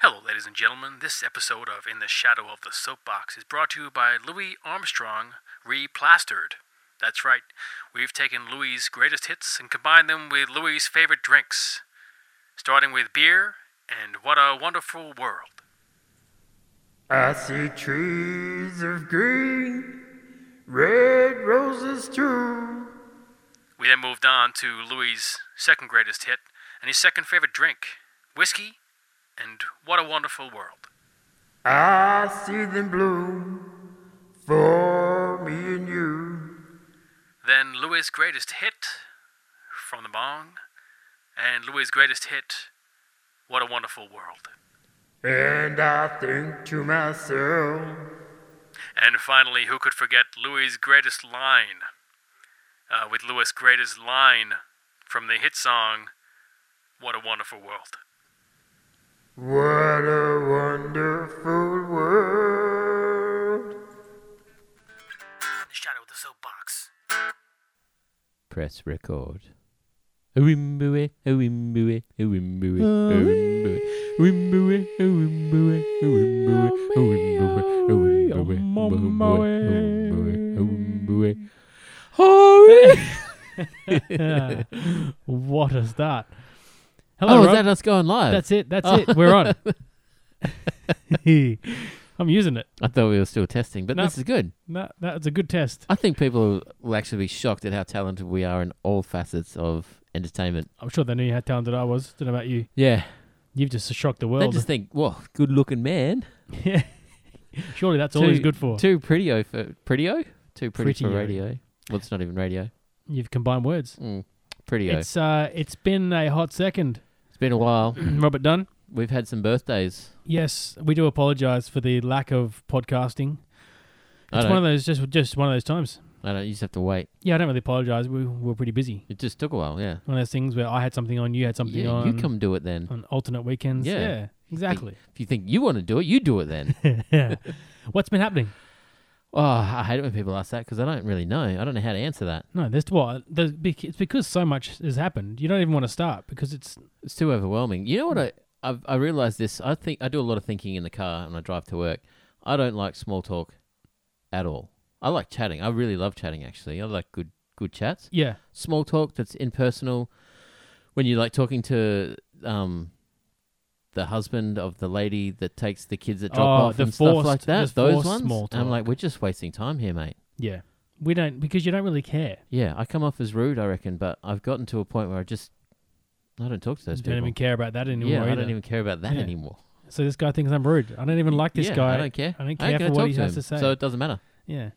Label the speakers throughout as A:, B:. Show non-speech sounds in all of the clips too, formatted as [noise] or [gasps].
A: Hello, ladies and gentlemen. This episode of In the Shadow of the Soapbox is brought to you by Louis Armstrong Replastered. That's right, we've taken Louis' greatest hits and combined them with Louis' favorite drinks, starting with beer and What a Wonderful World.
B: I see trees of green, red roses too.
A: We then moved on to Louis' second greatest hit and his second favorite drink, whiskey and What a Wonderful World.
B: I see them bloom for me and you.
A: Then Louis' greatest hit from the bong and Louis' greatest hit, What a Wonderful World.
B: And I think to myself,
A: And finally, who could forget Louis' greatest line? Uh, with Louis' greatest line from the hit song, What a Wonderful World.
B: what a wonderful world.
A: The Shadow of the Soapbox.
C: press record. Wimbue, wimbue, wimbue, wimbue, wimbue, wimbue, wimbue, wimbue, wimbue, wimbue, wimbue.
D: [laughs] what a start.
C: [laughs]
D: Hello,
C: Oh, is
D: Rob.
C: that Oh. us going live?
D: that's it. That's it.
C: [laughs]
D: We're on. I'm using it.
C: I thought we were still testing, but
D: No.
C: this is good.
D: No, that's a good test.
C: I think people will actually be shocked at how talented we are in all facets of entertainment.
D: I'm sure they knew how talented I was. Don't know about you.
C: Yeah.
D: You've just shocked the
C: They
D: world.
C: just think, well, good looking man.
D: Yeah. Surely that's all he's
C: Too-
D: good for.
C: Too pretty-o for pretty-o? Too pretty for
D: Pretty-o.
C: radio. Well, it's not even radio.
D: You've combined words.
C: Mm, pretty-o.
D: It's uh, it's been a hot second, [clears throat]
C: it's been a while.
D: Robert Dunn.
C: We've had some birthdays.
D: Yes, we do apologise for the lack of podcasting.
C: I
D: It's
C: don't,
D: one of those just just one of those times.
C: I don't. You just have to wait.
D: Yeah, I don't really apologise. We were pretty busy.
C: It just took a while. Yeah.
D: One of those things where I had something on, you had something
C: Yeah,
D: on.
C: you come do it then.
D: on alternate weekends.
C: Yeah.
D: Yeah,
C: [laughs]
D: exactly. [laughs]
C: If you think you want to do it, you do it then.
D: What's been happening?
C: oh, I hate it when people ask that because I don't really know. I don't know how to answer that.
D: No, there's what there's, bec- it's because so much has happened. You don't even want to start because it's
C: It's too overwhelming. You know what I? I've, I realized this. I think I do a lot of thinking in the car and I drive to work. I don't like small talk at all. I like chatting. I really love chatting. Actually, I like good good chats.
D: yeah.
C: small talk that's impersonal when you're like talking to um the husband of the lady that takes the kids at drop
D: Oh,
C: off
D: the
C: and stuff
D: forced-
C: like that
D: this
C: those
D: forced
C: ones
D: small
C: i'm like
D: talk.
C: we're just wasting time here mate
D: Yeah. We don't because you don't really care.
C: yeah i come off as rude i reckon but i've gotten to a point where i just i don't talk to those
D: You don't
C: people
D: even care about that anymore.
C: yeah i
D: either.
C: don't even care about that
D: Yeah.
C: anymore
D: So this guy thinks I'm rude. I don't even like this
C: yeah,
D: guy.
C: i don't care
D: I don't
C: ain't
D: care for
C: gonna
D: what
C: talk
D: he
C: to
D: has
C: him,
D: to say.
C: so it doesn't matter
D: yeah.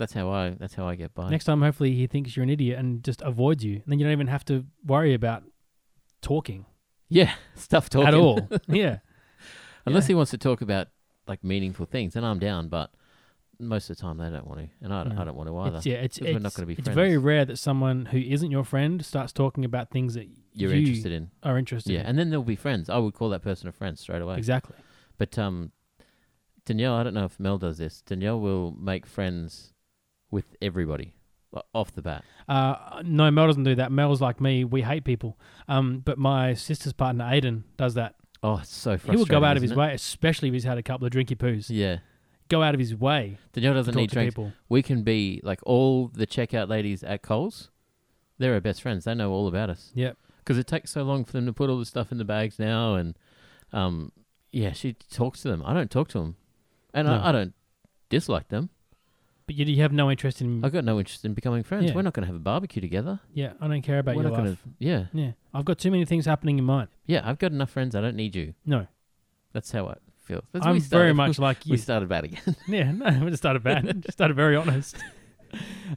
C: that's how i that's how i get by
D: Next time, hopefully, he thinks you're an idiot and just avoids you. And then you don't even have to worry about talking,
C: yeah [laughs] stuff talking [laughs]
D: at all. yeah.
C: Unless
D: Yeah.
C: he wants to talk about like meaningful things, then I'm down. But most of the time they don't want to, and I,
D: No.
C: I don't want to either.
D: Mm. It's, yeah, it's,
C: 'cause we're
D: it's,
C: not gonna be
D: it's very
C: friends.
D: rare that someone who isn't your friend starts talking about things that
C: You're
D: you
C: interested in,
D: are interested
C: yeah,
D: in.
C: and then they'll be friends. I would call that person a friend straight away.
D: Exactly.
C: But um, Danielle, I don't know if Mel does this. Danielle will make friends with everybody like, off the bat.
D: Uh, no, Mel doesn't do that. Mel's like me. We hate people. Um, but my sister's partner, Aiden, does that.
C: Oh, it's so
D: He
C: frustrating.
D: will go out of
C: isn't
D: his
C: it?
D: way, especially if he's had a couple of drinky poos.
C: Yeah,
D: Go out of his way
C: Danielle
D: to
C: doesn't
D: talk
C: need
D: to
C: drinks.
D: people.
C: We can be like all the checkout ladies at Coles. They're our best friends. They know all about us.
D: Yep.
C: because it takes so long for them to put all the stuff in the bags now and um yeah she talks to them i don't talk to them and
D: No.
C: I, I don't dislike them
D: But you, you have no interest in.
C: i've got no interest in becoming friends
D: Yeah.
C: we're not going to have a barbecue together
D: Yeah, I don't care about
C: we're
D: your
C: not
D: life.
C: going to yeah
D: Yeah, I've got too many things happening in mine.
C: yeah i've got enough friends i don't need you
D: No,
C: that's how i feel that's we
D: I'm very
C: started- [laughs]
D: much like
C: we
D: you.
C: started bad again [laughs]
D: yeah, [laughs] no, I just started bad. just started very honest.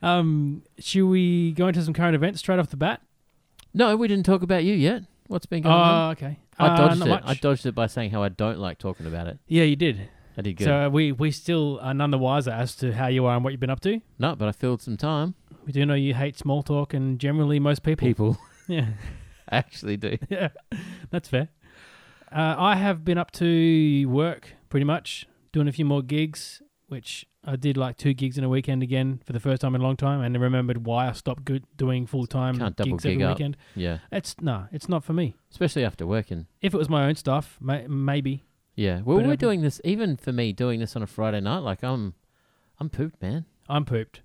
D: Um, should we go into some current events straight off the bat?
C: no we didn't talk about you yet what's been
D: Oh,
C: going on
D: okay.
C: i
D: Uh,
C: dodged
D: not
C: it
D: much.
C: i dodged it by saying how i don't like talking about it
D: yeah, you did.
C: i did good
D: So uh, we we still are none the wiser as to how you are and what you've been up to.
C: no but i filled some time
D: We do know you hate small talk and generally most people.
C: people
D: [laughs] Yeah,
C: I [laughs] actually
D: [laughs]
C: do
D: yeah, that's fair. Uh, I have been up to work pretty much, doing a few more gigs, which I did like two gigs in a weekend again for the first time in a long time, and I remembered why I stopped good, doing full time
C: Can't double
D: gigs
C: gig
D: every
C: up.
D: weekend.
C: yeah
D: It's no, it's not for me.
C: especially after working
D: If it was my own stuff, may, maybe.
C: Yeah. Well,
D: But
C: we're
D: I've-
C: doing this even for me doing this on a Friday night. Like I'm, I'm pooped, man.
D: I'm pooped,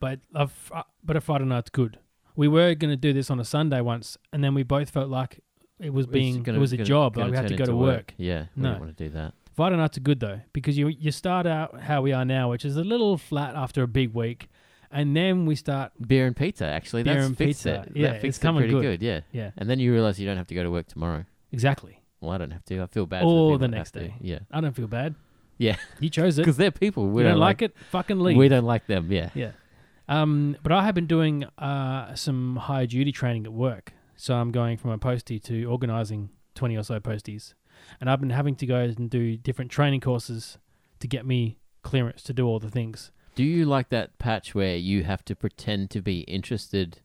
D: but a fr- but a Friday night's good. We were going to do this on a Sunday once, and then we both felt like it was being
C: gonna-
D: it was a
C: gonna-
D: job.
C: gonna
D: Like we had to
C: turn
D: go to
C: into
D: work.
C: Yeah. We
D: No.
C: don't want to do that.
D: Friday nights are good though because you you start out how we are now, which is a little flat after a big week, and then we start
C: Beer and pizza. Actually,
D: Beer
C: that's
D: and
C: fixed
D: pizza.
C: it.
D: Yeah,
C: that
D: it's
C: fixed it
D: coming
C: pretty
D: good.
C: good. Yeah.
D: yeah
C: And then you realize you don't have to go to work tomorrow.
D: exactly.
C: Well, I don't have to. I feel bad. for
D: Or
C: the, people
D: the
C: that
D: next
C: have to.
D: day.
C: Yeah.
D: I don't feel bad.
C: Yeah.
D: You
C: [laughs]
D: chose it.
C: Because they're people. We
D: you
C: don't,
D: like, it. Fucking leave.
C: We don't like them. Yeah.
D: Yeah. Um, but I have been doing uh, some high duty training at work. So I'm going from a postie to organizing 20 or so posties. And I've been having to go and do different training courses to get me clearance to do all the things.
C: Do you like that patch where you have to pretend to be interested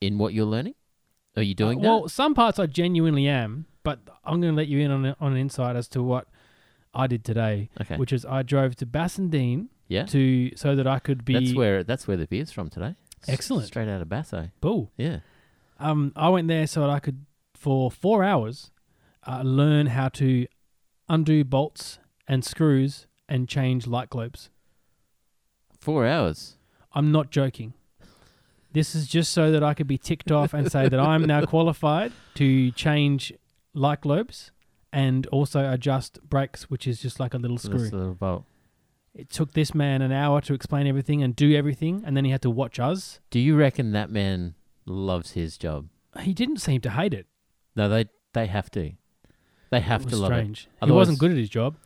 C: in what you're learning? Are you doing that?
D: Uh, Well, some parts I genuinely am, but I'm going to let you in on, a- on an insight as to what I did today,
C: Okay.
D: which is I drove to Bassendean
C: yeah.
D: to so that I could be
C: That's where that's where the beer's from today. S-
D: Excellent.
C: Straight out of Basso.
D: Bull.
C: Yeah.
D: um, I went there so that I could, for four hours, uh, learn how to undo bolts and screws and change light globes.
C: Four hours.
D: I'm not joking. This is just so that I could be ticked off and say that I'm now qualified to change light globes and also adjust brakes, which is just like a little
C: for this
D: screw.
C: little bolt.
D: It took this man an hour to explain everything and do everything, and then he had to watch us.
C: Do you reckon that man loves his job?
D: He didn't seem to hate it.
C: No, they they have to. They have
D: It was
C: to love
D: strange.
C: it.
D: He wasn't
C: [laughs]
D: good at his job.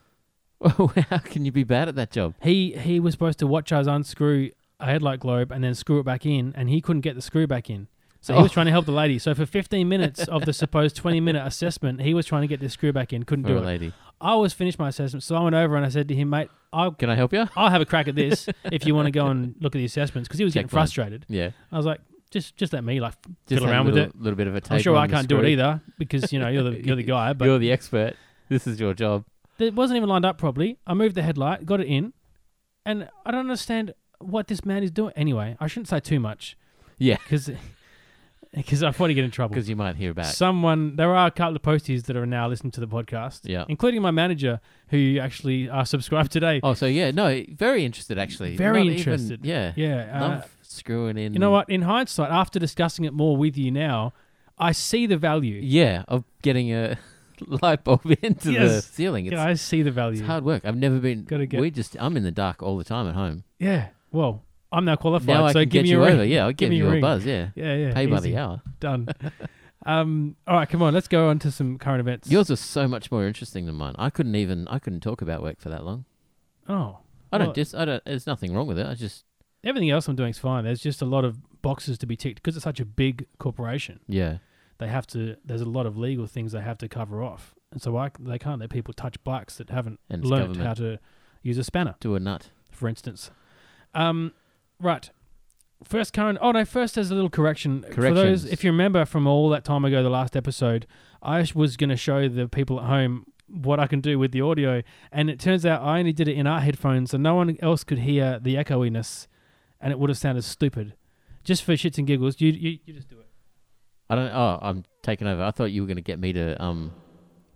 C: good. How can you be bad at that job?
D: He he was supposed to watch us unscrew a headlight globe and then screw it back in, and he couldn't get the screw back in. So he was
C: Oh.
D: trying to help the lady. So
C: [laughs]
D: for 15 minutes of the supposed 20 minute assessment, he was trying to get this screw back in, couldn't
C: For
D: do
C: a
D: it.
C: lady.
D: I was finished my assessment, so I went over and I said to him, mate, I'll,
C: Can I help you?
D: I'll have a crack at this if you want to go and look at the assessments because he was getting
C: Check mine.
D: frustrated.
C: Yeah.
D: I was like, just just let me like
C: Just
D: fiddle
C: have a
D: around with
C: little,
D: it.
C: little bit of a take.
D: I'm sure
C: on
D: I
C: the
D: can't do it
C: screw.
D: either because you know you're the
C: [laughs]
D: you're the guy, but
C: You're the expert. This is your job. [laughs]
D: it wasn't even lined up properly. I moved the headlight, got it in, and I don't understand what this man is doing. Anyway, I shouldn't say too much
C: Yeah.
D: [laughs] because because I probably get in trouble.
C: Because you might hear back.
D: Someone, there are a couple of posties that are now listening to the podcast,
C: Yeah.
D: including my manager who actually are subscribed [laughs] today.
C: oh, so yeah, no, very interested actually.
D: Very
C: Not even-
D: interested.
C: yeah.
D: yeah, uh,
C: Love screwing in.
D: you know what? In hindsight, after discussing it more with you now, I see the value.
C: Yeah, of getting a [laughs] light bulb [laughs] into the
D: Yes.
C: ceiling. It's,
D: Yeah, I see the value.
C: it's hard work. I've never been.
D: Gotta get-
C: we just. I'm in the dark all the time at home.
D: Yeah. Well, I'm now qualified,
C: now I
D: so
C: can get
D: give me
C: you
D: a ring.
C: over. Yeah, I'll give,
D: me
C: you
D: a
C: a
D: ring.
C: buzz. Yeah,
D: Yeah, yeah.
C: pay by
D: easy.
C: the hour.
D: done. [laughs] um, all right, come on, let's go on to some current events.
C: Yours was so much more interesting than mine. I couldn't even. I couldn't talk about work for that long.
D: oh,
C: I don't
D: Well-
C: dis. I don't. There's nothing wrong with it. I just.
D: everything else I'm doing is fine. There's just a lot of boxes to be ticked because it's such a big corporation.
C: Yeah.
D: They have to. There's a lot of legal things they have to cover off, and so I, they can't let people touch bikes that haven't
C: And it's
D: learned
C: government.
D: how to use a spanner,
C: Do a nut.
D: for instance. Um, right. First current. Oh no! First, there's a little correction for those.
C: Corrections.
D: If you remember from all that time ago, the last episode, I sh- was going to show the people at home what I can do with the audio, and it turns out I only did it in our headphones, so no one else could hear the echoiness, and it would have sounded stupid. Just for shits and giggles, you you, you just do it.
C: I don't. Oh, I'm taking over. I thought you were going to get me to um,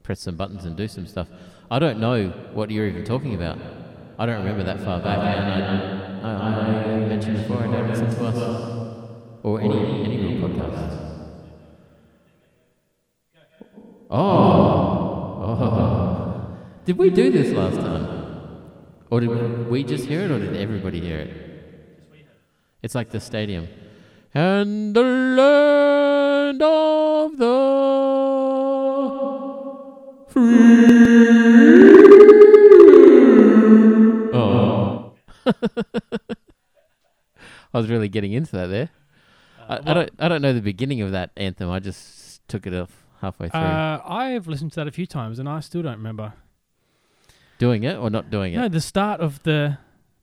C: press some buttons and do some stuff. I don't know what you're even talking about. I don't remember that far back. And I, I, I mentioned before, I don't listen to us or any any real podcast. Oh, oh. [laughs] Did we do this last time? Or did we just hear it, or did everybody hear it? It's like the stadium. And the land of the free. Oh. [laughs] I was really getting into that there. I, I don't. I don't know the beginning of that anthem. I just took it off halfway through.
D: Uh, I've listened to that a few times, and I still don't remember.
C: doing it or not doing it?
D: No, the start of the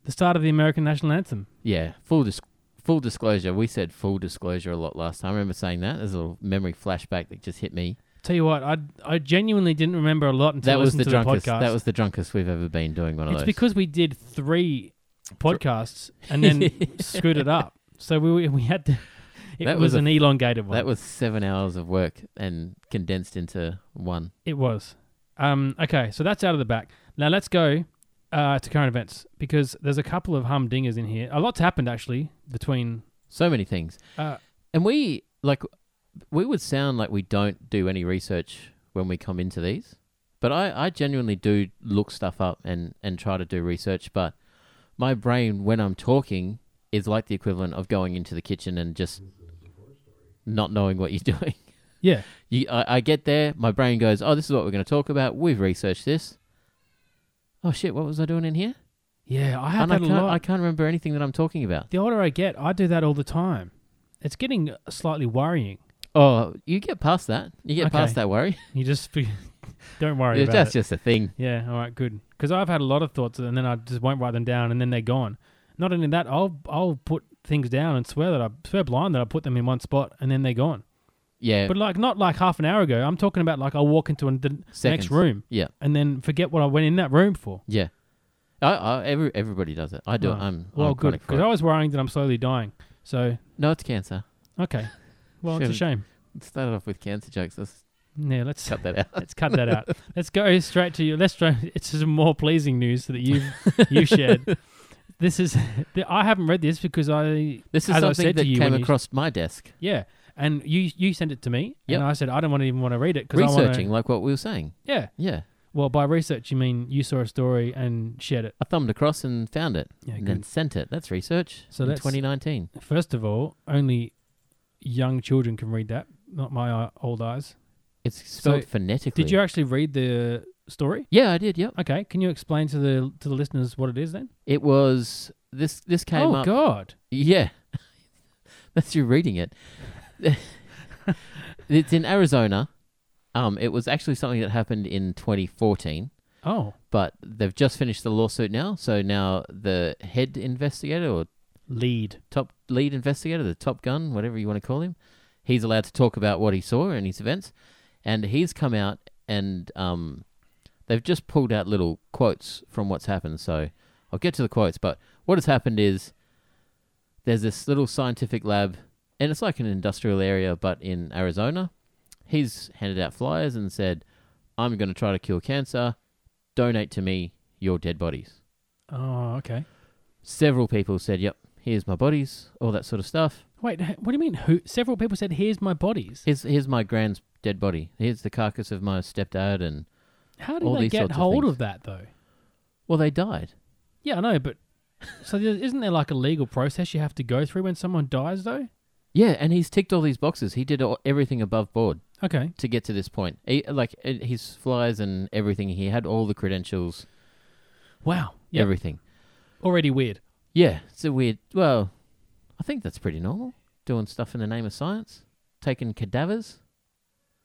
D: the start of the American national anthem.
C: Yeah, full dis- full disclosure. We said full disclosure a lot last time. I remember saying that. There's a little memory flashback that just hit me.
D: Tell you what, I I genuinely didn't remember a lot until
C: that
D: I
C: was
D: listened
C: the
D: to
C: drunkest.
D: the podcast.
C: that was the drunkest we've ever been doing one of
D: it's
C: those.
D: because we did three podcasts and then
C: [laughs]
D: screwed it up. So we we had to. [laughs] It
C: That
D: was,
C: was a-
D: an elongated one.
C: that was seven hours of work and condensed into one.
D: it was. Um, okay, so that's out of the back. Now let's go uh, to current events because there's a couple of humdingers in here. A lot's happened actually between.
C: So many things.
D: Uh,
C: And we like we would sound like we don't do any research when we come into these. But I, I genuinely do look stuff up and, and try to do research, but my brain when I'm talking is like the equivalent of going into the kitchen and just not knowing what you're [laughs] doing.
D: yeah,
C: You, I, I get there, my brain goes, "Oh, this is what we're going to talk about. We've researched this." Oh shit, what was I doing in here?
D: yeah, I have
C: and I
D: had a
C: can't,
D: lot.
C: I can't remember anything that I'm talking about.
D: The older I get, I do that all the time. It's getting slightly worrying.
C: Oh, you get past that. You get
D: Okay.
C: past that worry.
D: You just [laughs] be- don't worry
C: Yeah,
D: about
C: that's
D: it.
C: just a thing.
D: Yeah, all right, good. Because I've had a lot of thoughts, and then I just won't write them down, and then they're gone. Not only that, I'll I'll put things down and swear that I swear blind that I put them in one spot, and then they're gone.
C: Yeah.
D: But like not like half an hour ago. I'm talking about like I walk into an, the
C: Seconds.
D: next room
C: yeah.
D: and then forget what I went in that room for.
C: Yeah. I, I, every, everybody does it. I do
D: Right.
C: it. I'm,
D: well,
C: I'm
D: good
C: chronic for
D: because
C: it.
D: I was worrying that I'm slowly dying. So
C: No, it's cancer.
D: okay, well it's a shame.
C: It started off with cancer jokes. Let's
D: Yeah, let's
C: cut that out.
D: [laughs] let's cut that out.
C: [laughs]
D: Let's go straight to you. Let's try. It's some more pleasing news that you've you
C: [laughs]
D: shared. This is [laughs] I haven't read this because I
C: This is
D: as I
C: something
D: said
C: that
D: to you
C: came
D: when you-
C: across my desk.
D: yeah, and you you sent it to me,
C: Yep.
D: and I said I don't want to even want to read it because
C: Researching,
D: I want
C: like what we were saying.
D: to. Yeah,
C: Yeah.
D: well, by research you mean you saw a story and shared it.
C: I thumbed across and found it.
D: Yeah,
C: and then
D: good.
C: sent it. That's research
D: So
C: in
D: that's-
C: 2019.
D: First of all, only young children can read that, not my uh, old eyes.
C: It's spelled phonetically.
D: Did you actually read the story?
C: Yeah, I did. Yep.
D: Okay, can you explain to the to the listeners what it is then?
C: It was this. This came
D: oh
C: up.
D: God!
C: Yeah, [laughs] that's you reading it. it's in Arizona. Um, it was actually something that happened in 2014,
D: Oh,
C: but they've just finished the lawsuit now. So now the head investigator or
D: lead.
C: top lead investigator, the top gun, whatever you want to call him, he's allowed to talk about what he saw and his events, and he's come out and um, they've just pulled out little quotes from what's happened. So I'll get to the quotes, but what has happened is there's this little scientific lab, and it's like an industrial area, but in Arizona. He's handed out flyers and said, "I'm going to try to cure cancer. Donate to me your dead bodies."
D: Oh, okay.
C: Several people said, "Yep, here's my bodies," all that sort of stuff.
D: Wait, h- what do you mean? Who? Several people said, "Here's my bodies."
C: Here's here's my grand's dead body. Here's the carcass of my stepdad, and
D: How do
C: all
D: they
C: these
D: get
C: sorts of
D: hold of,
C: things.
D: that though?
C: well, they died.
D: Yeah, I know, but [laughs] so there, isn't there like a legal process you have to go through when someone dies though?
C: Yeah, and he's ticked all these boxes. He did all, everything above board
D: Okay,
C: to get to this point. He, like uh, his flyers and everything. He had all the credentials,
D: wow. Yeah,
C: everything.
D: already weird.
C: Yeah, it's a weird. Well, I think that's pretty normal. Doing stuff in the name of science, taking cadavers.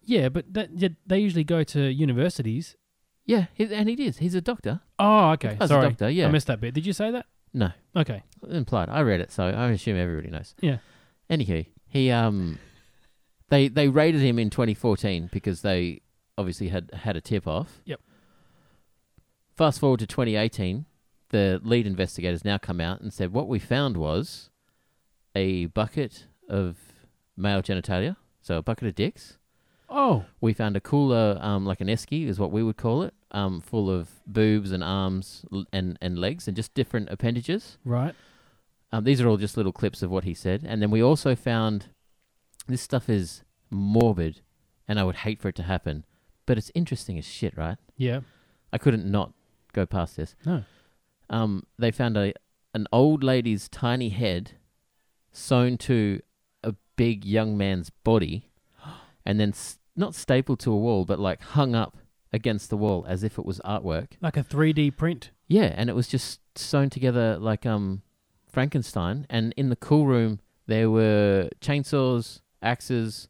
D: Yeah, but that, yeah, they usually go to universities.
C: Yeah, he, and he is. He's a doctor.
D: Oh, okay.
C: guy's a
D: Sorry,
C: doctor, yeah.
D: I missed that bit. Did you say that?
C: No,
D: Okay.
C: implied. I read it, so I assume everybody knows.
D: Yeah.
C: Anywho, he um, they they raided him in 2014 because they obviously had had a tip off.
D: Yep.
C: Fast forward to 2018, the lead investigators now come out and said what we found was a bucket of male genitalia, so a bucket of dicks.
D: Oh,
C: We found a cooler, um, like an esky is what we would call it, um, full of boobs and arms l- and and legs and just different appendages.
D: right.
C: Um, these are all just little clips of what he said. And then we also found this stuff is morbid, and I would hate for it to happen, but it's interesting as shit, right?
D: Yeah.
C: I couldn't not go past this.
D: No.
C: Um, they found a an old lady's tiny head sewn to a big young man's body, [gasps] and then s- not stapled to a wall, but like hung up against the wall as if it was artwork.
D: Like a 3D print.
C: Yeah, and it was just sewn together like um Frankenstein. And in the cool room, there were chainsaws, axes,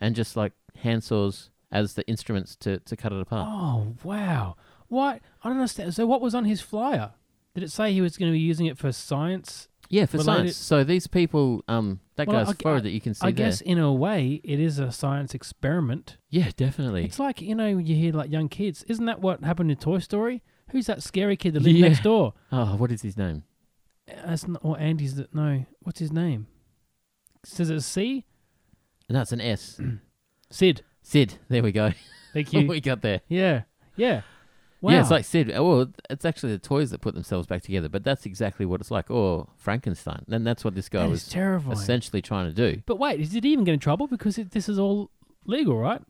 C: and just like handsaws as the instruments to, to cut it apart.
D: Oh, wow. What? I don't understand. So, what was on his flyer? Did it say he was going to be using it for science?
C: yeah, for
D: well, I did-
C: science. So these people, um, that
D: Well, I-
C: guy's
D: I-
C: forward that you can see
D: I
C: there.
D: guess, in a way, it is a science experiment.
C: yeah, definitely.
D: It's like, you know, you hear like young kids. Isn't that what happened in Toy Story? Who's that scary kid that lived
C: Yeah.
D: next door?
C: Oh, what is his name?
D: That's not, or Andy's that, no, what's his name? Says it C?
C: And that's an S.
D: [clears throat] Sid.
C: Sid. There we go.
D: Thank
C: [laughs]
D: you.
C: we got there.
D: yeah. Yeah.
C: Oh
D: Wow.
C: Yeah, it's like Sid. Oh, Well, it's actually the toys that put themselves back together, but that's exactly what it's like. Or Frankenstein. And that's what this guy
D: That is
C: was
D: terrifying.
C: essentially trying to do.
D: But wait, is it even get in trouble because it, this is all legal, right?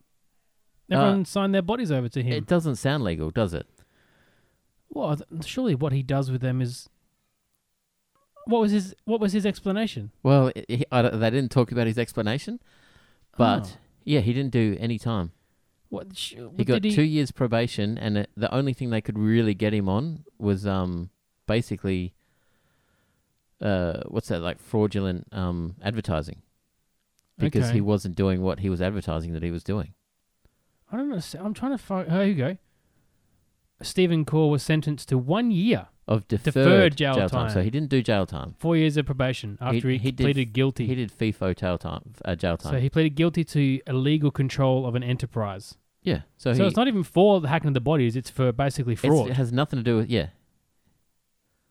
D: Everyone signed their bodies over to him.
C: Uh, It doesn't sound legal, does it?
D: Well, th- surely what he does with them is what was his what was his explanation?
C: Well, i he, I don't- they didn't talk about his explanation, but
D: Oh.
C: yeah, he didn't do any time.
D: What sh-
C: He
D: what
C: got
D: did he,
C: two years probation, and it, the only thing they could really get him on was um basically uh what's that like fraudulent um advertising because
D: Okay.
C: he wasn't doing what he was advertising that he was doing.
D: I don't know. I'm trying to find. Oh, here you go. Stephen Core was sentenced to one year,
C: Of deferred,
D: Deferred jail
C: So
D: time.
C: he didn't do jail time.
D: four years of probation after he,
C: did
D: pleaded
C: f-
D: guilty.
C: He did FIFO jail time. Uh, jail time.
D: so he pleaded guilty to illegal control of an enterprise.
C: yeah. So,
D: So
C: he,
D: it's not even for the hacking of the bodies; it's for basically
C: it's-
D: fraud.
C: it has nothing to do with yeah.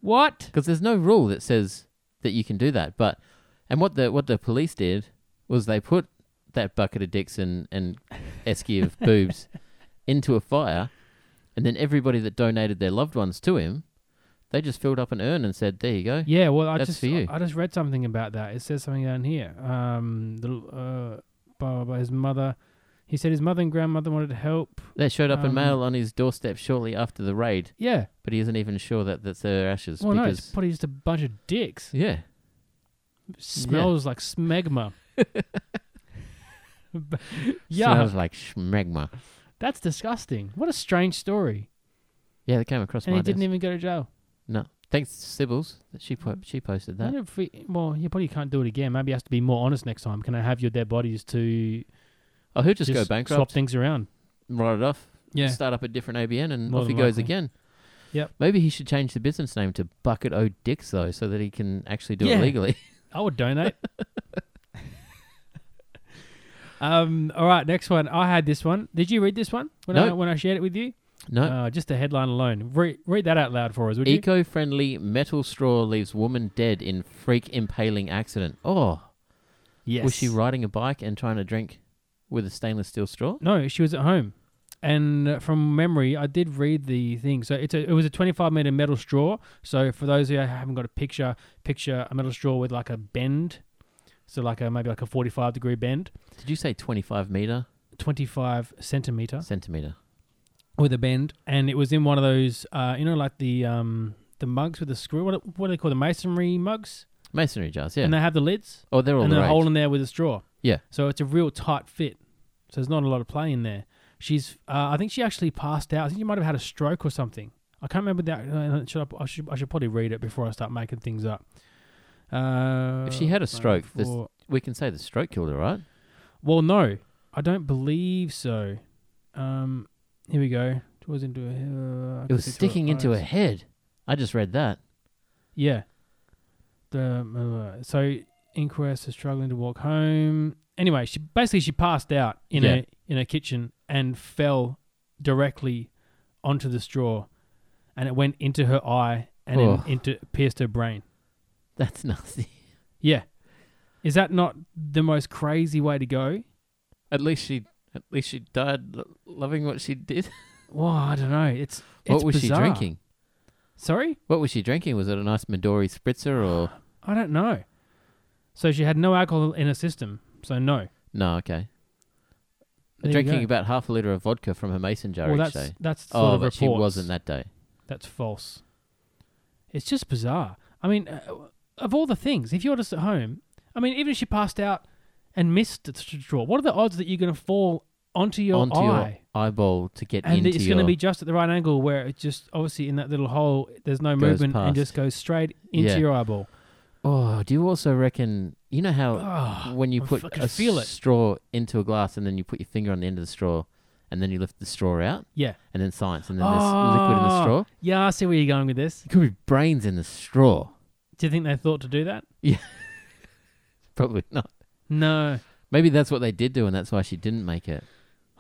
D: what?
C: because there's no rule that says that you can do that. But and what the what the police did was they put that bucket of dicks and and esky
D: [laughs]
C: of boobs into a fire, and then everybody that donated their loved ones to him, they just filled up an urn and said, "There you go."
D: Yeah, well, I
C: That's
D: just
C: for you.
D: I just read something about that. It says something down here. Um, the l- uh, blah, blah, blah, his mother. He said his mother and grandmother wanted help.
C: They showed up in
D: Um,
C: mail on his doorstep shortly after the raid,
D: Yeah.
C: but he isn't even sure that that's their ashes
D: Well, no, it's
C: because
D: probably just a bunch of dicks.
C: yeah,
D: smells
C: [laughs]
D: like smegma. [laughs] B- yeah,
C: smells like schmegma.
D: that's disgusting. What a strange story.
C: Yeah, they came across
D: And
C: my
D: he didn't
C: desk.
D: even go to jail.
C: no, thanks Sibbles that she po- she posted
D: I
C: that.
D: wonder if we- well, you probably can't do it again. Maybe you have to be more honest next time. Can I have your dead bodies to
C: Oh, who just,
D: just
C: go
D: swap
C: bankrupt,
D: things around?
C: write it off,
D: Yeah.
C: start up a different ABN and
D: More
C: off he
D: than
C: goes
D: likely.
C: again.
D: Yep.
C: Maybe he should change the business name to Bucket O Dicks though, so that he can actually do
D: Yeah.
C: it legally. [laughs]
D: I would donate. um. All right. Next one. I had this one. Did you read this one when I
C: Nope.
D: when I shared it with you?
C: no.
D: Uh, just the headline alone. Re- read that out loud for us, would you?
C: Eco-friendly metal straw leaves woman dead in freak impaling accident. Oh,
D: Yes.
C: was she riding a bike and trying to drink with a stainless steel straw?
D: No, she was at home. And uh, from memory, I did read the thing. So it's a, it was a 25 meter metal straw. So for those who haven't got a picture, picture a metal straw with like a bend. So like a maybe like a 45 degree bend,
C: Did you say 25 meter
D: 25 centimeter
C: centimeter?
D: with a bend, and it was in one of those, uh, you know, like the um the mugs with the screw. What what do they call the masonry mugs?
C: Masonry jars, yeah.
D: And they have the lids
C: oh, they're all
D: and
C: the
D: they're
C: rage.
D: holding there with a straw.
C: Yeah.
D: So it's a real tight fit. So there's not a lot of play in there. She's, uh, I think she actually passed out. I think she might have had a stroke or something. I can't remember that. Uh, should I, I, should, I should probably read it before I start making things up. Uh,
C: If she had a stroke, this-
D: before-
C: We can say the stroke killed her, right?
D: well, no, I don't believe so. Um, here we go. It was into a. Uh, I
C: It was
D: can see through
C: sticking into her
D: eyes.
C: head. I just read that. [laughs]
D: Yeah. The uh, so inquest is struggling to walk home. Anyway, she basically she passed out in
C: Yeah.
D: a in a kitchen and fell directly onto the straw, and it went into her eye and then
C: Oh.
D: into pierced her brain.
C: That's nasty.
D: Yeah, is that not the most crazy way to go?
C: At least she, at least she died lo- loving what she did.
D: Well, I don't know. It's, it's
C: [laughs] what was
D: bizarre.
C: she drinking?
D: Sorry,
C: What was she drinking? Was it a nice Midori spritzer
D: [sighs]
C: or
D: I don't know. So she had no alcohol in her system. So no,
C: no? Okay,
D: There you
C: drinking
D: go.
C: about half a liter of vodka from her mason jar
D: Well,
C: each
D: that's
C: day.
D: that's sort
C: Oh,
D: of
C: but she
D: reports.
C: wasn't that day.
D: That's false. It's just bizarre. I mean, uh, of all the things, if you're just at home, I mean, even if she passed out and missed the st- straw, what are the odds that you're going to fall onto your
C: Onto
D: eye?
C: your eyeball to get
D: and that
C: into
D: it's
C: your
D: going to be just at the right angle where it just, obviously, in that little hole, there's no
C: Goes
D: movement
C: past.
D: and just goes straight into
C: Yeah.
D: your eyeball.
C: oh, do you also reckon? You know how
D: Oh,
C: when you
D: I
C: put
D: fucking
C: a
D: feel it.
C: straw into a glass and then you put your finger on the end of the straw and then you lift the straw out
D: yeah.
C: and then science and then there's liquid in the
D: Oh.
C: straw.
D: Yeah, I see where you're going with this.
C: It could be brains in the straw. [laughs]
D: Do you think they thought to do that?
C: Probably not.
D: No.
C: Maybe that's what they did do, and that's why she didn't make it.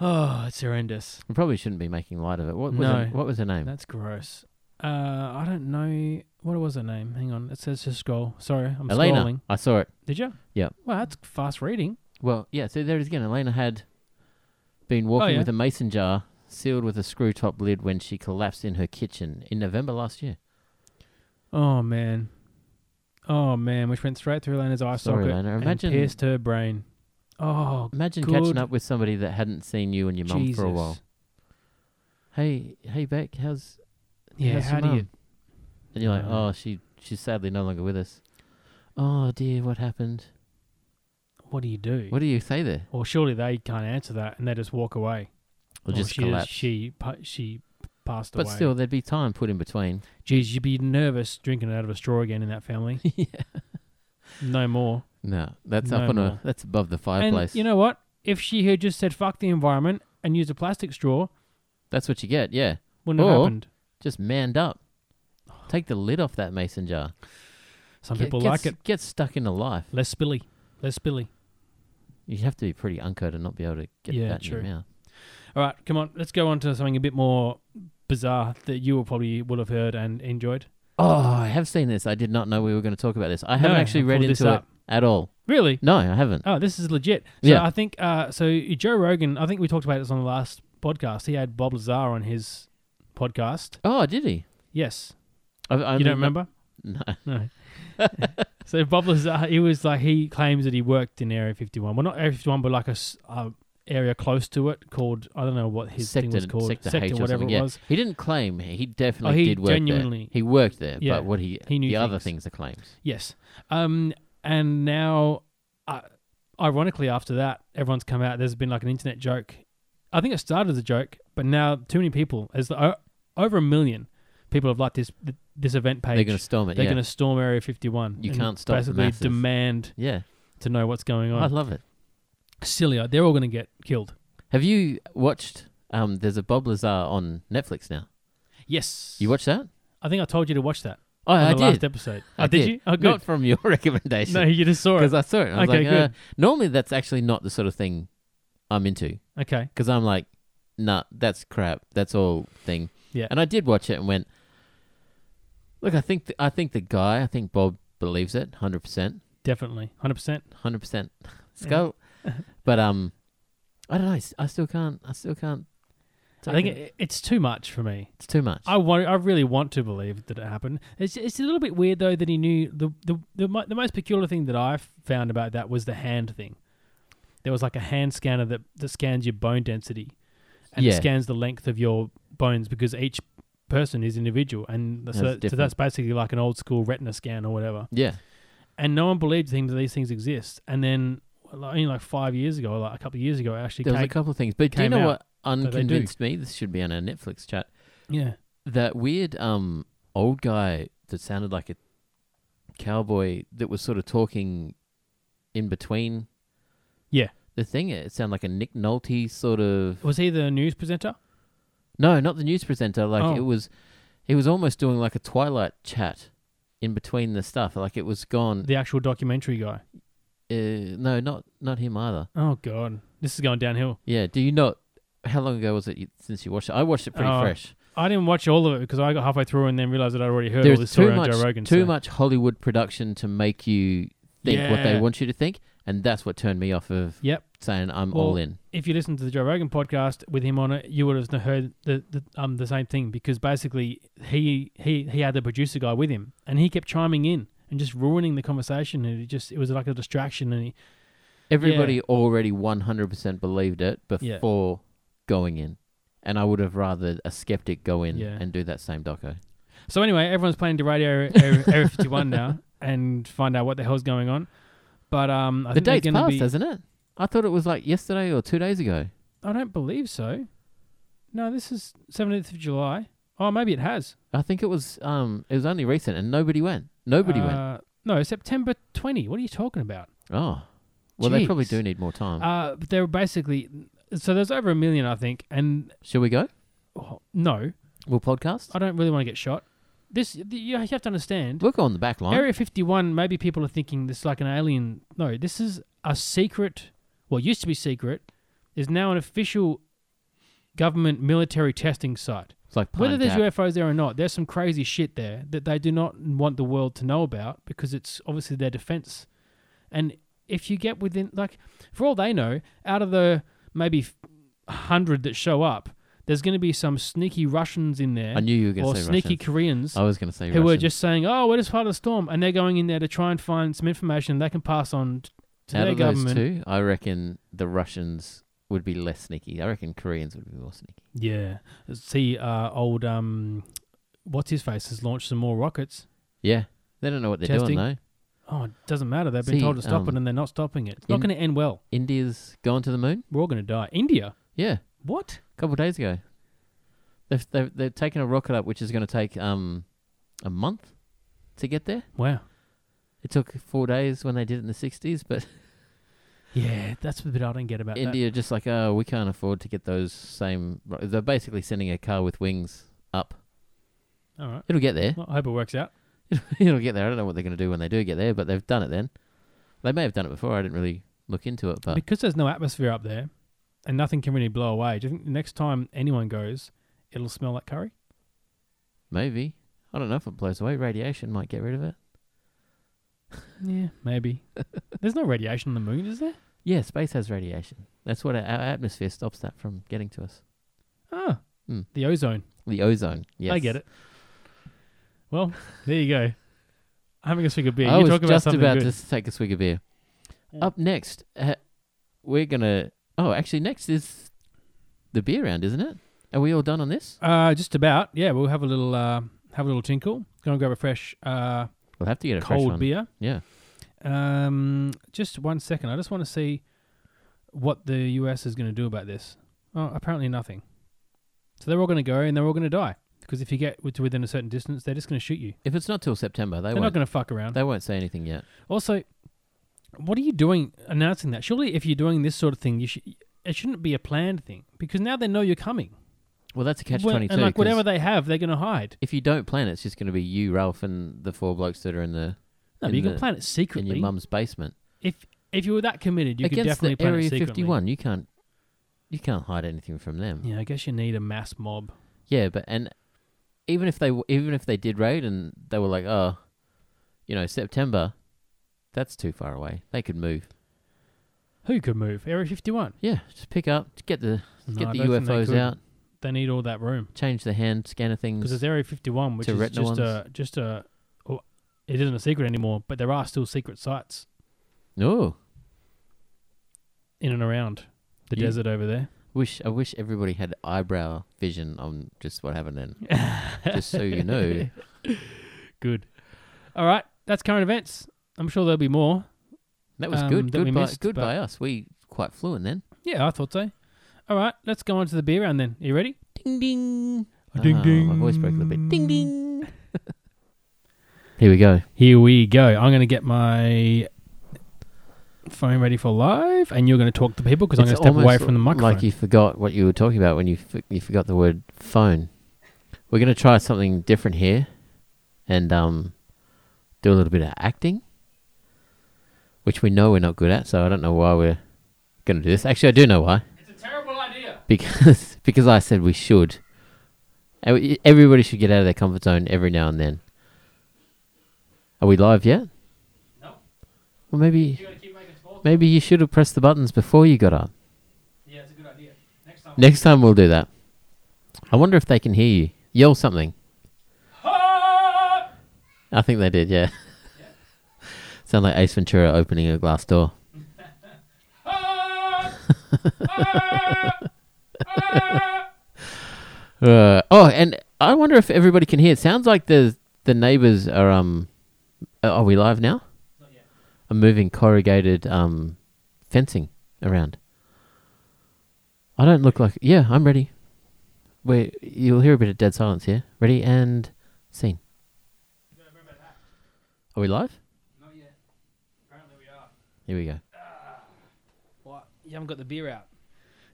D: Oh, it's horrendous.
C: We probably shouldn't be making light of it. What was,
D: No.
C: her, what was her name?
D: That's gross. Uh, I don't know. What was her name? Hang on. It says to scroll. Sorry, I'm
C: Elena.
D: scrolling.
C: I saw it.
D: Did you?
C: Yeah.
D: Well, that's fast reading.
C: Well, yeah, so there it is again. Elena had been walking
D: yeah.
C: with a mason jar sealed with a screw top lid when she collapsed in her kitchen in November last year.
D: Oh man. Oh man, which went straight through Elena's eye
C: Sorry,
D: socket
C: Elena.
D: and
C: Imagine-
D: pierced her brain. Oh,
C: Imagine
D: Good
C: catching up with somebody that hadn't seen you and your mum
D: Jesus.
C: for a while. Hey, hey, Beck, how's
D: Yeah,
C: how's
D: how
C: your
D: do you?
C: mum?" And you're like,
D: Uh,
C: oh, she she's sadly no longer with us. Oh dear, what happened?
D: What do you do?
C: What do you say there?
D: Well, surely they can't answer that, and they just walk away.
C: Or just
D: Oh, she
C: collapse?
D: she pa- she passed
C: but
D: away.
C: still, there'd be time put in between.
D: geez, you'd be nervous drinking it out of a straw again in that family. [laughs]
C: yeah.
D: no more.
C: No, that's up
D: No
C: on a
D: more.
C: that's above the
D: and
C: fireplace.
D: you know what? If she had just said "fuck the environment" and used a plastic straw,
C: that's what you get. Yeah,
D: wouldn't have
C: Or-
D: happened.
C: just manned up. Take the lid off that mason jar.
D: Some
C: Get-
D: people
C: get,
D: like
C: s-
D: it.
C: Get stuck into life.
D: Less spilly. Less spilly.
C: You have to be pretty unco to not be able to get
D: Yeah,
C: that
D: true.
C: in your mouth.
D: All right, come on. Let's go on to something a bit more bizarre that you will probably would have heard and enjoyed.
C: Oh, I have seen this. I did not know we were going to talk about this. I haven't
D: No,
C: actually
D: I
C: read
D: pulled this
C: into it
D: up.
C: at all.
D: Really?
C: No, I haven't.
D: Oh, this is legit. So
C: Yeah.
D: I think uh, so. Joe Rogan. I think we talked about this on the last podcast. He had Bob Lazar on his podcast.
C: Oh, did he?
D: Yes,
C: I, I
D: you don't
C: mean,
D: remember?
C: No.
D: [laughs] No. so Bob Lazar, he was like he claims that he worked in Area 51. Well, not Area 51, but like a s- uh, area close to it called I don't know what his thing
C: sector,
D: was called,
C: sector, H or
D: whatever
C: something.
D: it
C: yeah.
D: was. Oh,
C: He didn't claim. He definitely
D: he
C: did work
D: genuinely-
C: there. He worked there,
D: Yeah,
C: but what he,
D: he knew
C: the other
D: things.
C: things are claims.
D: Yes. Um, and now, uh, ironically, after that, everyone's come out. There's been like an internet joke. I think it started as a joke, but now too many people, as o over a million people have liked this this event page.
C: They're going to storm it.
D: They're
C: yeah.
D: gonna storm Area 51.
C: You
D: and
C: can't stop the
D: Basically,
C: masses.
D: demand
C: yeah.
D: to know what's going
C: I
D: on.
C: love it.
D: Silly, uh, they're all gonna get killed.
C: Have you watched? Um, there's a Bob Lazar on Netflix now.
D: Yes.
C: You watched that?
D: I think I told you to watch that.
C: Oh,
D: on
C: I
D: the
C: did.
D: Last episode.
C: I
D: oh, did, you? Oh, good. [laughs]
C: Not from your [laughs] recommendation.
D: no, you just saw it.
C: because I saw it. and I was
D: Okay,
C: like, uh,
D: good.
C: normally that's actually not the sort of thing I'm into
D: okay.
C: because I'm like, nah, that's crap. That's all thing.
D: Yeah.
C: And I did watch it and went, look, I think th- I think the guy, I think Bob believes it, hundred percent,
D: Definitely. 100%.
C: hundred percent. [laughs] Let's
D: Yeah. [laughs]
C: go. but um, I don't know. I s- I still can't. I still can't.
D: I
C: take
D: think it, it's too much for me.
C: it's too much.
D: I want. I really want to believe that it happened. It's, it's a little bit weird though that he knew the the the, mo- the most peculiar thing that I found about that was the hand thing. There was like a hand scanner that that scans your bone density, and it
C: Yeah.
D: scans the length of your bones because each person is individual, and so,
C: That's
D: that, so
C: different.
D: that's basically like an old school retina scan or whatever.
C: yeah.
D: And no one believed things that these things exist. And then like, only like five years ago, like a couple of years ago, I actually
C: There was
D: came,
C: a couple of things, but do you
D: came
C: know
D: out Oh,
C: what
D: they do.
C: unconvinced me? This should be on our Netflix chat.
D: yeah
C: that weird um old guy that sounded like a cowboy that was sort of talking in between
D: yeah.
C: the thing it sounded like a nick nolte sort of
D: Was he the news presenter?
C: no not the news presenter like
D: Oh.
C: it was he was almost doing like a twilight chat in between the stuff like it was gone
D: The actual documentary guy.
C: uh, no not not him either
D: Oh god, this is going downhill.
C: yeah do you not how long ago was it you- since you watched it i watched it pretty
D: Oh,
C: fresh
D: I didn't watch all of it because I got halfway through and then realized that I'd already heard all
C: there's
D: this
C: too
D: story on
C: much
D: Joe Rogan.
C: too
D: so-
C: much Hollywood production to make you think what they
D: Yeah.
C: want you to think, and that's what turned me off of
D: Yep.
C: saying I'm
D: Well,
C: all in.
D: If you listen to the Joe Rogan podcast with him on it, you would have heard the, the um the same thing because basically he he he had the producer guy with him and he kept chiming in and just ruining the conversation and it just it was like a distraction and he,
C: Everybody already 100% believed it
D: Yeah.
C: before going in, and I would have rather a skeptic go in
D: Yeah.
C: and do that same doco.
D: so anyway everyone's planning to radio Area,
C: [laughs]
D: Area 51 now and find out what the hell's going on. But um, I
C: the
D: think they're
C: date's
D: gonna
C: passed,
D: be,
C: hasn't it? I thought it was like yesterday or two days ago.
D: I don't believe so. No, this is 17th of July. Oh, maybe it has.
C: I think it was um it was only recent, and nobody went. Nobody went.
D: Uh, No, September 20. What are you talking about?
C: Oh, well, they probably
D: jeez.
C: do need more time.
D: Uh, but they were basically. So there's over a million, I think. And
C: Shall we go?
D: oh, no,
C: We'll podcast.
D: I don't really want to get shot. This th- You have to understand.
C: We'll go on the back line.
D: Area 51, maybe people are thinking this is like an alien. No, this is a secret. What used to be secret is now an official government military testing site.
C: It's like Pine
D: Whether there's
C: Gap.
D: UFOs there or not, there's some crazy shit there that they do not want the world to know about because it's obviously their defense. And if you get within, like, for all they know, out of the maybe f- hundred that show up, there's going to be some sneaky Russians in there.
C: I knew you were going
D: or
C: to say
D: sneaky
C: Russians.
D: Koreans
C: I was going to say
D: who
C: Russians.
D: were just saying, "Oh, we're just part of the storm," and they're going in there to try and find some information they can pass on t- to
C: Out
D: their
C: of
D: government.
C: those two, I reckon the Russians would be less sneaky. I reckon Koreans would be more sneaky.
D: Yeah, see, uh, old um, what's his face has launched some more rockets.
C: Yeah, they don't know what they're
D: Testing.
C: doing though.
D: Oh, it doesn't matter. They've been
C: See,
D: told to stop it,
C: um,
D: and they're not stopping it. It's not
C: in-
D: going to end well.
C: India's gone to the moon.
D: We're all going to die. India.
C: Yeah,
D: What?
C: a couple of days ago. They've they've, they've taken a rocket up, which is going to take um a month to get there.
D: Wow.
C: It took four days when they did it in the sixties, but
D: Yeah, that's the bit I don't get about that.
C: India just like oh we can't afford to get those same. ro-" They're basically sending a car with wings up.
D: All right.
C: It'll get there.
D: Well, I hope it works out.
C: [laughs] It'll get there. I don't know what they're going to do when they do get there, but they've done it then. They may have done it before. I didn't really look into it, but
D: because there's no atmosphere up there, and nothing can really blow away. Do you think the next time anyone goes, it'll smell like curry?
C: maybe. I don't know if it blows away. Radiation might get rid of it.
D: Yeah, maybe.
C: [laughs]
D: there's no radiation on the moon, is there?
C: Yeah, space has radiation. That's what our, our atmosphere stops that from getting to us.
D: Ah,
C: Hmm.
D: the ozone.
C: The ozone. Yes.
D: I get it. Well, there you go. Having a swig of beer.
C: I
D: you
C: was
D: talk about
C: just
D: something
C: about
D: good.
C: to s- take a swig of beer. Up next, uh, we're gonna. Oh, actually, next is the beer round, isn't it? Are we all done on this?
D: Uh, just about. Yeah, we'll have a little uh, have a little tinkle. Go and grab a fresh uh,
C: We'll have to get a fresh
D: cold
C: one.
D: beer.
C: Yeah.
D: Um, just one second. I just want to see what the US is going to do about this. Oh, apparently nothing. So they're all going to go and they're all going to die because if you get to within a certain distance, they're just going to shoot you.
C: If it's not till September, they
D: They're not
C: won't.
D: going to fuck around.
C: They won't say anything yet.
D: Also, what are you doing announcing that? Surely, if you're doing this sort of thing, you should. It shouldn't be a planned thing because now they know you're coming.
C: Well, that's a catch
D: Well,
C: twenty two.
D: and like whatever they have, they're going to hide.
C: if you don't plan, it, it's just going to be you, Ralph, and the four blokes that are in the
D: No, but
C: in
D: you can
C: the-
D: plan it
C: in your
D: secretly.
C: mum's basement.
D: If if you were that committed, you could
C: Against
D: definitely
C: the
D: plan
C: Area
D: it secretly.
C: Fifty One, you can't you can't hide anything from them.
D: Yeah, I guess you need a mass mob.
C: Yeah, but and even if they w- even if they did raid and they were like, oh, you know, September, that's too far away. They could move.
D: Who could move? Area 51.
C: Yeah, just pick up, just get the
D: No,
C: get
D: I
C: the
D: don't think they
C: UFOs
D: could.
C: out,
D: They need all that room
C: change the hand scanner
D: because
C: things.
D: it's Area 51, which
C: To
D: is
C: retina
D: just a just a. oh, it isn't a secret anymore, but there are still secret sites
C: No,
D: in and around the
C: You-
D: desert over there.
C: wish I wish everybody had eyebrow vision on just what happened then,
D: [laughs]
C: just so you know.
D: Good. All right, that's current events. I'm sure there'll be more.
C: That was
D: Um,
C: good.
D: that
C: Good,
D: we
C: by,
D: missed,
C: good
D: but-
C: by us. We quite fluent then.
D: Yeah, I thought so. All right, let's go on to the beer round then. Are you ready?
C: Ding ding.
D: Ding,
C: Ah, My
D: ding.
C: voice broke a little bit. [laughs] Ding ding. Here we go.
D: Here we go. I'm going to get my phone ready for live, and you're going to talk to people because I'm going
C: It's
D: to step away
C: almost
D: from the microphone.
C: Like you forgot what you were talking about when you f- you forgot the word phone. We're going to try something different here, and um, do a little bit of acting, which we know we're not good at. So I don't know why we're going to do this. Actually, I do know why
D: It's a terrible idea.
C: because [laughs] because I said we should. Ev- Everybody should get out of their comfort zone every now and then. Are we live yet?
D: No.
C: Well, maybe
D: You're going to keep making small.
C: maybe you should have pressed the buttons before you got up.
D: Yeah, it's a good idea. Next time.
C: Next time we'll do that. I wonder if they can hear you. Yell something. I think they did, yeah. Sound like Ace Ventura opening a glass door.
D: [laughs]
C: [laughs] Uh, oh, and I wonder if everybody can hear. It sounds like the the neighbors are um. uh, Are we live now? I'm moving corrugated um fencing around. I don't look like. Yeah, I'm ready. Wait, you'll hear a bit of dead silence here. Ready and scene. Are we live?
D: Not yet. Apparently we are.
C: Here we go.
D: What? You haven't got the beer out.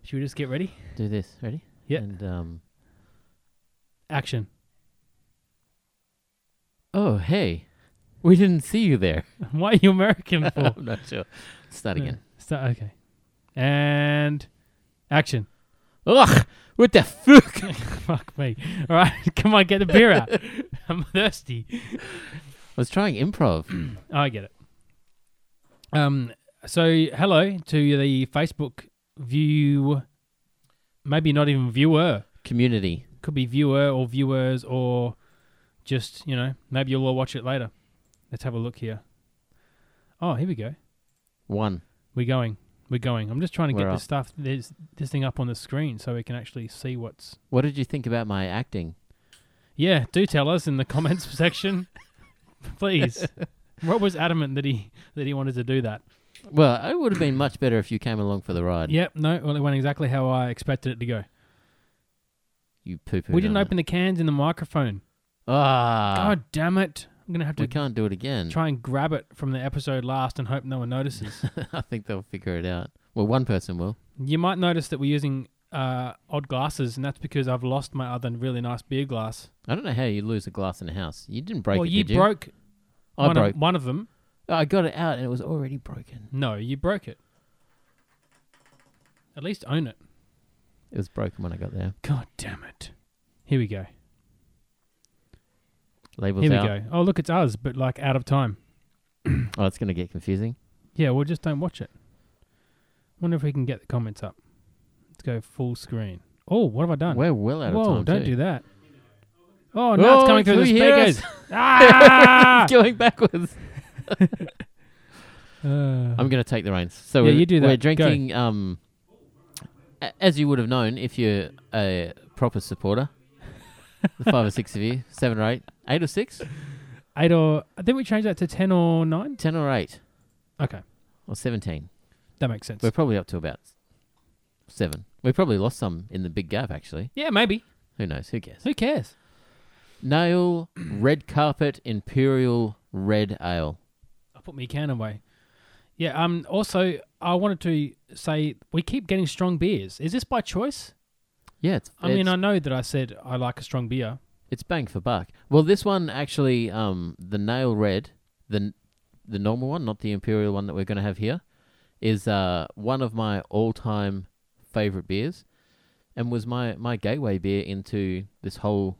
D: Should we just get ready?
C: Do this. Ready?
D: Yeah.
C: And um.
D: Action. [laughs]
C: Oh hey, we didn't see you there. [laughs]
D: Why are you American for?
C: I'm not sure. Start again.
D: Start, okay. And action. [laughs]
C: Ugh! What the fuck?
D: Fuck me. All right, [laughs] come on, get the beer
C: [laughs]
D: out. I'm thirsty.
C: I was trying improv. [clears throat]
D: I get it. Um. So hello to the Facebook view, maybe not even viewer
C: community.
D: Could be viewer or viewers or just, you know, maybe you'll all watch it later. Let's have a look here. Oh, here we go.
C: One.
D: We're going. We're going. I'm just trying to get
C: We're
D: this
C: up.
D: stuff this this thing up on the screen so we can actually see what's
C: What did you think about my acting?
D: Yeah, do tell us in the comments [laughs] section.
C: [laughs]
D: Please. Rob was adamant that he that he wanted to do that.
C: Well, it would have been much better if you came along for the ride.
D: Yep, no, well it went exactly how I expected it to go.
C: You poo poo.
D: we didn't open the cans in the microphone.
C: Ah.
D: God damn it. I'm gonna have
C: we
D: to
C: can't do it again.
D: try and grab it from the episode last and hope no one notices.
C: [laughs] I think they'll figure it out. Well, one person will.
D: you might notice that we're using uh, odd glasses, and that's because I've lost my other really nice beer glass.
C: I don't know how you lose a glass in a house. You didn't break
D: well,
C: it,
D: you
C: did you?
D: broke
C: I
D: one,
C: broke.
D: Of, one of them.
C: I got it out and it was already broken.
D: No, you broke it. At least own it.
C: It was broken when I got there.
D: God damn it. Here we go.
C: Labels
D: Here we
C: out.
D: go. Oh, look, it's us, but like out of time.
C: Oh, it's going to get confusing.
D: Yeah, well, just don't watch it. Wonder if we can get the comments up. Let's go full screen. Oh, what have I done?
C: We're well out of
D: Whoa,
C: time.
D: don't
C: too.
D: do that. Oh, now it's
C: Oh,
D: coming through the
C: can we hear us?
D: speakers.
C: [laughs]
D: ah!
C: It's going backwards.
D: Uh,
C: I'm going to take the reins. So
D: Yeah,
C: we're,
D: you do
C: We're
D: that. Go.
C: drinking. Um, a- as you would have known, if you're a proper supporter, the five or six of you, [laughs] seven or eight, eight or six,
D: eight or I think we changed that to ten or nine.
C: ten or eight,
D: Okay,
C: or seventeen.
D: that makes sense.
C: We're probably up to about seven. We probably lost some in the big gap, actually.
D: yeah, maybe.
C: Who knows? Who cares?
D: Who cares?
C: Nail Red Carpet Imperial Red Ale.
D: I put my can away. Yeah. Um. Also, I wanted to say we keep getting strong beers. Is this by choice?
C: Yeah, it's,
D: I mean,
C: it's-
D: I know that I said I like a strong beer.
C: It's bang for buck. Well, this one actually, um, the nail red, the the normal one, not the imperial one that we're going to have here, is uh, one of my all time favorite beers, and was my my gateway beer into this whole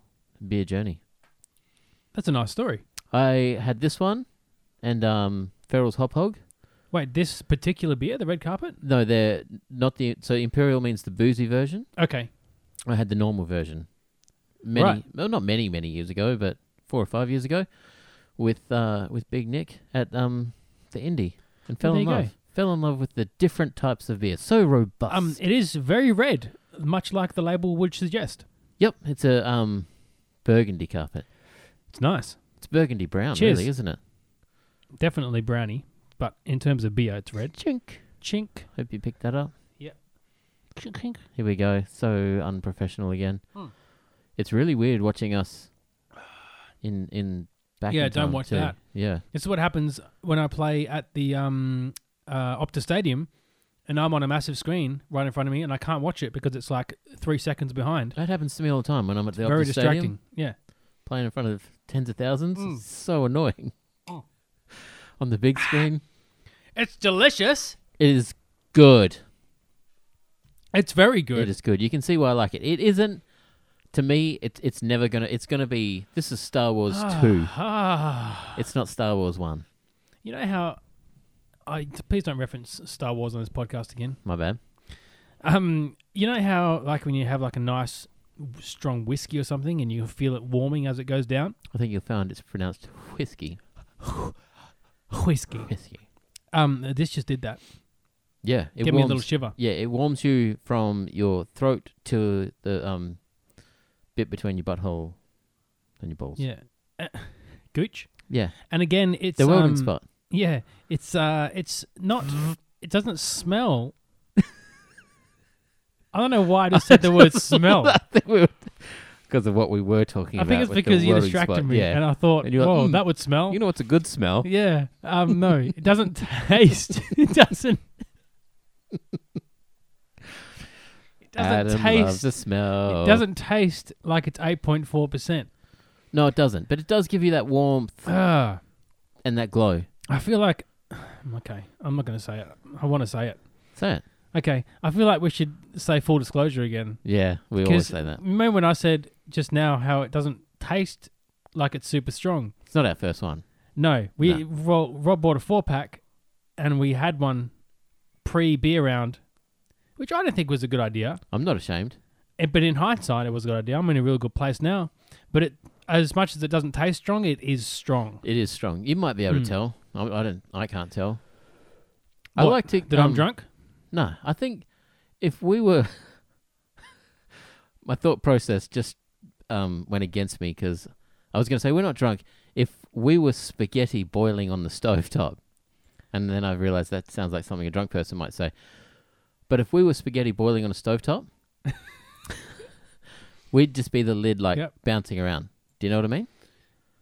C: beer journey.
D: That's a nice story.
C: I had this one, and um, Ferrell's Hop Hog.
D: Wait, this particular beer, the red carpet?
C: No, they're not the so imperial means the boozy version.
D: Okay.
C: I had the normal version. Many,
D: Right.
C: well, not many, many years ago, but four or five years ago, with uh, with Big Nick at um the Indy, and fell
D: there
C: in
D: you go.
C: love. Fell in love with the different types of beer. So robust.
D: Um, it is very red, much like the label would suggest.
C: yep, it's a um burgundy carpet.
D: It's nice,
C: It's burgundy brown,
D: Cheers.
C: really, isn't it?
D: definitely brownie, but in terms of beer, it's red.
C: Chink.
D: Chink.
C: Hope you picked that up.
D: Chink. chink.
C: Here we go. So unprofessional again.
D: Hmm.
C: It's really weird watching us in in back.
D: Yeah,
C: in
D: don't
C: time,
D: watch
C: too.
D: that.
C: Yeah.
D: This is what happens when I play at the um, uh, Optus Stadium, and I'm on a massive screen right in front of me, and I can't watch it because it's like three seconds behind.
C: That happens to me all the time when I'm at the
D: very
C: Optus Stadium.
D: distracting. Yeah.
C: playing in front of tens of thousands.
D: Mm.
C: It's so annoying.
D: Oh.
C: [laughs] On the big screen,
D: It's delicious.
C: it is good.
D: It's very
C: It
D: good.
C: is good. You can see why I like it. It isn't to me. It's it's never gonna. It's gonna be. This is Star Wars two.
D: Ah,
C: It's not Star Wars one.
D: you know how I please don't reference Star Wars on this podcast again.
C: My bad.
D: Um, you know how like when you have like a nice w- strong whiskey or something and you feel it warming as it goes down?
C: I think you'll find it's pronounced whiskey.
D: Whiskey.
C: Whiskey.
D: Um, this just did that.
C: Yeah. It
D: Give me a
C: warms,
D: little shiver.
C: yeah, it warms you from your throat to the um bit between your butthole and your balls.
D: Yeah. Uh, Gooch.
C: Yeah.
D: And again, it's
C: The welding
D: um,
C: spot.
D: Yeah, it's uh, it's not. it
C: [laughs]
D: doesn't smell. I don't know why I just
C: [laughs]
D: said the word smell. I
C: because of what we were talking about.
D: think it's
C: with the
D: because you
C: welding
D: distracted
C: spot.
D: me,
C: Yeah.
D: and I thought,
C: And you're like,
D: "Whoa,
C: "Mm,
D: that would smell."
C: know what's a good smell?
D: Yeah. Um. No,
C: [laughs]
D: it doesn't taste. [laughs] It doesn't. It doesn't
C: Adam loves
D: taste.
C: the smell.
D: It doesn't taste like it's eight point four percent.
C: No, it doesn't. But it does give you that warmth
D: Ah,
C: and that glow.
D: I feel like. [sighs] Okay, I'm not going to say it. I want to say it.
C: Is that?
D: Okay, I feel like we should say full disclosure again.
C: Yeah, we always
D: Because
C: say that.
D: Remember when I said just now how it doesn't taste like it's super strong?
C: It's not our first one.
D: No, we Ro- Rob bought a four pack, and we had one pre beer round, which I don't think was a good idea.
C: I'm not ashamed.
D: And- but in hindsight, it was a good idea. I'm in a really good place now. But it, as much as it doesn't taste strong, it is strong.
C: It is strong. You might be
D: Hmm.
C: able to tell. I, I don't. I can't tell. I
D: What,
C: like to.
D: That I'm
C: um,
D: drunk.
C: No, I think if we were, [laughs] my thought process just um, went against me because I was going to say we're not drunk. If we were spaghetti boiling on the stovetop, and then I realized that sounds like something a drunk person might say. But if we were spaghetti boiling on a stovetop, [laughs] we'd just be the lid like
D: Yep.
C: bouncing around. Do you know what I mean?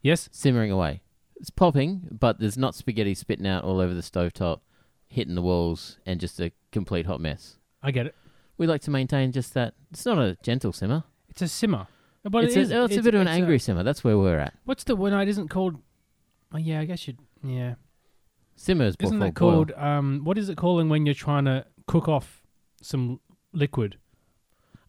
D: Yes.
C: simmering away. It's popping, but there's not spaghetti spitting out all over the stovetop, hitting the walls, and just a complete hot mess.
D: I get it.
C: We like to maintain just that. It's not a gentle simmer.
D: It's a simmer. But
C: it's,
D: it
C: a,
D: is-
C: oh, it's, a bit of an
D: it's
C: angry simmer. That's where we're at.
D: what's the one? It isn't called. Oh, yeah, I guess you. Yeah.
C: Simmer is
D: Isn't
C: before
D: that
C: boil.
D: called? Um, what is it calling when you're trying to cook off some liquid?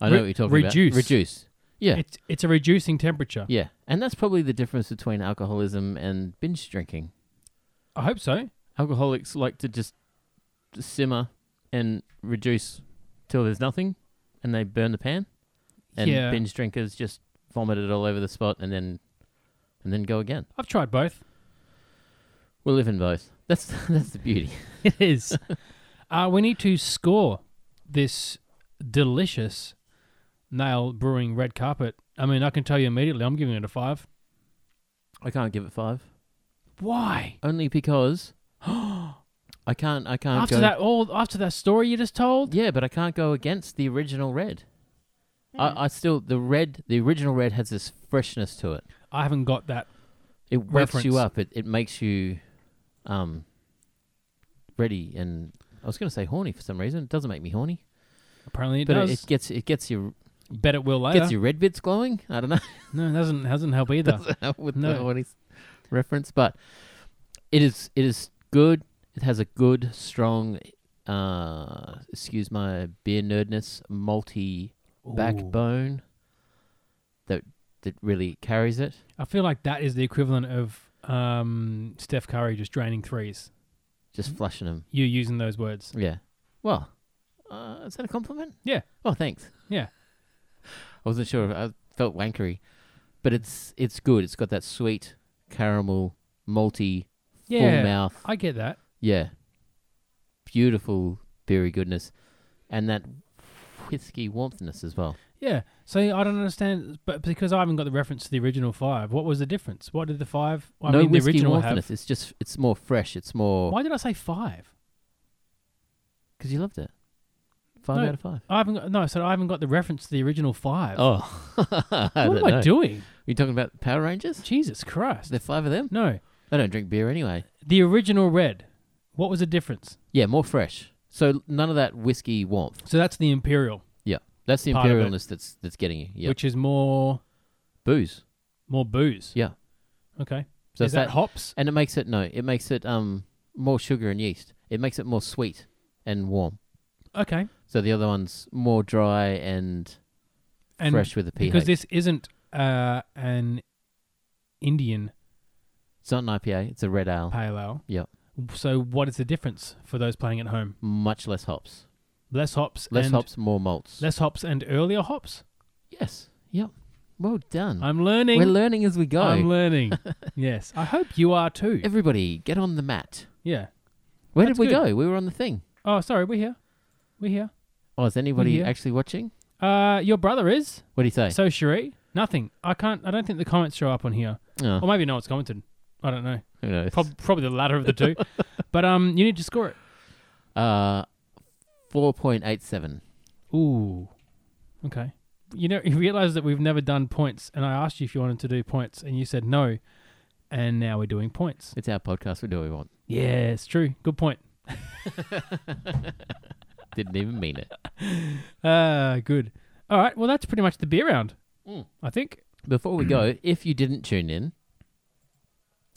C: I know
D: re-
C: what you're talking
D: reduce?
C: about. Reduce. Yeah.
D: It's it's a reducing temperature.
C: yeah. And that's probably the difference between alcoholism and binge drinking.
D: I hope so.
C: Alcoholics like to just simmer and reduce till there's nothing and they burn the pan. and
D: yeah.
C: binge drinkers just vomit it all over the spot and then and then go again.
D: I've
C: [laughs]
D: tried both.
C: We'll live in both. That's [laughs] that's the beauty.
D: It is. [laughs] uh, we need to score this delicious nail brewing red carpet. I mean, I can tell you immediately. I'm giving it a five.
C: I can't give it five
D: Why?
C: only
D: [gasps]
C: because I can't I can't
D: after
C: go,
D: that all after that story you just told.
C: Yeah, but I can't go against the original red.
D: Hmm.
C: I, I still the red the original red has this freshness to it.
D: I haven't got that.
C: It wakes
D: Reference.
C: you up. It it makes you um ready and I was going to say horny for some reason. It doesn't make me horny,
D: Apparently, it
C: but it,
D: does. Oh,
C: it gets it gets your
D: Bet it will later.
C: gets your red bits glowing. I don't know.
D: No, it doesn't hasn't help either.
C: [laughs] with
D: No.
C: the Hornets reference, but it is it is good. It has a good, strong, uh, excuse my beer nerdness, multi backbone that that really carries it.
D: I feel like that is the equivalent of um, Steph Curry just draining threes.
C: Just
D: Mm-hmm.
C: flushing them,
D: You using those words?
C: yeah. Well, uh, is that a compliment?
D: Yeah,
C: Oh, thanks.
D: yeah.
C: [laughs] I wasn't sure. I felt wankery, but it's it's good. It's got that sweet caramel, malty,
D: Yeah,
C: full mouth.
D: I get that.
C: Yeah. Beautiful beery goodness. And that whiskey warmthness as well.
D: Yeah. So I don't understand, but because I haven't got the reference to the original five, what was the difference? What did the five? I
C: no
D: mean, the
C: whiskey
D: original
C: warmthness.
D: have.
C: It's just, it's more fresh. It's more,
D: Why did I say five?
C: because you loved it. Five
D: No.
C: out of five.
D: I haven't. Got, no, so I haven't got the reference to the original five.
C: Oh. [laughs] I
D: what am I doing?
C: You're talking about Power Rangers?
D: Jesus Christ!
C: There are five of them?
D: no,
C: They don't drink beer anyway.
D: the original red. What was the difference?
C: Yeah, more fresh. So none of that whiskey warmth.
D: So that's the imperial,
C: Yeah. That's the
D: Part of it.
C: imperialness that's that's getting you. Yeah.
D: which is more
C: Booze.
D: more booze.
C: Yeah.
D: Okay.
C: So
D: is
C: it's
D: that,
C: that-
D: hops?
C: And it makes it no, it makes it um more sugar and yeast. It makes it more sweet and warm.
D: Okay.
C: So the other one's more dry and,
D: And
C: fresh with the pH.
D: because this isn't uh, an Indian
C: it's not an IPA, it's a red ale.
D: pale ale.
C: Oh. Yep.
D: So what is the difference for those playing at home?
C: Much less hops.
D: Less hops.
C: Less
D: and,
C: hops, more malts.
D: Less hops and earlier hops.
C: yes. Yep. Well done.
D: I'm learning.
C: Mm. We're learning as we go. [laughs]
D: I'm learning. yes. I hope you are too.
C: Everybody, get on the mat.
D: yeah.
C: Where
D: That's
C: did we
D: good.
C: go? We were on the thing.
D: Oh, sorry. We're here. We're here.
C: Oh, is anybody
D: here.
C: actually watching?
D: Uh, your brother is
C: What do you say?
D: so Cherie. Nothing. I can't. I don't think the comments show up on here.
C: Oh,
D: Or maybe no one's commented. I don't know.
C: who knows?
D: Prob- probably the latter of
C: [laughs]
D: the two. but um, you need to score it.
C: uh, 4.87.
D: Ooh. Okay. You know, you realize that we've never done points, and I asked you if you wanted to do points, and you said no, and now we're doing points.
C: It's our podcast. We do what we want.
D: Yeah, it's true. Good point.
C: Didn't even mean it.
D: Uh, good. All right. Well, that's pretty much the beer round, I think.
C: Before we
D: [clears throat]
C: go, if you didn't tune in,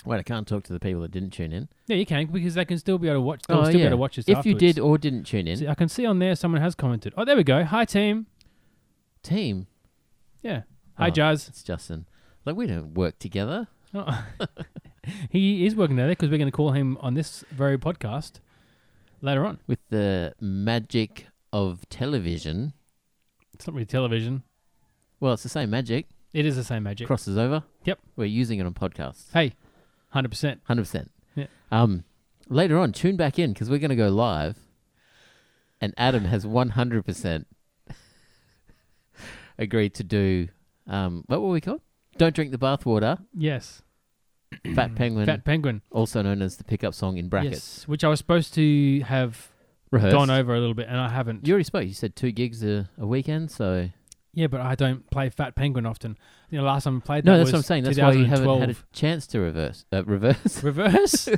C: wait, I can't talk to the people that didn't tune in. Oh,
D: Yeah, you can because they can still be able to watch. They'll Oh, still be able to watch this.
C: If you
D: afterwards.
C: did or didn't tune in,
D: See, I can see on there someone has commented. Oh, there we go. Hi team.
C: team,
D: Yeah. Hi
C: Oh. [laughs]
D: Jazz.
C: it's Justin. Like we don't work together.
D: Oh. [laughs] he is working there because we're going to call him on this very podcast later on.
C: With the magic of television,
D: It's not really television.
C: Well, it's the same magic.
D: It is the same magic.
C: Crosses over.
D: Yep.
C: We're using it on podcasts.
D: Hey, hundred percent.
C: Hundred percent.
D: Yeah.
C: Um, later on, tune back in because we're going to go live, and Adam has one hundred percent [laughs] agreed to do. Um, what were we called? Don't drink the
D: [clears throat]
C: bathwater.
D: Yes,
C: Fat penguin,
D: Fat Penguin.
C: also known as the pickup song in brackets.
D: Yes, which I was supposed to have
C: Rehearse.
D: gone over a little bit, and I haven't.
C: You already spoke. You said two gigs a, a weekend, so
D: yeah, but I don't play Fat Penguin often. You know, last time I played
C: no,
D: that
C: that's what I'm
D: was
C: saying. That's why you haven't had a
D: 2012.
C: chance to reverse. Uh, reverse. [laughs]
D: reverse.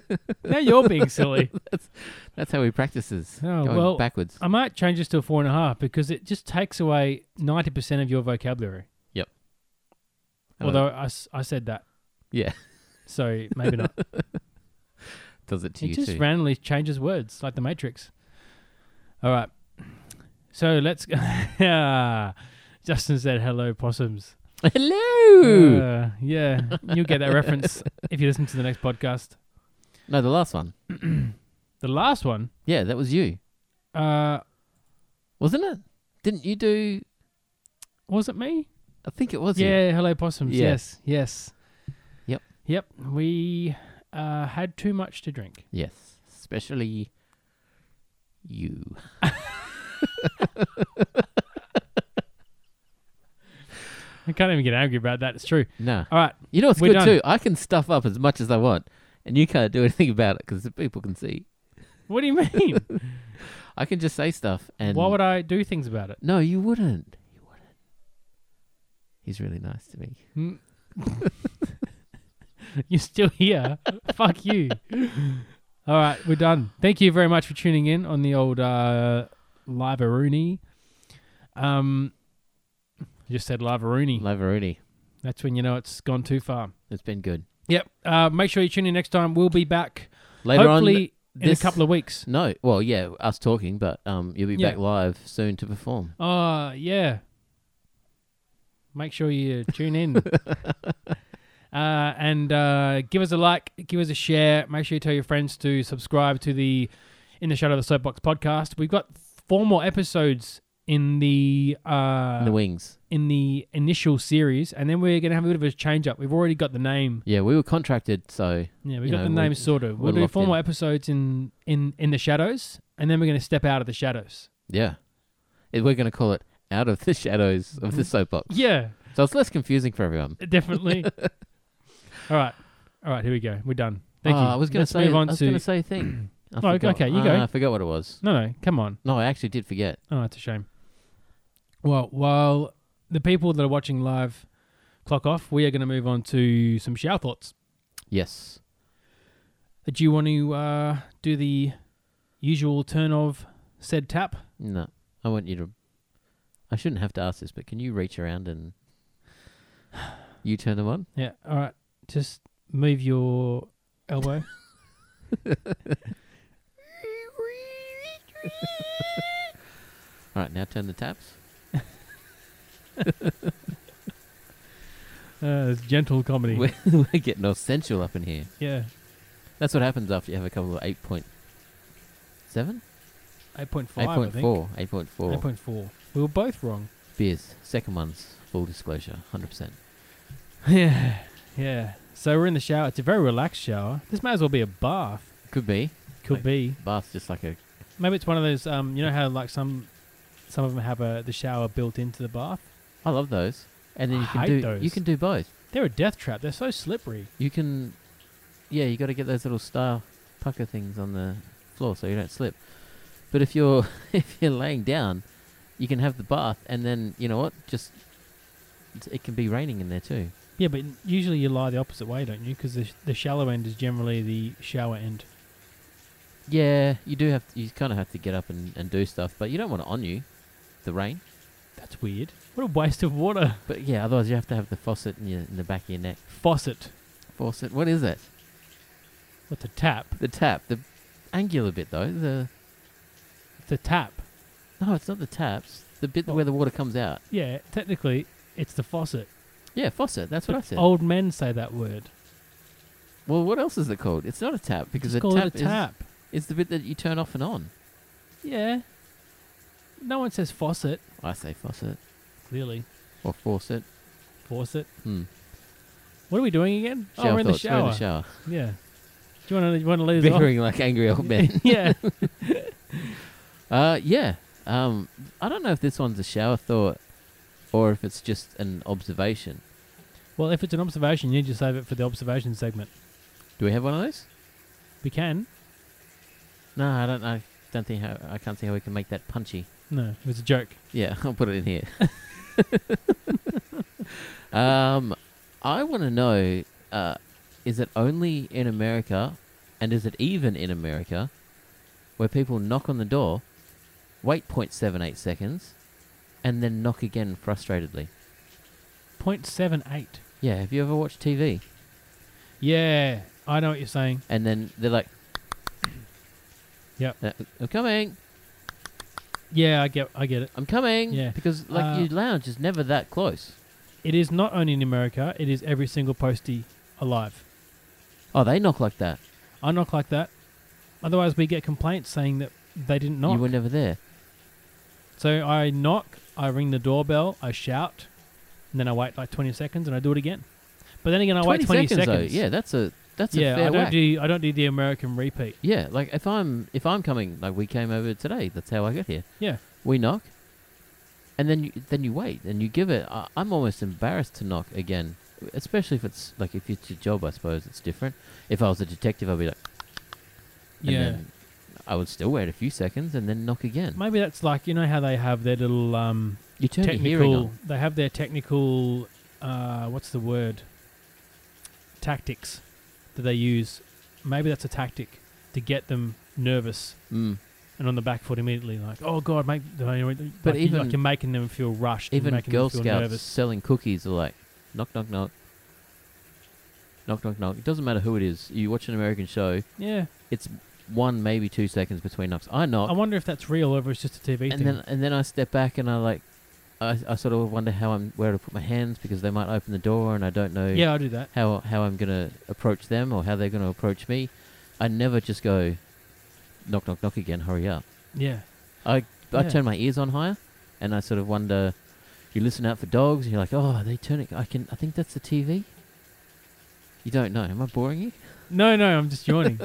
D: now you're being silly.
C: that's how he practices.
D: Oh,
C: going
D: well,
C: backwards.
D: I might change this to a four and a half because it just takes away ninety percent of your vocabulary.
C: Yep. I love
D: Although I, s- I said that,
C: Yeah, [laughs]
D: so maybe not.
C: does it to
D: It
C: you
D: just
C: too.
D: randomly changes words like the Matrix. All right. So let's. [laughs] Justin said, "Hello, possums."
C: [laughs] Hello.
D: Uh, yeah, you'll get
C: [laughs]
D: that reference if you listen to the next podcast.
C: no, the last one.
D: The last one,
C: Yeah, that was you,
D: uh,
C: wasn't it? Didn't you do?
D: was it me?
C: I think it was. you.
D: yeah, hello, possums.
C: Yeah.
D: Yes, yes.
C: Yep.
D: Yep. We uh, had too much to drink.
C: Yes, especially you.
D: I can't even get angry about that. It's true.
C: No,
D: All right.
C: you know what's
D: We're
C: good
D: done.
C: too. I can stuff up as much as I want, and you can't do [laughs] anything about it because the people can see.
D: What do you mean?
C: I can just say stuff, [laughs] and
D: Why would I do things about it?
C: No, you wouldn't. You wouldn't. He's really nice to me.
D: Mm. You're still here. Fuck you. All right, we're done. Thank you very much for tuning in on the old uh, Live-a-rooney. Um, I just said Live-a-rooney.
C: Lavaruni.
D: That's when you know it's gone too far.
C: It's been good.
D: Yep. Uh, make sure you tune in next time. We'll be back
C: Later on.
D: hopefully in
C: this-
D: a couple of weeks.
C: No, well, yeah, us talking, but um, you'll be
D: Yeah.
C: back live soon to perform.
D: Oh, yeah. Make sure you
C: [laughs]
D: tune in. uh, and uh, give us a like, give us a share. Make sure you tell your friends to subscribe to the In the Shadow of the Soapbox podcast. We've got four more episodes in the uh,
C: In the wings.
D: in the initial series, and then we're going to have a bit of a change up. We've already got the name.
C: Yeah, we were contracted, so
D: Yeah, we
C: You
D: got
C: know,
D: the
C: we-
D: name sort of.
C: we're
D: We'll do
C: locked
D: four
C: in.
D: more episodes in in in the shadows, and then we're going to step out of the shadows.
C: yeah, It- we're going to call it out of the [laughs] shadows of the soapbox.
D: Mm. Yeah,
C: So it's less confusing for everyone.
D: [laughs] definitely. all right, all right. Here we go. We're done. Thank
C: Oh,
D: you.
C: I was going to say.
D: Let's move on
C: I was
D: to
C: going to say a
D: [clears throat]
C: thing. I
D: Oh,
C: forgot.
D: okay, you
C: Ah,
D: go.
C: I forgot what it was.
D: no, no. Come on.
C: No, I actually did forget.
D: Oh, that's a shame. Well, while the people that are watching live clock off, we are going to move on to some shower thoughts.
C: Yes.
D: Do you want to uh, do the usual turn of said tap?
C: No, I want you to. I shouldn't have to ask this, but can you reach around and [sighs] you turn them on?
D: Yeah. All right. Just move your elbow.
C: All right, now turn the [laughs] taps.
D: [laughs] Uh, it's gentle comedy.
C: We're, we're getting all sensual up in here.
D: Yeah,
C: That's what happens after you have a couple of eight point seven,
D: eight point
C: eight
D: five. I
C: point
D: think.
C: four, eight point four
D: Eight point four. We were both wrong.
C: beers. Second one's full disclosure, hundred percent.
D: Yeah, yeah. So we're in the shower. It's a very relaxed shower. This may as well be a bath.
C: Could be
D: Could
C: Like-
D: be.
C: bath's just like a
D: Maybe it's one of those. Um, you know how like some, some of them have a the shower built into the bath.
C: I love those, and then
D: I
C: you can
D: hate
C: do you
D: those.
C: can do both.
D: They're a death trap. They're so slippery.
C: You can, yeah, you got to get those little star pucker things on the floor so you don't slip. But if you're [laughs] if you're laying down, you can have the bath, and then you know what? Just it's- it can be raining in there too.
D: Yeah, but usually you lie the opposite way, don't you? Because the, sh- the shallow end is generally the shower end.
C: Yeah, you do have to, you kind of have to get up and, and do stuff, but you don't want it on you, the rain.
D: That's weird. What a waste of water.
C: But yeah, otherwise you have to have the faucet in, your, in the back of your neck.
D: Faucet.
C: Faucet, what is it?
D: What's a tap?
C: The tap, the angular bit though. The
D: It's a tap.
C: no, it's not the taps. The bit
D: What?
C: where the water comes out.
D: Yeah, technically, it's the faucet.
C: Yeah, faucet. That's what I said.
D: Old men say that word.
C: Well, what else is it called? It's not a tap because
D: Just
C: a
D: call
C: tap,
D: it a tap.
C: Is, is the bit that you turn off and on.
D: Yeah. No one says faucet,
C: I say faucet
D: clearly.
C: or faucet.
D: Faucet.
C: Hmm.
D: What are we doing again? oh, we're in the
C: thoughts,
D: shower.
C: We're in the shower.
D: Yeah. Do you want to you want to lead us off?
C: Bickering like angry old [laughs] men.
D: [laughs] yeah.
C: uh, yeah. Um, I don't know if this one's a shower thought or if it's just an observation.
D: Well, if it's an observation, you need to save it for the observation segment.
C: Do we have one of those?
D: We can.
C: No, I don't. I don't think how. I can't see how we can make that punchy.
D: No, it was a joke.
C: Yeah, [laughs] I'll put
D: [laughs]
C: it in here. um, I want to know: uh, is it only in America, and is it even in America, where people knock on the door, wait 0.78 seconds, and then knock again frustratedly?
D: 0.78.
C: Yeah, have you ever watched TV
D: Yeah, I know what you're saying.
C: and then they're like,
D: Yep.
C: uh, "I'm coming,
D: Yeah, I get I get it.
C: I'm coming,"
D: Yeah.
C: because like
D: Uh,
C: your lounge is never that close.
D: It is not only in America, it is every single postie alive.
C: Oh, they knock like that.
D: I knock like that. Otherwise, we get complaints saying that they didn't knock.
C: You were never there.
D: so I knock, I ring the doorbell, I shout, and then I wait like 20 seconds and I do it again. But then again, I wait 20 seconds.
C: Though. Yeah, that's a that's
D: yeah,
C: a fair
D: I don't
C: whack.
D: do I don't do the American repeat.
C: Yeah, like if I'm if I'm coming, like we came over today. That's how I got here.
D: Yeah.
C: We knock, and then you then you wait and you give it. I, I'm almost embarrassed to knock again, especially if it's like if it's your job. I suppose it's different. If I was a detective, I'd be like, and
D: yeah.
C: Then I would still wait a few seconds and then knock again.
D: Maybe that's like you know how they have their little um,
C: You turn your hearing
D: technical.
C: on.
D: They have their technical. Uh, what's the word? Tactics that they use. Maybe that's a tactic to get them nervous
C: Mm.
D: and on the back foot immediately. Like, oh god, make. But
C: But
D: like, even
C: even-
D: like you're making them feel rushed. and
C: Even
D: making
C: Girl
D: them feel
C: Scouts
D: nervous.
C: selling cookies are like, knock, knock, knock. Knock, knock, knock. It doesn't matter who it is. You watch an American show,
D: Yeah,
C: it's one, maybe two seconds between knocks. I knock,
D: I wonder if that's real or if it's just a TV
C: Oh. and
D: thing.
C: then uh, and then I step back and I like, I, I sort of wonder how I'm where to put my hands because they might open the door and I don't know
D: yeah, I do that.
C: how how I'm gonna approach them or how they're gonna approach me. I never just go, knock, knock, knock again. Hurry up.
D: Yeah,
C: I I
D: Yeah.
C: turn my ears on higher, and I sort of wonder. You listen out for dogs, and you're like, oh, they turn it. I can. I think that's the TV. You don't know. Am I boring you? [laughs]
D: no, no, I'm just yawning.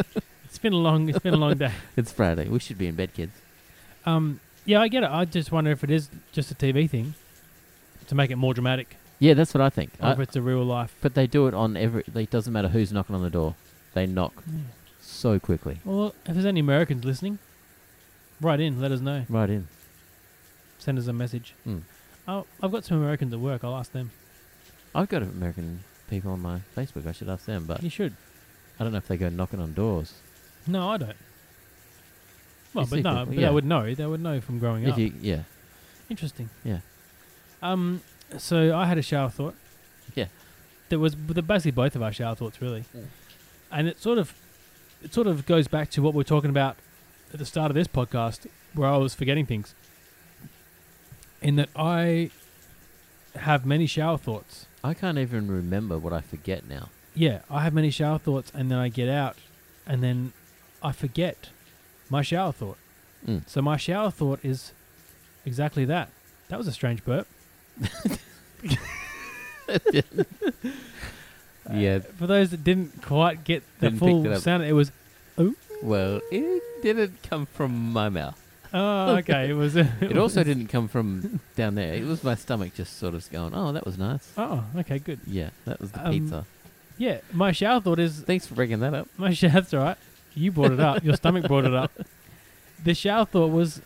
D: it's been a long. It's been a long day.
C: It's Friday. We should be in bed, kids.
D: Um, yeah, I get it. I just wonder if it is just a TV thing to make it more dramatic,
C: Yeah, that's what I think.
D: or
C: I-
D: if it's a real life.
C: but they do it on every. they- It doesn't matter who's knocking on the door. They knock so quickly.
D: Well, if there's any Americans listening, write in. Let us know.
C: Right in.
D: Send us a message.
C: Mm.
D: Oh, I've got some Americans at work. I'll ask them.
C: I've got American people on my Facebook. I should ask them, but
D: You should.
C: I don't know if they go knocking on doors.
D: No, I don't. Well,
C: You
D: but
C: see
D: no,
C: people,
D: but
C: yeah.
D: they would know. They would know from growing
C: If
D: up.
C: you, yeah,
D: Interesting.
C: Yeah.
D: Um. So I had a shower thought.
C: Yeah.
D: There was but they're basically both of our shower thoughts really,
C: Mm.
D: and it sort of, it sort of goes back to what we we're talking about at the start of this podcast, where I was forgetting things. In that I have many shower thoughts.
C: I can't even remember what I forget now.
D: Yeah, I have many shower thoughts, and then I get out, and then I forget my shower thought.
C: Mm.
D: So my shower thought is exactly that. That was a strange burp.
C: yeah,
D: For those that didn't quite get the
C: Didn't pick
D: full
C: that up.
D: sound, it was
C: Well, it didn't come from my mouth.
D: oh okay. It
C: [laughs]
D: was [laughs]
C: It also didn't come from down there. It was my stomach just sort of going, oh, that was nice.
D: oh okay good
C: Yeah, that was the
D: Um,
C: pizza.
D: yeah. My shower thought is
C: Thanks for bringing that up.
D: my [laughs] shower. That's all right. You brought it up. Your stomach brought it up. The shower thought was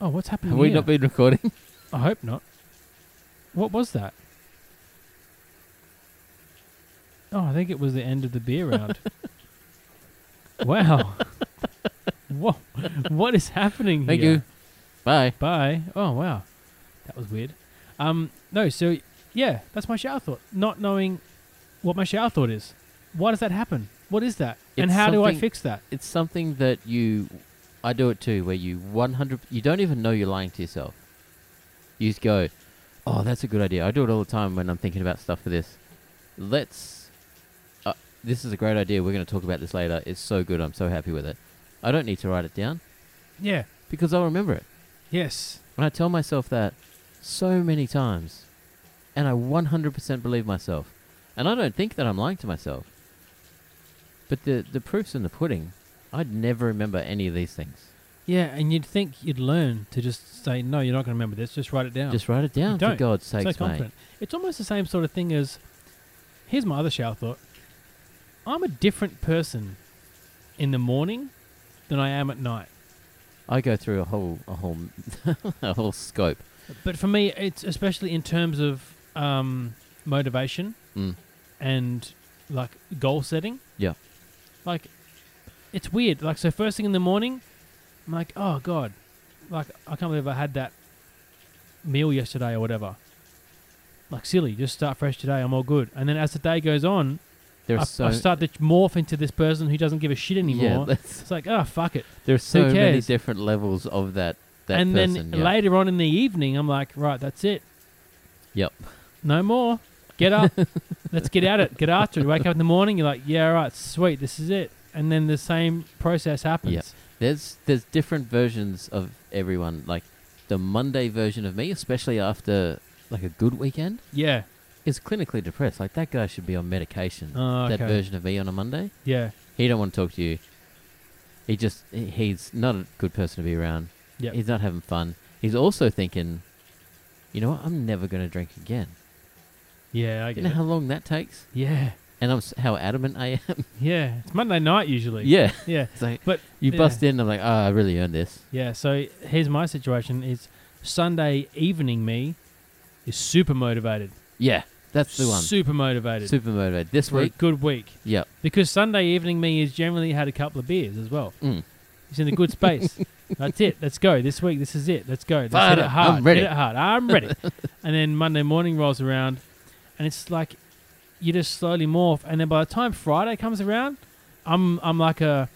D: oh what's happening?
C: Have we
D: here?
C: not been recording? [laughs]
D: I hope not. What was that? Oh, I think it was the end of the beer
C: [laughs]
D: round. wow. [laughs] Whoa. What is happening
C: Thank
D: here?
C: you. Bye.
D: Bye. Oh wow, that was weird. Um, no. So yeah, that's my shower thought. Not knowing what my shower thought is. Why does that happen? What is that? and
C: It's
D: how do I
C: something-
D: fix that?
C: It's something that you, I do it too, where you 100, you don't even know you're lying to yourself. You just go, oh, that's a good idea. I do it all the time when I'm thinking about stuff for this. Let's, uh, this is a great idea. We're going to talk about this later. It's so good. I'm so happy with it. I don't need to write it down.
D: Yeah.
C: because I'll remember it.
D: Yes.
C: And I tell myself that so many times. And I 100% believe myself. And I don't think that I'm lying to myself. But the, the proof's in the pudding. I'd never remember any of these things.
D: Yeah, and you'd think you'd learn to just say, no, you're not going to remember this. Just write it down.
C: Just write it down, for
D: don't.
C: God's
D: so
C: sakes, mate.
D: confident. It's almost the same sort of thing as here's my other shower thought. I'm a different person in the morning than I am at night.
C: I go through a whole a whole [laughs] a whole scope.
D: But for me, it's especially in terms of um, motivation
C: Mm.
D: and like goal setting.
C: Yeah.
D: Like, it's weird. Like, so first thing in the morning, I'm like, oh god, like I can't believe I had that meal yesterday or whatever. Like silly, just start fresh today. I'm all good. And then as the day goes on,
C: There are
D: I,
C: so
D: I start to morph into this person who doesn't give a
C: [laughs]
D: shit
C: yeah,
D: anymore.
C: that's,
D: it's like, oh fuck it.
C: there are so many
D: cares?
C: different levels of that. that
D: and
C: person,
D: then
C: yeah.
D: later on in the evening, I'm like, right, that's it.
C: Yep.
D: No more.
C: [laughs]
D: Get up. Let's get at it. Get after it. Wake up in the morning. You're like, yeah, all right, sweet. This is it. And then the same process happens.
C: Yep. There's there's different versions of everyone. Like the Monday version of me, especially after like a good weekend,
D: Yeah.
C: is clinically depressed. Like that guy should be on medication.
D: Oh, okay.
C: That version of me on a Monday,
D: Yeah.
C: he don't want to talk to you. He just he- he's not a good person to be around.
D: Yep.
C: He's not having fun. He's also thinking, you know what? I'm never going to drink again.
D: Yeah. I
C: You
D: get
C: know
D: it.
C: how long that takes,
D: Yeah.
C: and I'm s- how adamant I am.
D: Yeah. It's Monday night usually.
C: [laughs] yeah,
D: Yeah.
C: it's like
D: But
C: you
D: yeah.
C: bust in. I'm like, oh, I really earned this.
D: Yeah. So here's my situation: is Sunday evening me is super motivated.
C: Yeah, that's the one.
D: Super motivated.
C: Super motivated this
D: for a
C: week.
D: good week
C: Yep.
D: because Sunday evening me is generally had a couple of beers as well.
C: Mm.
D: He's in a good space.
C: [laughs]
D: That's it. Let's go. This week, this is it. Let's go. Let's
C: Fired
D: hit it
C: up.
D: hard.
C: I'm ready.
D: Hit it hard. I'm
C: [laughs]
D: ready. and then Monday morning rolls around, and it's like you just slowly morph. And then by the time Friday comes around, I'm I'm like a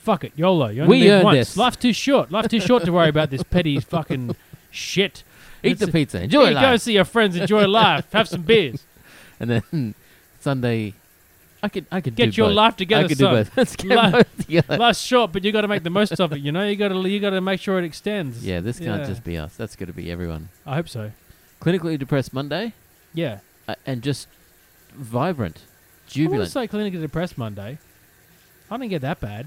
D: fuck it, YOLO. You only
C: We
D: live
C: earned
D: once.
C: this.
D: Life's too short. Life's too short to worry about
C: [laughs]
D: this petty fucking shit.
C: Eat the
D: It's-
C: pizza. Enjoy
D: yeah, Go
C: life.
D: see your friends. Enjoy life. Have some beers.
C: And then [laughs] Sunday, I could I could
D: Get
C: do
D: your
C: both.
D: life together,
C: I could
D: son.
C: do both. [laughs] Let's get
D: Life-
C: both together.
D: Life's short, but you got to make the most of it. You know, you got to you got to make sure it extends.
C: Yeah, this can't
D: Yeah.
C: just be us. That's going to be everyone.
D: I hope so.
C: Clinically depressed Monday,
D: Yeah.
C: uh, and just vibrant,
D: I wouldn't
C: jubilant.
D: say clinically depressed Monday. I didn't get that bad.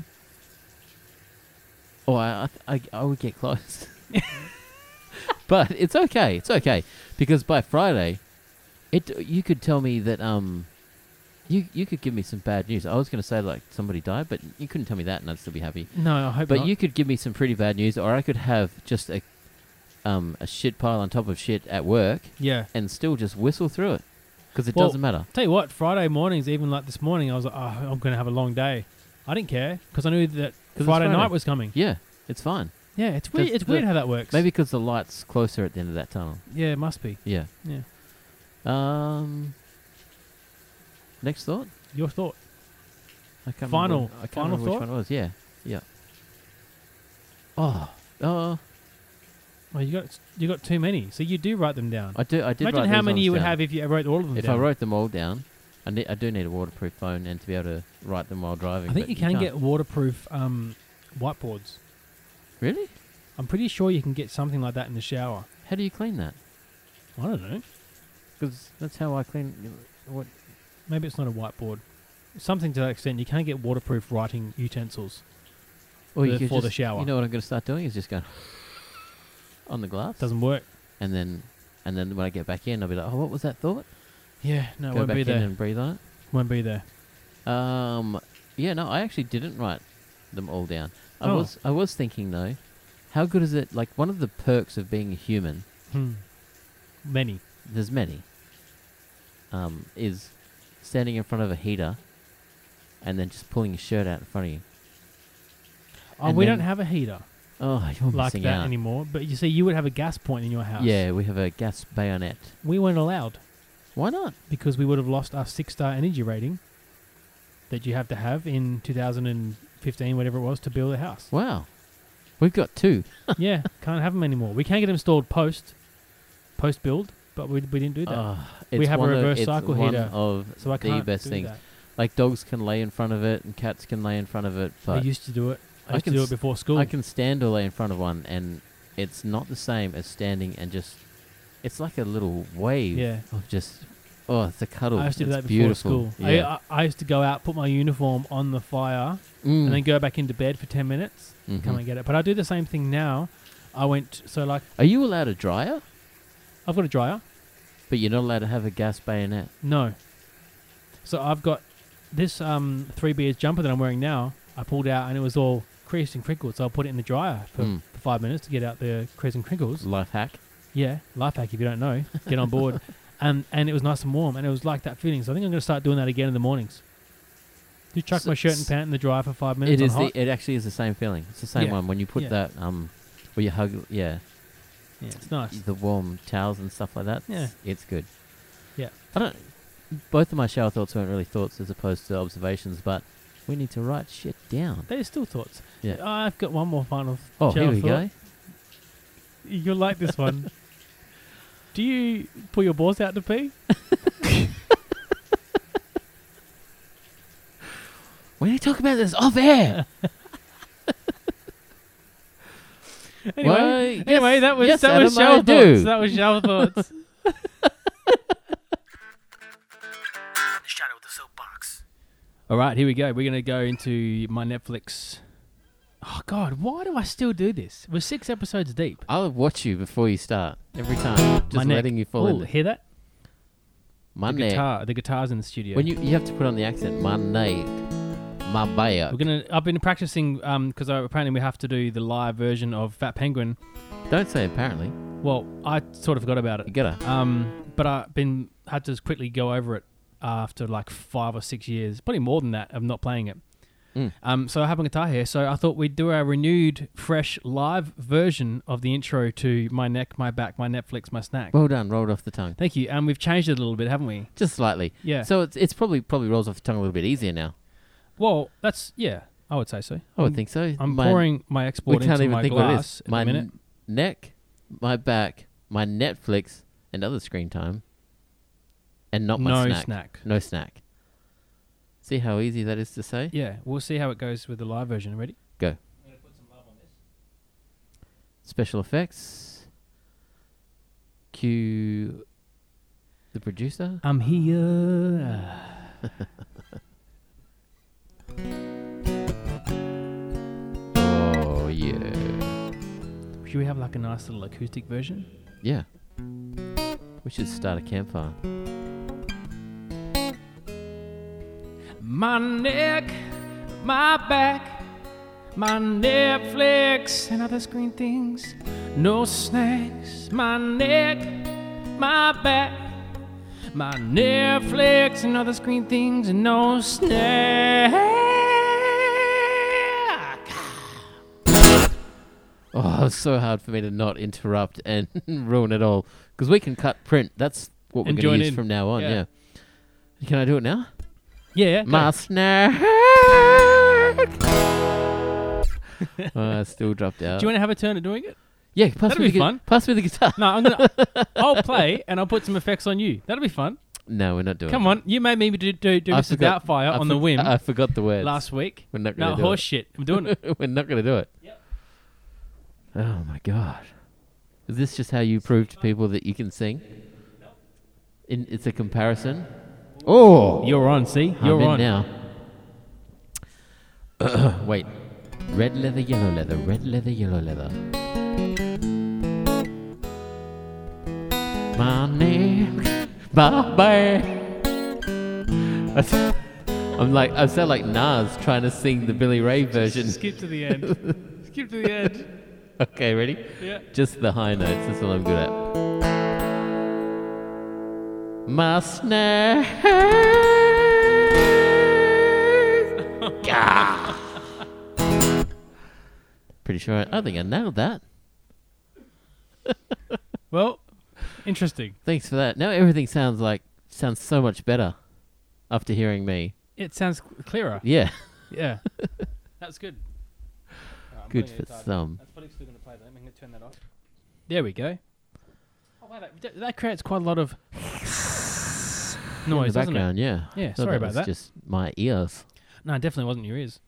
C: Oh, I, I, I, I would get close. [laughs] but it's okay. It's okay because by Friday, it you could tell me that um, you you could give me some bad news. I was going to say like somebody died, but you couldn't tell me that, and I'd still be happy.
D: No, I hope
C: But
D: not.
C: you could give me some pretty bad news, or I could have just a um a shit pile on top of shit at work
D: yeah.
C: and still just whistle through it because it
D: Well-
C: doesn't matter.
D: Tell you what, Friday mornings, even like this morning, I was like, oh, I'm going to have a long day. I didn't care because I knew that
C: it's
D: Friday,
C: Friday.
D: night was coming.
C: Yeah, it's fine.
D: Yeah, it's weird.
C: Does-
D: It's weird
C: the-
D: how that works.
C: Maybe because the light's closer at the end of that tunnel.
D: Yeah, it must be.
C: Yeah.
D: Yeah.
C: Um. Next thought.
D: Your thought.
C: I can't
D: Final-
C: Remember, I can't
D: final
C: remember which
D: thought?
C: one it was. Yeah. Yeah. Oh. Oh.
D: Well, you got you got too many, so you do write them down.
C: I do. I did.
D: Imagine
C: write
D: how
C: these
D: many
C: ones
D: you would
C: down.
D: have if you wrote all of them
C: If
D: down.
C: I wrote them all down, I, ne- I do need a waterproof phone and to be able to write them while driving.
D: I think
C: but
D: you can
C: can't.
D: get waterproof um, whiteboards.
C: Really?
D: I'm pretty sure you can get something like that in the shower.
C: How do you clean that?
D: I don't know.
C: Because that's how I clean. What?
D: Maybe it's not a whiteboard. Something to that extent. You can get waterproof writing utensils.
C: Or you
D: The-
C: could
D: for the
C: just-
D: shower.
C: You know what I'm going to start doing is just going on the glass,
D: Doesn't work.
C: and then and then when I get back in, I'll be like, oh, what was that thought?
D: Yeah, no, it
C: Go
D: won't
C: back
D: be
C: in
D: there.
C: and breathe on it.
D: Won't be there.
C: Um, yeah, no, I actually didn't write them all down. I
D: Oh.
C: was I was thinking though, how good is it? Like one of the perks of being a human,
D: Hmm. Many.
C: there's many. Um, is standing in front of a heater, and then just pulling your shirt out in front of you.
D: Oh,
C: And
D: we
C: then-
D: don't have a heater
C: Oh, you're
D: like
C: missing
D: that
C: out.
D: anymore. But you see, you would have a gas point in your house.
C: Yeah, we have a gas bayonet.
D: We weren't allowed
C: Why not?
D: because we would have lost our six star energy rating that you have to have in 2015, whatever it was, to build a house.
C: Wow, we've got two.
D: yeah, can't have them anymore. We can get them installed post post build, but we, we didn't do that.
C: Ah,
D: We
C: it's
D: have a
C: one
D: reverse
C: of, it's
D: cycle
C: one
D: heater,
C: of
D: so I
C: the
D: can't
C: best
D: do
C: things.
D: that.
C: Like dogs can lay in front of it, and cats can lay in front of it,
D: I
C: but
D: used to do it. I,
C: I
D: used to
C: can
D: do it
C: s-
D: before school.
C: I can stand or lay in front of one, and it's not the same as standing and just. It's like a little wave
D: Yeah.
C: of just. Oh, it's a cuddle.
D: I used to do
C: It's
D: that before
C: beautiful.
D: school.
C: Yeah.
D: I, I, I used to go out, put my uniform on the fire,
C: Mm.
D: and then go back into bed for ten minutes. Come
C: Mhm.
D: and get it. But I do the same thing now. I went so like
C: Are you allowed a dryer?
D: I've got a dryer.
C: But you're not allowed to have a gas bayonet.
D: No. So I've got this um, three beers jumper that I'm wearing now. I pulled out and it was all creased and crinkled, so I put it in the dryer for,
C: Mm.
D: for five minutes to get out the crease and crinkles.
C: Life hack.
D: Yeah, life hack if you don't know, get on [laughs] board. and and it was nice and warm, and it was like that feeling. So I think I'm going to start doing that again in the mornings. You chuck
C: So-
D: my shirt and pant in the e dryer for five minutes.
C: It
D: on
C: is.
D: hot.
C: The, it actually is the same feeling. It's the same
D: Yeah.
C: one when you put
D: Yeah.
C: that. Um, where you hug. Yeah.
D: yeah, it's nice.
C: the warm towels and stuff like that.
D: Yeah.
C: it's- it's good.
D: Yeah.
C: I don't. Both of my shower thoughts weren't really thoughts as opposed to observations, but we need to write shit down.
D: They're still thoughts.
C: Yeah.
D: I've got one more final.
C: Oh, here
D: shower
C: we
D: thought.
C: go.
D: You'll like this [laughs] one. Do you pull your balls out to pee?
C: We need to talk about this off air.
D: Anyway,
C: Well, yes-
D: anyway, that was
C: yes,
D: that was
C: Adam, I
D: shower
C: do.
D: thoughts. That was shower thoughts.
A: In the shadow of the soapbox.
D: [laughs] All right, here we go. We're gonna go into my Netflix. Oh God, why do I still do this? We're six episodes deep.
C: I'll watch you before you start every time. Just
D: my neck.
C: letting you fall
D: Ooh,
C: in.
D: Hear that?
C: My
D: The
C: neck.
D: guitar. The guitar's in the studio.
C: When you you have to put on the accent. My neck. My back.
D: we're gonna. I've been practicing because apparently we have to do the live version of Fat Penguin.
C: Don't say apparently.
D: Well, I sort of forgot about
C: You
D: it.
C: gotta.
D: Um, but I've been had to quickly go over it after like five or six years, probably more than that, of not playing it.
C: Mm.
D: Um, so I have a guitar here, so I thought we'd do a renewed, fresh, live version of the intro to "My Neck, My Back, My Netflix, My Snack."
C: Well done. Rolled off the tongue.
D: Thank you, and we've changed it a little bit, haven't we?
C: Just slightly.
D: Yeah.
C: So it's it's probably probably rolls off the tongue a little bit easier now.
D: Well, that's yeah, I would say so.
C: I would think so.
D: I'm
C: My-
D: pouring my
C: we
D: export
C: can't
D: into
C: even
D: my
C: think what it
D: glass
C: is.
D: at
C: My
D: the minute.
C: n- neck, my back, my Netflix, and other screen time, and not my
D: No
C: snack.
D: snack.
C: No snack. See how easy that is to say.
D: Yeah, we'll see how it goes with the live version. Ready?
C: Go. Special effects. Cue the producer.
D: I'm here.
C: Oh yeah,
D: Should we have like a nice little acoustic version?
C: yeah. We should start a campfire.
D: My neck, my back, my Netflix and other screen things. No snacks. My neck, my back, my Netflix and other screen things. No snack.
C: Oh, [laughs] it's so hard for me to not interrupt and [laughs] ruin it all because we can cut print. That's what we're
D: And
C: going
D: join
C: to use
D: in.
C: from now on.
D: Yeah.
C: Yeah. Can I do it now?
D: Yeah. go.
C: My
D: [laughs]
C: snack. oh, I still dropped out.
D: Do you want to have a turn at doing it?
C: yeah, pass
D: That'll
C: me
D: be
C: the gu-
D: fun.
C: Pass me the guitar.
D: No, I'm
C: [laughs]
D: gonna. I'll play and I'll put some effects on you. That'll be fun.
C: No, we're not doing.
D: Come
C: it.
D: on, you made me do do, do
C: I
D: Mr.
C: forgot-
D: Doubtfire
C: I
D: on the
C: for-
D: whim
C: I forgot the words.
D: last week.
C: we're not
D: No
C: going to
D: horse shit. I'm doing
C: do [laughs]
D: it.
C: it. we're not going to do it.
D: Yep.
C: Oh my god, is this just how you prove to people that you can sing? In, it's a comparison. Oh,
D: You're on. See, you're
C: I'm in
D: on.
C: now. [coughs] Wait. Red leather, yellow leather, red leather, yellow leather. My name, my [laughs] back. That's- I'm like, I sound like Nas trying to sing the Billy Ray version.
D: Skip
C: [laughs]
D: to the end. Skip to the end.
C: Okay, ready?
D: Yeah.
C: Just the high notes, that's all I'm good at. My snare. [laughs] Pretty sure I, I think I nailed that.
D: Well, interesting.
C: Thanks for that. Now everything sounds like sounds so much better after hearing me.
D: It sounds cl- clearer.
C: Yeah,
D: Yeah.
C: [laughs]
D: That's good.
C: good for some.
D: That's probably still going to play though. I'm going to turn that off. There we go. Oh, wow, that, that- that creates quite a lot of [laughs]
C: In the
D: noise, doesn't it?
C: background, yeah.
D: Yeah,
C: Thought
D: sorry about
C: was
D: that.
C: Just my ears.
D: No, it definitely wasn't your ears.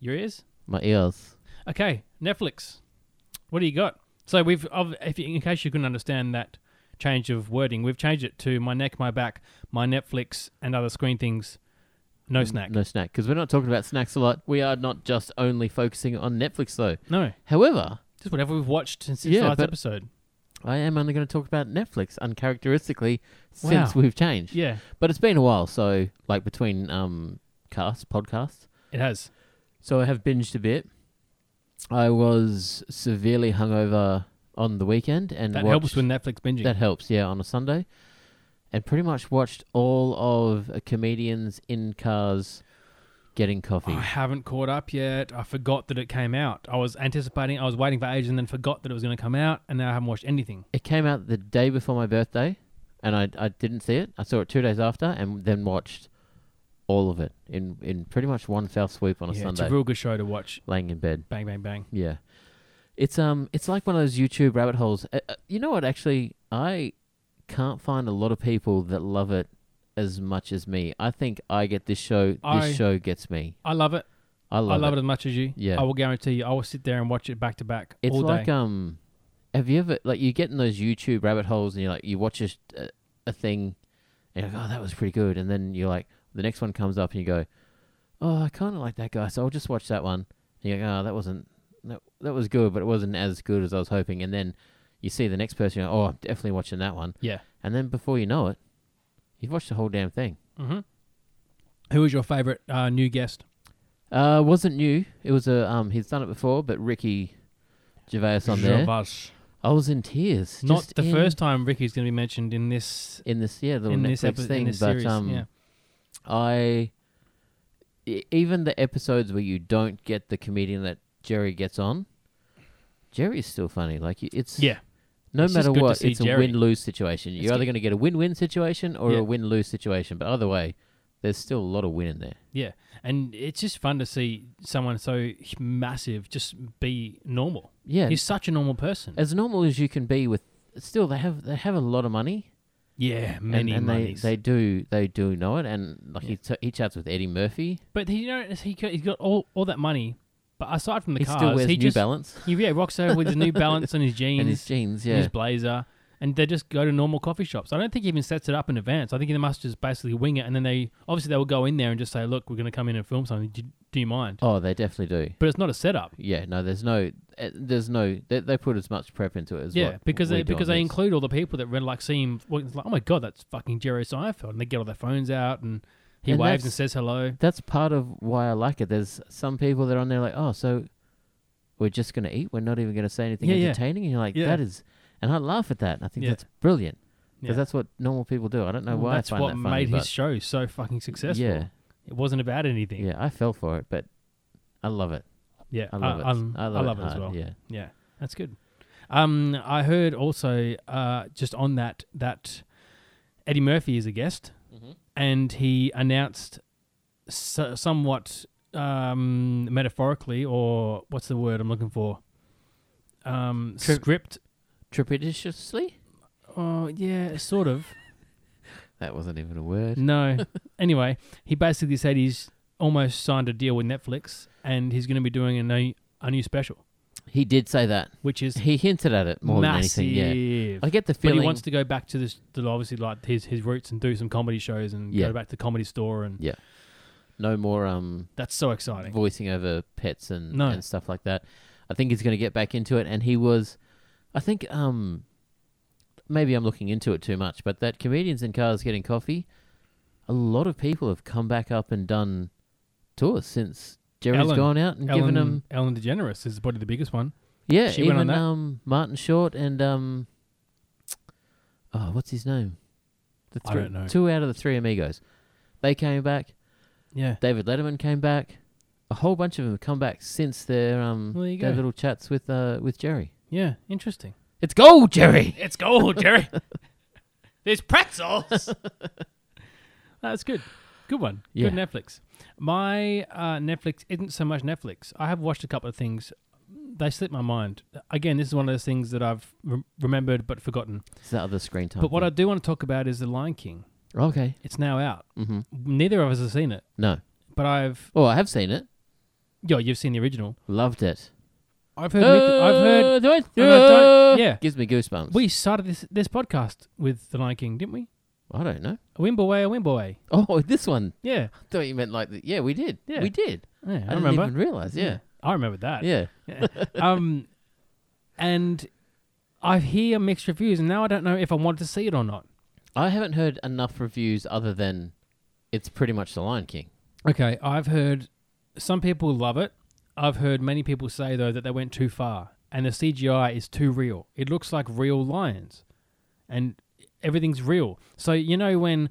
D: Your ears?
C: My ears.
D: Okay, Netflix. What do you got? So we've, of- if you, in case you couldn't understand that change of wording, we've changed it to my neck, my back, my Netflix, and other screen things. No snack.
C: No snack. Because we're not talking about snacks a lot. We are not just only focusing on Netflix, though.
D: No,
C: However,
D: just whatever we've watched since this
C: Yeah,
D: last
C: but-
D: episode.
C: I am only going to talk about Netflix uncharacteristically since
D: Wow.
C: we've changed.
D: Yeah,
C: But it's been a while. So, like between um, casts, podcasts.
D: it has.
C: So I have binged a bit. I was severely hungover on the weekend and
D: That
C: watched,
D: helps with Netflix binging.
C: That helps, yeah, on a Sunday. And pretty much watched all of a comedians in cars getting coffee.
D: I haven't caught up yet. I forgot that it came out. I was anticipating, I was waiting for ages and then forgot that it was going to come out, and now I haven't watched anything.
C: It came out the day before my birthday and I, I didn't see it. I saw it two days after and then watched all of it in, in pretty much one fell swoop on a
D: yeah, it's
C: Sunday.
D: a real good show to watch.
C: laying in bed.
D: Bang, bang, bang.
C: Yeah. It's um it's like one of those YouTube rabbit holes. Uh, uh, you know what actually I can't find a lot of people that love it as much as me. I think I get this show this
D: I-
C: show gets me.
D: I love it.
C: I love,
D: I love
C: it.
D: it. as much as you.
C: Yeah.
D: I will guarantee you. I will sit there and watch it back to back
C: It's
D: all day.
C: like um have you ever like you get in those YouTube rabbit holes and you're like you watch a, sh- a, a thing and you're like oh that was pretty good and then you're like the next one comes up and you go oh I kind of like that guy so I'll just watch that one and you're like oh that wasn't that, that was good but it wasn't as good as I was hoping and then you see the next person you're like, oh I'm definitely watching that one
D: yeah.
C: and then before you know it you've watched the whole damn thing
D: Who is your favorite uh, new guest?
C: uh wasn't new it was a um he's done it before but Ricky Gervais on there
D: Gervais.
C: I was in tears
D: Not
C: just
D: the
C: in
D: first time Ricky's going to be mentioned in this
C: in this yeah little
D: in
C: Netflix
D: this episode
C: thing,
D: in this
C: but
D: series.
C: um,
D: yeah.
C: I e- even the episodes where you don't get the comedian that Jerry gets on, Jerry is still funny. Like y- it's
D: Yeah.
C: no
D: it's just
C: matter
D: good to
C: what,
D: see
C: it's a
D: Jerry.
C: win lose situation. You're
D: It's
C: either
D: good.
C: going to get a win win situation or
D: Yeah.
C: a win lose situation, but either way, there's still a lot of win in there.
D: Yeah. And it's just fun to see someone so massive just be normal.
C: Yeah,
D: He's such a normal person.
C: as normal as you can be with. Still, they have they have a lot of money,
D: yeah,
C: and-
D: many
C: and,
D: monies.
C: they they do they do know it. And like he, t- he chats with Eddie Murphy,
D: but he, you know, he, co- he's got all, all that money. But aside from the
C: he
D: cars,
C: still wears
D: he
C: New
D: just,
C: Balance
D: He, yeah, rocks over with his New Balance and his
C: [laughs]
D: jeans.
C: and his jeans. Yeah,
D: his blazer, and they just go to normal coffee shops. I don't think he even sets it up in advance. I think they must just basically wing it, and then they obviously they will go in there and just say, "Look, we're going to come in and film something. Do, do you mind?"
C: oh, they definitely do.
D: But it's not a setup.
C: Yeah, no, there's no, uh, there's no. They, they put as much prep into it as
D: yeah,
C: what
D: because
C: we
D: they
C: do
D: because
C: on
D: they
C: this.
D: include all the people that really like see him. well, It's like, oh my god, that's fucking Jerry Seinfeld, and they get all their phones out and he
C: And
D: waves and
C: that's-
D: says hello.
C: That's part of why I like it. There's some people that are on there like, oh, so we're just gonna eat. We're not even gonna say anything
D: Yeah, yeah.
C: entertaining. And you're like,
D: Yeah.
C: that is, and I laugh at that. I think
D: Yeah.
C: that's brilliant because
D: Yeah.
C: that's what normal people do. I don't know
D: Well,
C: why
D: that's
C: I find
D: what
C: that funny,
D: made his show so fucking
C: but
D: successful.
C: yeah,
D: It wasn't about anything.
C: yeah, I fell for it, but I love it.
D: Yeah,
C: I love it.
D: I'm-
C: I love, it,
D: as
C: hard,
D: well.
C: Yeah,
D: Yeah, that's good. Um, I heard also uh, just on that that Eddie Murphy is a guest,
C: Mm-hmm.
D: and he announced so, somewhat um, metaphorically, or what's the word I'm looking for? Um,
C: Tri-
D: script.
C: trepidatiously.
D: Oh yeah,
C: [laughs]
D: sort of.
C: That wasn't even a word.
D: no. Anyway, he basically said he's almost signed a deal with Netflix, and he's going to be doing a new, a new special,
C: He did say that.
D: which is
C: He hinted at it more
D: massive.
C: than anything. Yeah, I get the
D: But
C: feeling.
D: he wants to go back to this, to obviously like his his roots and do some comedy shows and
C: Yeah.
D: go back to comedy store and
C: Yeah. no more um
D: that's so exciting.
C: voicing over pets and,
D: No.
C: and stuff like that. I think he's going to get back into it. And he was, I think, um, maybe I'm looking into it too much, but that comedians in cars getting coffee. A lot of people have come back up and done tours since Jerry's
D: Ellen-
C: gone out and given
D: Ellen,
C: them.
D: Ellen DeGeneres is probably the biggest one.
C: Yeah,
D: she
C: even
D: went on that.
C: um Martin Short and um, oh, what's his name? The
D: I
C: three-
D: don't know.
C: Two out of the three amigos, they came back.
D: Yeah,
C: David Letterman came back. A whole bunch of them have come back since their um
D: Well, there you
C: their
D: go.
C: little chats with uh with Jerry.
D: yeah, interesting.
C: It's gold, Jerry.
D: It's gold, Jerry. [laughs]
C: [laughs]
D: There's pretzels. that's good. Good one.
C: Yeah.
D: Good Netflix. My uh, Netflix isn't so much Netflix. I have watched a couple of things. They slipped my mind. Again, this is one of those things that I've rem remembered but forgotten.
C: It's the other screen time.
D: But what I do want to talk about is The Lion King.
C: I okay,
D: It's now out.
C: mm-hmm.
D: Neither of us have seen it,
C: no.
D: but I've
C: Oh, I have seen it.
D: Yo, you've seen the original.
C: Loved it.
D: I've heard. Mick- I've heard.
C: Uh, do I- Uh,
D: and I don't- yeah.
C: Gives me goosebumps.
D: We started this this podcast with the Lion King, didn't we?
C: I don't know.
D: A Wimbaway, a Wimbaway.
C: Oh, [laughs] this one.
D: Yeah,
C: I thought you meant like the, yeah, we did.
D: Yeah.
C: We did.
D: yeah. I,
C: I, didn't
D: remember.
C: even realize. Yeah.
D: I remember that.
C: Yeah. [laughs]
D: um, and I hear mixed reviews, and now I don't know if I want to see it or not.
C: I haven't heard enough reviews other than it's pretty much The Lion King.
D: Okay, I've heard some people love it. I've heard many people say though that they went too far, and the CGI is too real. It looks like real lions, and everything's real. So you know when,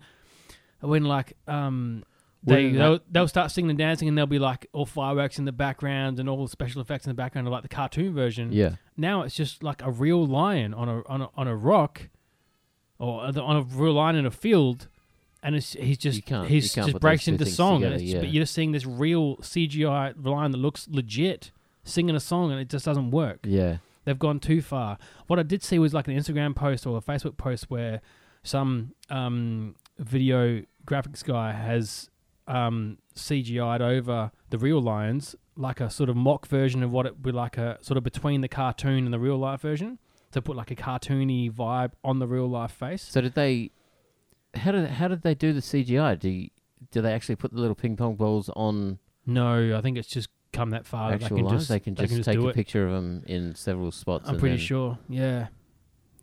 D: when like um. They,
C: Wouldn't that-
D: they'll, they'll start singing and dancing, and there'll be like all fireworks in the background and all the special effects in the background, of like the cartoon version.
C: Yeah.
D: now it's just like a real lion on a on a, on a rock, or the- on a real lion in a field, and it's, he's just
C: You can't-
D: he's
C: you can't
D: just
C: put
D: breaks
C: those two
D: into
C: things
D: song, and
C: together,
D: it's,
C: yeah.
D: but you're seeing this real CGI lion that looks legit singing a song, and it just doesn't work.
C: Yeah.
D: They've gone too far. What I did see was like an Instagram post or a Facebook post where some um, video graphics guy has um, CGI'd over the real lions, like a sort of mock version of what it would be like a sort of between the cartoon and the real life version to put like a cartoony vibe on the real life face.
C: So did they? How did how did they do the CGI? Do you, do they actually put the little ping pong balls on
D: No, I think it's just come that far. that
C: actual
D: Uh, they can
C: lines?
D: just
C: they can just take
D: do
C: a
D: it.
C: picture of them in several spots.
D: I'm
C: and
D: pretty
C: then-
D: sure. Yeah.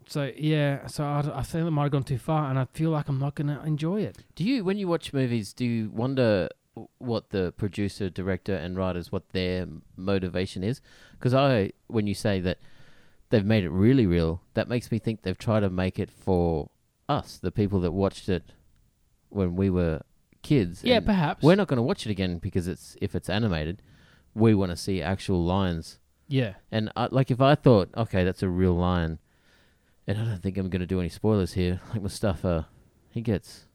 D: So yeah, so I, I think it might have gone too far, and I feel like I'm not gonna enjoy it.
C: Do you, when you watch movies, do you wonder w- what the producer, director, and writers what their m- motivation is? Because I, when you say that they've made it really real, that makes me think they've tried to make it for us, the people that watched it when we were kids.
D: Yeah,
C: and
D: perhaps.
C: We're not going to watch it again because it's if it's animated, we want to see actual lions.
D: Yeah.
C: And I, like, if I thought, okay, that's a real lion, and I don't think I'm going to do any spoilers here. [laughs] Like Mustafa, he gets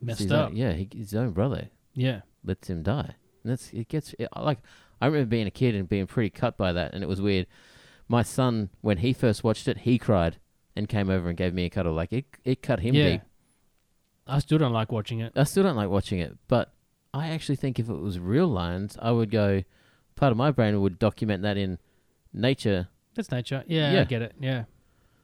D: messed
C: his
D: up.
C: Own, yeah, he, his own brother
D: yeah.
C: lets him die, and that's it gets it, I like I remember being a kid and being pretty cut by that, and it was weird. My son, when he first watched it, he cried and came over and gave me a cuddle. Like it, it cut him
D: Yeah.
C: deep.
D: I still don't like watching it.
C: I still don't like watching it, but I actually think if it was real lions, I would go. Part of my brain would document that in nature.
D: That's nature. Yeah, I
C: Yeah.
D: get it. Yeah.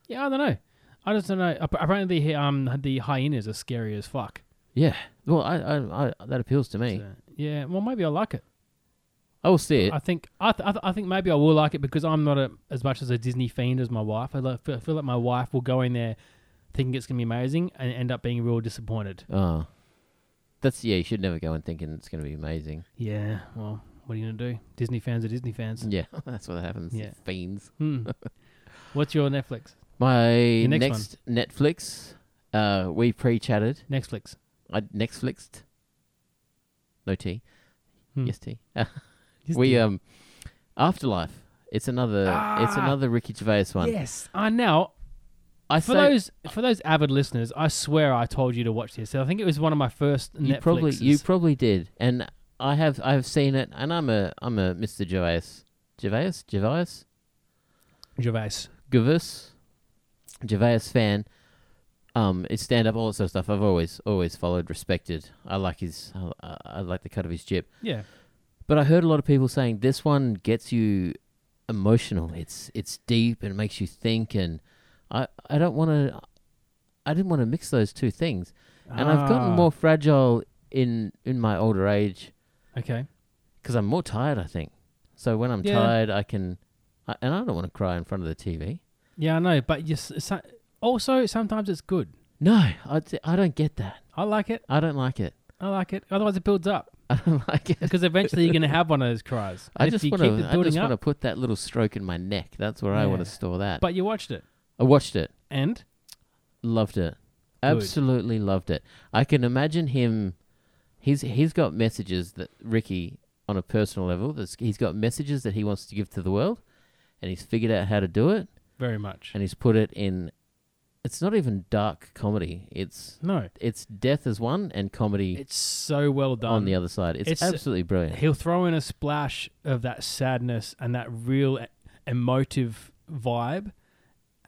D: Yeah, I don't know. I just don't know. App- Apparently, the um the hyenas are scary as fuck.
C: Yeah. Well, I, I, I that appeals to me.
D: So, yeah. Well, maybe I will like it.
C: I will see it.
D: I think I, th- I, th- I think maybe I will like it because I'm not a, as much as a Disney fiend as my wife. I, like, feel, I feel like my wife will go in there thinking it's gonna be amazing and end up being real disappointed.
C: oh, that's yeah. You should never go in thinking it's going to be
D: [laughs]
C: amazing.
D: Yeah. Well, what are you gonna do? Disney fans are Disney fans.
C: Yeah, [laughs] that's what happens.
D: Yeah.
C: Fiends. [laughs]
D: Hmm. What's your Netflix?
C: My
D: next
C: next, Netflix, uh, we pre-chatted.
D: Netflix.
C: I Netflixed. No T.
D: Hmm.
C: Yes [laughs] T. we um, Afterlife. It's another. It's
D: Ah,
C: another Ricky Gervais one.
D: Yes. I now
C: I
D: For
C: say
D: those for those avid listeners, I swear I told you to watch this. I think it was one of my first
C: you
D: Netflixes.
C: probably you probably did, and I have I have seen it, and I'm a I'm a Mr. Gervais. Gervais Gervais.
D: Gervais.
C: Gervais, Gervais fan. Um, his stand up, all that sort of stuff. I've always, always followed, respected. I like his, I, I like the cut of his jib.
D: Yeah.
C: But I heard a lot of people saying this one gets you emotional. It's, it's deep and it makes you think. And I, I don't want to, I didn't want to mix those two things. And I've gotten
D: Ah.
C: more fragile in, in my older age
D: Okay.
C: because I'm more tired. I think. So when I'm
D: Yeah.
C: tired, I can, I, and I don't want to cry in front of the TV.
D: Yeah, I know, but yes, so- also sometimes it's good.
C: No, I, I don't get that.
D: I like it.
C: I don't like it. [laughs]
D: I like it. Otherwise, it builds up
C: I don't like it.
D: because eventually you're going to have one of those cries.
C: I
D: And if
C: just
D: you
C: want
D: keep
C: to.
D: it
C: I just
D: building
C: want to
D: up.
C: put that little stroke in my neck. That's where I want
D: Yeah.
C: to store that.
D: But you watched it,
C: I watched it.
D: and
C: Loved it. Absolutely loved it. I can imagine him. He's he's got messages that Ricky on a personal level. That's, he's got messages that he wants to give to the world, and he's figured out how to do it,
D: very much.
C: and he's put it in. It's not even dark comedy. It's
D: No,
C: it's death as one and comedy
D: it's so well done.
C: on the other side. It's,
D: It's- uh,
C: absolutely brilliant.
D: He'll throw in a splash of that sadness and that real e- emotive vibe,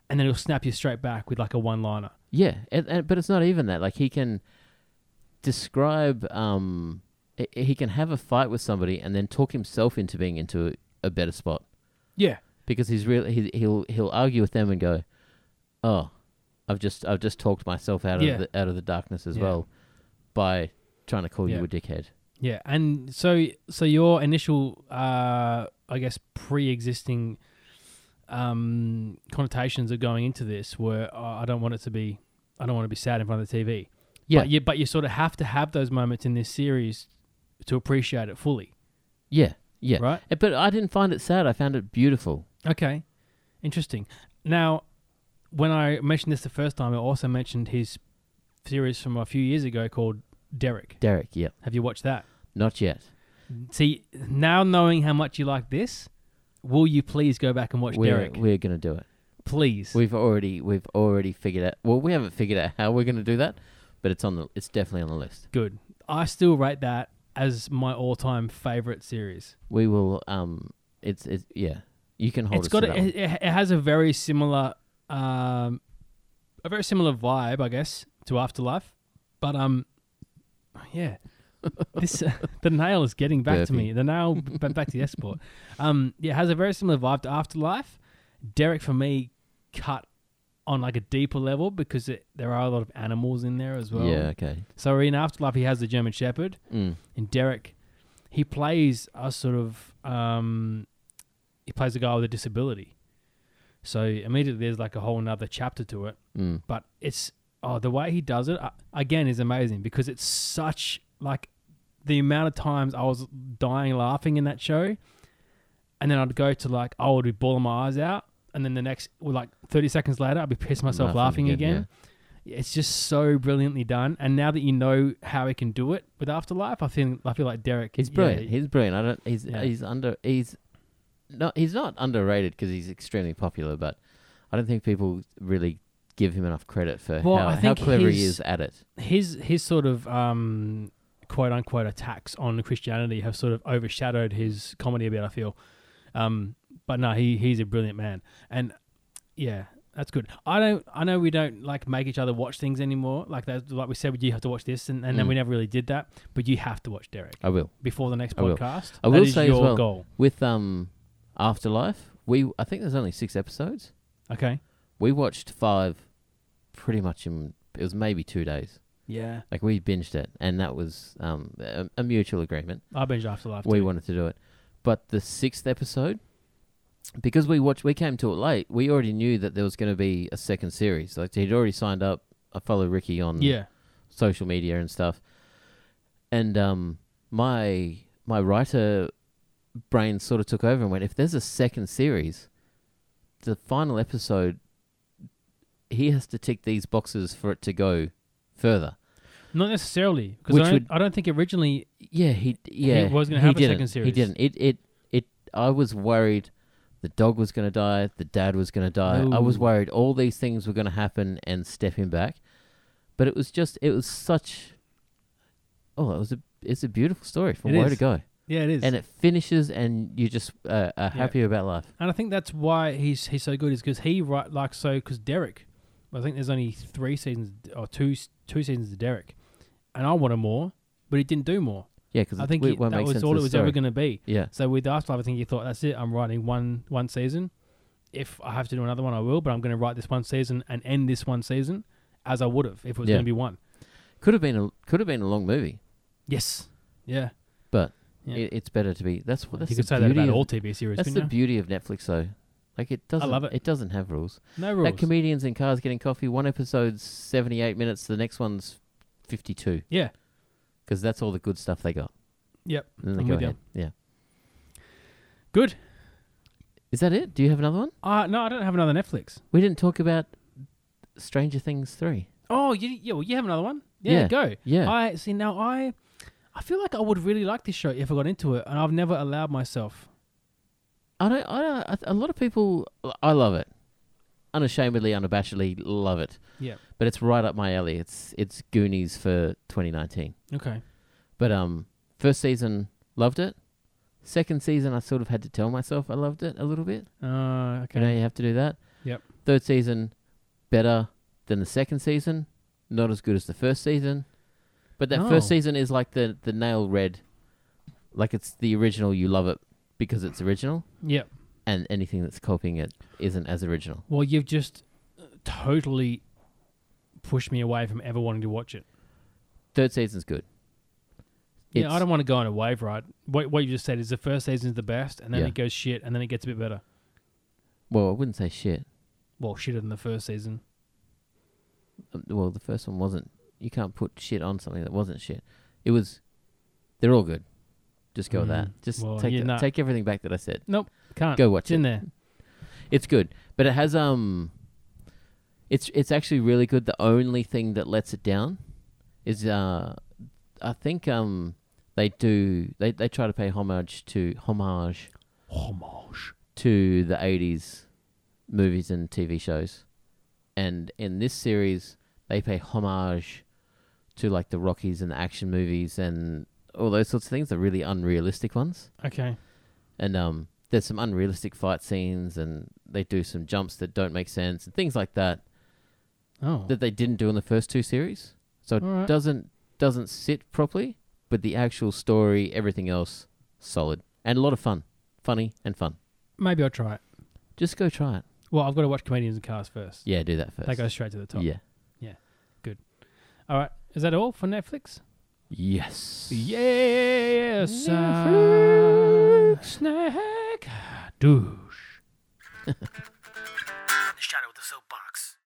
D: and then he'll snap you straight back with like a one-liner.
C: Yeah, and, and, but it's not even that. Like he can describe um, i- he can have a fight with somebody and then talk himself into being into a, a better spot
D: Yeah.
C: because he's really he, he'll he'll argue with them and go, oh, I've just I've just talked myself out
D: Yeah.
C: of the, out of the darkness as
D: Yeah.
C: well by trying to call
D: Yeah.
C: you a dickhead.
D: Yeah, and so so your initial, uh, I guess, pre-existing um, connotations of going into this were, oh, I don't want it to be, I don't want to be sad in front of the TV.
C: Yeah.
D: but you, but you sort of have to have those moments in this series to appreciate it fully,
C: Yeah, yeah.
D: right?
C: Eh, But I didn't find it sad. I found it beautiful.
D: Okay, interesting. Now, when I mentioned this the first time, I also mentioned his series from a few years ago called Derek.
C: Derek, yeah,
D: Have you watched that?
C: not yet.
D: See, now knowing how much you like this, will you please go back and watch
C: we're
D: Derek?
C: we're gonna do it.
D: please.
C: We've already we've already figured out. Well, we haven't figured out how we're gonna do that, but it's on the it's definitely on the list.
D: Good. I still rate that as my all-time favorite series.
C: We will. Um, it's it's yeah. You can hold
D: it's
C: us
D: got
C: to that
D: a,
C: one.
D: it, it has a very similar um a very similar vibe, I guess, to Afterlife, but um
C: [laughs]
D: yeah. this uh, the nail is getting back to
C: Burpee.
D: me. The nail b- back to the export. Um yeah, it has a very similar vibe to Afterlife. Derek for me cut on like a deeper level because it, there are a lot of animals in there as well.
C: yeah. Okay.
D: So in Afterlife he has the German Shepherd.
C: Mm.
D: and Derek, he plays a sort of um, he plays a guy with a disability. So immediately there's like a whole another chapter to it,
C: Mm.
D: but it's oh the way he does it uh, again is amazing because it's such like the amount of times I was dying laughing in that show, and then I'd go to like I would be bawling my eyes out, and then the next well, like thirty seconds later I'd be pissing myself
C: Laughing
D: laughing
C: again,
D: again. It's just so brilliantly done, and now that you know how he can do it with Afterlife, I think I feel like Derek.
C: He's
D: yeah,
C: brilliant. he's brilliant. I don't. He's
D: Yeah.
C: he's under. He's not. He's not underrated because he's extremely popular. But I don't think people really give him enough credit for
D: Well,
C: how,
D: I
C: how
D: think
C: clever he
D: his-
C: is at it.
D: his his sort of um, quote unquote attacks on Christianity have sort of overshadowed his comedy a bit. I feel, um, but no, he he's a brilliant man, and yeah, that's good. I don't, I know we don't like make each other watch things anymore. Like that, like we said, you have to watch this, and, and then
C: Mm.
D: we never really did that. But you have to watch Derek
C: I will.
D: before the next
C: I will.
D: podcast.
C: I will
D: that is
C: say as
D: your
C: well-
D: goal.
C: With um, Afterlife, we I think there's only six episodes.
D: Okay.
C: We watched five, pretty much in it was maybe two days.
D: Yeah,
C: Like we binged it, and that was um a, a mutual agreement.
D: I binge Afterlife.
C: we
D: too.
C: wanted to do it. But the sixth episode, because we watched, we came to it late. We already knew that there was going to be a second series. Like he'd already signed up. I follow Ricky on
D: Yeah.
C: social media and stuff. And um, my my writer brain sort of took over and went, if there's a second series, the final episode, he has to tick these boxes for it to go further.
D: Not necessarily,
C: Which
D: because I, don't-
C: would-
D: I don't think originally.
C: Yeah, he yeah
D: was gonna
C: he
D: have a second
C: didn't. He
D: series.
C: didn't. It it it. I was worried. The dog was going to die. The dad was going to die. I was
D: Ooh.
C: worried all these things were going to happen and stepping back. But it was just. It was such. Oh, it was a. It's a beautiful story from
D: It
C: where to
D: is.
C: go,
D: Yeah, it is,
C: and it finishes, and you just uh, are happy about life.
D: And I think that's why he's he's so good is because he right like so because Derek, I think there's only three seasons or two s- two seasons of Derek, and I wanted more, but he didn't do more.
C: Yeah, because
D: I think
C: it,
D: he-
C: won't
D: that
C: make
D: was
C: sense
D: all
C: to
D: it
C: the
D: was
C: story.
D: ever going to be.
C: Yeah,
D: So with Afterlife, I think he thought that's it. I'm writing one one season. If I have to do another one, I will. But I'm going to write this one season and end this one season as I would have if it was
C: Yeah.
D: going to be one.
C: could have been a could have been a long movie,
D: Yes. Yeah.
C: but
D: Yeah.
C: it, it's better to be. That's what that's
D: you
C: the
D: could say that about
C: beauty of-
D: all TV series.
C: That's
D: couldn't
C: the
D: you?
C: beauty of Netflix, though. Like it doesn't.
D: love it.
C: It doesn't have rules.
D: no rules.
C: That comedians in cars getting coffee. One episode's seventy-eight minutes. The next one's fifty-two
D: yeah.
C: because that's all the good stuff they got.
D: Yep.
C: And then they
D: I'm
C: go
D: with you.
C: ahead. Yeah.
D: Good.
C: Is that it? Do you have another one?
D: Uh, no, I don't have another Netflix.
C: We didn't talk about Stranger Things three.
D: Oh, you yeah, well, you have another one. Yeah,
C: Yeah,
D: go.
C: yeah.
D: I see now. I I feel like I would really like this show if I got into it, and I've never allowed myself.
C: I don't. I don't. I- A lot of people. I love it. Unashamedly, unabashedly, love it.
D: Yeah.
C: But it's right up my alley. It's it's Goonies for twenty nineteen.
D: Okay.
C: But um, first season loved it. Second season, I sort of had to tell myself I loved it a little bit.
D: Uh, okay.
C: You know, you have to do that.
D: Yep.
C: Third season, better than the second season. Not as good as the first season, but that
D: No.
C: first season is like the the nail red Like it's the original, you love it because it's original,
D: Yep.
C: and anything that's copying it isn't as original.
D: Well, you've just uh, totally pushed me away from ever wanting to watch it.
C: Third season's good.
D: yeah, I don't want to go on a wave ride. What, what you just said is the first season's the best, and then
C: Yeah.
D: it goes shit, and then it gets a bit better.
C: Well, I wouldn't say shit.
D: Well, shitter than the first season.
C: Um, Well, the first one wasn't. You can't put shit on something that wasn't shit. It was. They're all good. Just go with
D: Mm.
C: that. Just
D: Well,
C: take
D: yeah,
C: it,
D: nah.
C: take everything back that I said.
D: Nope, can't.
C: Go watch
D: it's in
C: it.
D: there.
C: It's good, but it has um. It's it's actually really good. The only thing that lets it down is uh, I think um they do they, they try to pay homage to homage
D: Homage.
C: to the '80s movies and TV shows, and in this series they pay homage to like the Rockies and the action movies and all those sorts of things. The really unrealistic ones
D: Okay.
C: and um, there's some unrealistic fight scenes, and they do some jumps that don't make sense, and things like that
D: Oh,
C: that they didn't do in the first two series. So it
D: Alright.
C: doesn't doesn't sit properly, but the actual story, everything else, solid and a lot of fun, funny and fun.
D: maybe I'll try it.
C: Just go try it.
D: Well, I've got to watch Comedians and Cars first.
C: Yeah, do that first.
D: That goes straight to the top.
C: Yeah.
D: All right. Is that all for Netflix?
C: Yes.
D: Yes.
C: Netflix.
D: uh, snack. Douche.
A: In the shadow of the soapbox.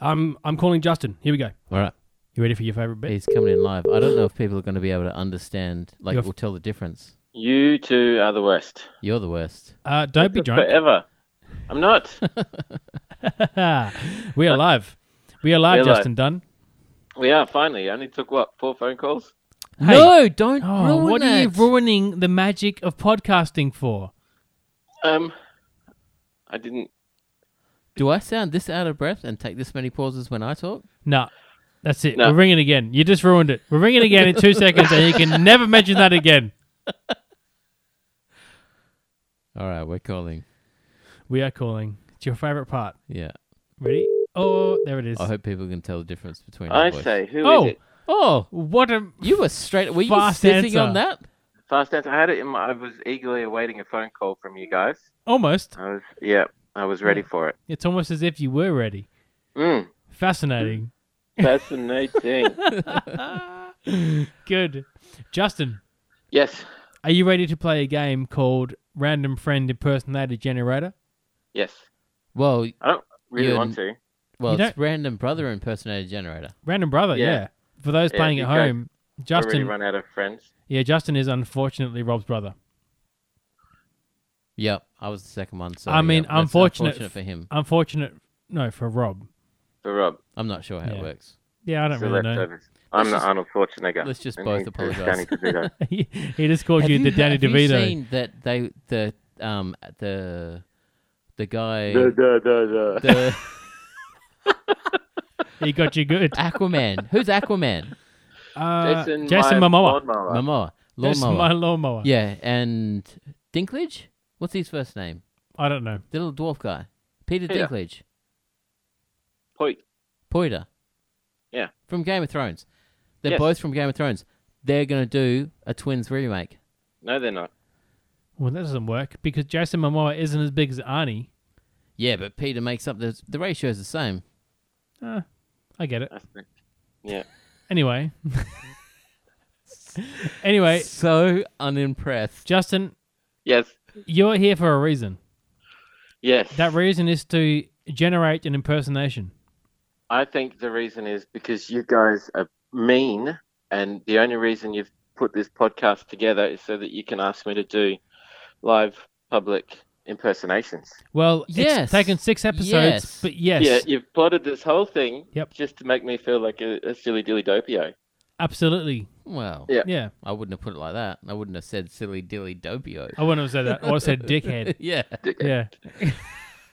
D: I'm I'm calling Justin. Here we go.
C: All right.
D: You ready for your favorite bit?
C: He's coming in live. I don't know if people are going to be able to understand, like,
D: You're f-
C: will tell the difference.
E: You two are the worst.
C: You're the worst.
D: Uh, don't be drunk. [laughs]
E: Forever. I'm not.
D: we are live. We are live,
E: We're live.
D: Justin Dunn.
E: we are finally. Only took what four phone calls.
D: Hey.
C: No, don't
D: Oh,
C: ruin
D: what are you
C: it.
D: ruining the magic of podcasting for?
E: Um, I didn't.
C: Do I sound this out of breath and take this many pauses when I talk?
D: No. That's it.
E: No.
D: We're ringing again. You just ruined it. We're ringing again in two seconds, and you can never mention that again.
C: All right, we're calling.
D: We are calling. It's your favorite part.
C: Yeah.
D: Ready? Oh, there it is.
C: I hope people can tell the difference between our
E: I
C: voice.
E: say, who is
D: Oh.
E: it?
C: Oh,
D: What a
C: you were straight. Were you
D: Fast
C: sitting on that?
D: answer.
E: Fast answer. I had it in my. I was eagerly awaiting a phone call from you guys.
D: almost.
E: I was. Yeah, I was ready
D: [laughs]
E: for it.
D: It's almost as if you were ready.
E: Mm,
D: Fascinating.
E: fascinating.
D: Good. Justin,
E: yes.
D: are you ready to play a game called Random Friend Impersonator Generator?
E: Yes.
C: Well,
E: I don't really
C: You're-
E: want to.
C: well,
D: You
C: it's random brother impersonator generator.
D: Random brother, yeah.
E: Yeah.
D: For those
E: Yeah,
D: playing
E: you
D: at
E: go.
D: home,
E: I already
D: Justin,
E: run out of friends.
D: yeah, Justin is unfortunately Rob's brother.
C: Yep, I was the second one. So
D: I mean,
C: yep, that's
D: unfortunate
C: unfortunate for him.
D: Unfortunate, no, for Rob.
E: For Rob.
C: I'm not sure how
D: Yeah.
C: it works.
D: Yeah, I don't
E: the
D: really know.
E: leftovers. I'm
C: Let's
E: the
C: just-
E: Arnold Schwarzenegger.
C: let's just
E: And
C: both
E: he's the
C: apologise.
D: [laughs]
E: Danny DeVito.
D: he just called
C: Have
D: you the
C: ha-
D: Danny
C: have you
D: DeVito.
C: seen that they the um the the guy
E: Da, da, da, da. [laughs]
C: the
D: He got you good.
C: Aquaman? Who's Aquaman?
D: Uh, Jason,
E: my
D: Momoa.
E: lawnmower.
C: Momoa.
D: Jason
C: Lawnmower.
D: my lawnmower.
C: Yeah, and Dinklage. What's his first name?
D: I don't know.
C: The little dwarf guy. Peter
E: Peter.
C: Dinklage.
E: Point.
C: Poiter.
E: Yeah.
C: From Game of Thrones. They're
E: Yes.
C: both from Game of Thrones. They're going to do a twins remake.
E: No, they're not.
D: Well, that doesn't work because Jason Momoa isn't as big as Arnie.
C: Yeah, but Peter makes up the the ratio's the same.
D: Ah, I get it.
E: I think. Yeah.
D: Anyway. [laughs] anyway,
C: So unimpressed.
D: Justin,
E: Yes.
D: you're here for a reason.
E: Yes.
D: That reason is to generate an impersonation.
E: I think the reason is because you guys are mean, and the only reason you've put this podcast together is so that you can ask me to do live public impersonations.
D: Well,
C: Yes.
D: it's taken six episodes,
C: Yes.
D: but yes,
E: Yeah, you've plotted this whole thing
D: Yep.
E: just to make me feel like a, a silly dilly dopio.
D: absolutely.
C: Well,
E: Yeah.
D: Yeah.
C: I wouldn't have put it like that. I wouldn't have said silly dilly dopio.
D: I wouldn't have said that. I would have
E: [laughs]
D: said dickhead.
C: yeah.
D: Yeah.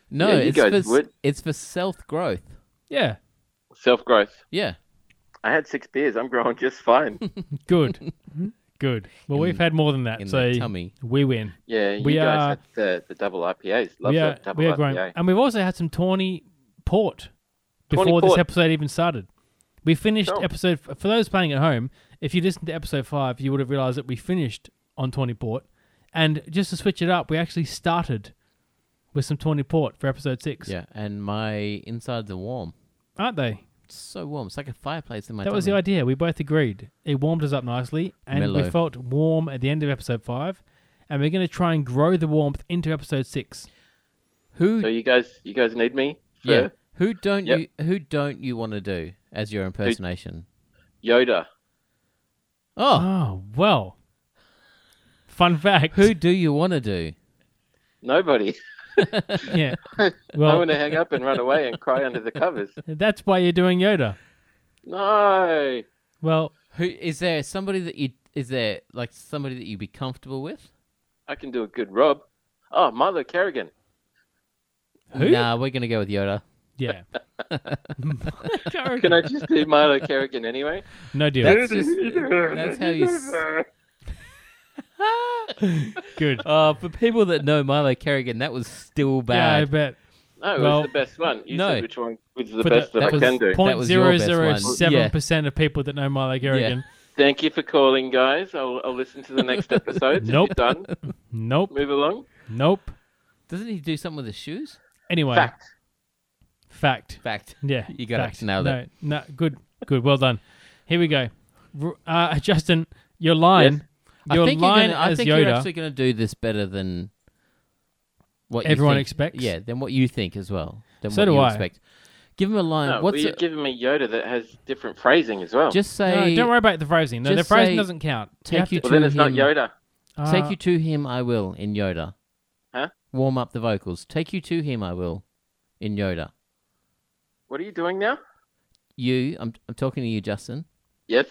C: No,
E: Yeah, you
C: it's,
E: guys
C: for, s-
E: would.
C: it's for self growth.
D: Yeah.
E: Self growth.
C: Yeah.
E: I had six beers. I'm growing just fine.
D: [laughs]
E: [laughs]
D: Good. Good. Well,
C: In-
D: we've had more than that,
C: in
D: so
C: the tummy.
D: we win.
E: Yeah, you
D: We
E: guys
D: are-
E: had the, the double IPAs. Love
D: we
E: the
D: are,
E: double
D: we are growing.
E: IPA.
D: And we've also had some tawny port
E: Tawny
D: before this
E: port.
D: episode even started. We finished
E: Sure.
D: episode, for those playing at home, If you listened to episode five, you would have realized that we finished on Tawny Port. And just to switch it up, we actually started with some Tawny Port for episode six.
C: Yeah, and my insides are warm.
D: Aren't they?
C: It's so warm. It's like a fireplace in my
D: that was the
C: tummy.
D: idea. We both agreed. It warmed us up nicely, and we
C: Mellow.
D: felt warm at the end of episode five. And we're going to try and grow the warmth into episode six.
C: Who
E: So you guys, you guys need me
C: yeah.
E: for
C: Who don't
E: Yep.
C: you who don't you want to do as your impersonation?
E: Yoda.
C: Oh,
D: Oh, well. Fun fact.
C: who do you want to do?
E: Nobody.
D: Yeah.
E: [laughs] I
D: Well,
E: want to hang up and run away and cry under
D: [laughs]
E: the covers.
D: that's why you're doing Yoda.
E: No.
D: Well,
C: Who is there somebody that you is there like somebody that you'd be comfortable with?
E: I can do a good Rob. Oh, Milo Kerrigan.
D: Who?
C: Nah, we're gonna go with
D: [laughs]
C: Yoda.
E: [laughs]
D: yeah.
E: Can I just do
C: [laughs]
E: Milo Kerrigan anyway?
D: No deal.
C: That's just that's how you.
D: [laughs]
C: s- [laughs]
E: [laughs]
D: Good.
C: Uh, for people that know Milo Kerrigan, that was still
D: Yeah, I
C: bad.
D: bet.
E: No, it
D: Well,
E: was the best one. You
C: no.
E: said which one was the
D: For
E: best
D: the-
E: that,
C: that
E: I
C: was
E: can do.
C: That
D: Point
C: was your
D: zero
C: best
D: zero
C: one.
D: seven percent of people that know Milo Garrigan.
E: Thank you for calling, guys. I'll, I'll listen to
C: [laughs]
E: the next episode. If
D: Nope.
E: you're Done.
D: Nope.
E: Move along.
D: Nope.
C: Doesn't he do something with his shoes?
D: Anyway, fact.
E: Fact.
C: Fact. [laughs]
D: Yeah,
C: You got it.
D: fact.
C: Nailed
D: no,
C: it.
D: No, good, good, well done. Here we go. R- Uh, Justin, your line, your
C: I think
D: line
C: you're gonna, I
D: as
C: think
D: Yoda.
C: you're actually going to do this better than what you
D: Everyone
C: think-
D: expects?
C: Yeah, than what you think as well. Than
D: So
C: what
D: do
C: you
D: I.
C: expect. Give him a line.
E: No, well,
C: Uh, What's
E: you're
C: it-
E: giving me Yoda that has different phrasing as well.
C: just
D: No,
C: say?
D: don't worry about the phrasing. No, the
C: just
D: phrasing
C: say,
D: doesn't count.
C: take
D: have
C: you
E: well, then
C: to
E: it's not
C: him.
E: Yoda.
D: to, uh,
C: Take you to him, I will in Yoda.
E: Huh?
C: Warm up the vocals. Take you to him, I will in Yoda.
E: What are you doing now?
C: You, I'm, I'm talking to you, Justin.
E: Yes.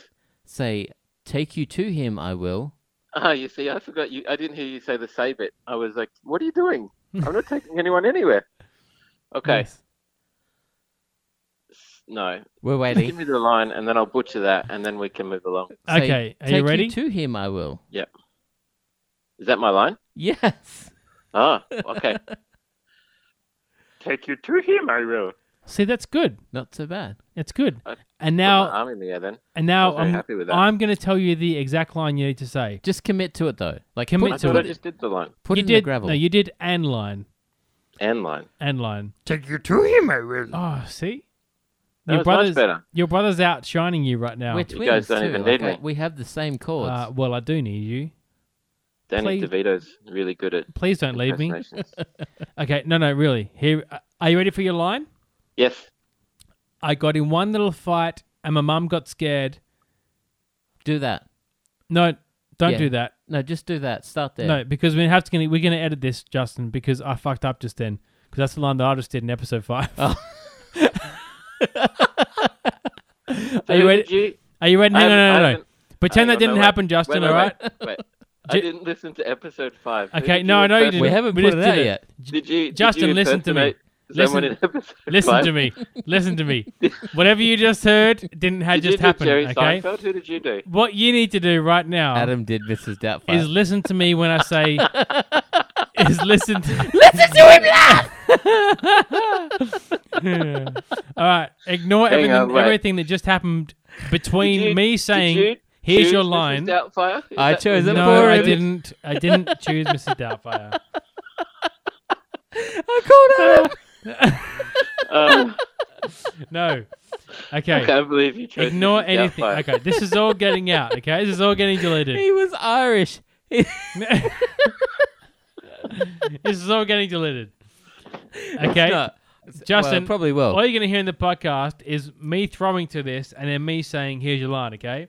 C: Say, take you to him, I will.
E: Ah, you see, I forgot you. I didn't hear you say the say bit. I was like, what are you doing? I'm not taking anyone anywhere.
C: [laughs]
E: Okay.
D: yes.
E: No.
C: We're
E: Just [laughs]
C: waiting.
E: give me the line and then I'll butcher that and then we can move along.
C: Say,
D: Okay, are you
C: take
D: ready?
C: to him, I will.
E: Is that my line?
C: Yes. [laughs]
E: Ah, okay.
D: [laughs]
E: Take you to him, I will.
D: See, that's good.
C: Not so bad.
D: That's good.
E: I-
D: And
E: Put
D: now,
E: my arm in the air then.
D: and now,
E: I'm very
D: I'm,
E: happy with that.
D: I'm going to tell you the exact line you need to say.
C: Just commit to it though. Like
D: Commit
E: I
C: put,
D: to
E: thought I
C: put,
E: just did the line.
C: put
D: you
C: it in
D: did
C: the gravel.
D: no, you did and line
E: And line.
D: and line.
B: Take you to him, I will.
D: Oh, see,
E: That
D: your
E: was much
D: brother's
E: better.
D: your brother's outshining you right now.
C: We're
E: You
C: twins
E: guys don't
C: too.
E: even
C: like,
E: need me.
C: uh, We have the same chords.
D: Uh, well, I do need you.
E: Danny
D: Please.
E: DeVito's really good at
D: Please don't leave me.
E: impersonations.
D: Okay, no, no, really. Here, uh, are you ready for your line?
E: yes.
D: I got in one little fight, and my mum got scared.
C: do that.
D: No, don't
C: Yeah.
D: do that.
C: No, just do that. Start there.
D: No, because we have to. gonna- We're going to edit this, Justin, because I fucked up just then. Because that's the line that I just did in episode five. [laughs] are you
E: Did
D: ready? Are you ready? No,
E: I
D: no, no,
E: haven't- I
D: no, no.
E: haven't-
D: Pretend
E: hang
D: that
E: on,
D: didn't
E: no, wait.
D: happen, Justin.
E: Wait, wait,
D: all right.
E: wait, [laughs]
D: [laughs]
E: wait.
D: Ju-
E: I didn't listen to episode five. Who
D: Okay.
E: did
D: No, I know you
E: impersonate?
D: didn't.
C: We haven't
D: We
C: put
D: just
C: it
D: did
C: out
D: it.
C: yet.
E: Did you, did
D: Justin,
E: you
D: listen to me.
E: impersonate Someone
D: Listen-
E: in episode
D: Listen
E: five?
D: to me. Listen to
E: [laughs]
D: me. Whatever you just heard didn't had
E: Did you
D: just
E: do Jerry
D: happened. Okay.
E: Seinfeld? Who did you do?
D: What you need to do right now
C: Adam did Mrs. Doubtfire.
D: is listen to me when I say
E: [laughs]
D: is listen to
C: Listen to
D: [laughs]
C: him laugh.
D: [laughs] All right, ignore
E: Hang
D: everything,
E: on, wait.
D: everything that just happened between
E: Did you-
D: me
E: did
D: saying
E: you
D: here's
E: choose
D: your
E: Mrs.
D: line.
E: Doubtfire? Is
C: I
E: that-
C: chose it
D: no,
C: for
D: I
C: him.
D: [laughs] didn't. I didn't choose Mrs. Doubtfire.
C: I called Adam.
E: Um, [laughs]
D: No.
E: I
D: Okay.
E: can't believe you chose
D: Ignore
E: Mrs.
D: anything.
E: Doubtfire.
D: Okay, this is all getting out. Okay, this is all getting
E: [laughs]
D: deleted.
C: He was Irish. He-
D: this is all getting [laughs] deleted. Okay,
C: No, it's- well,
D: Justin,
C: it probably will.
D: all you're going to hear in the podcast is me throwing to this and then me saying, "Here's your line." Okay.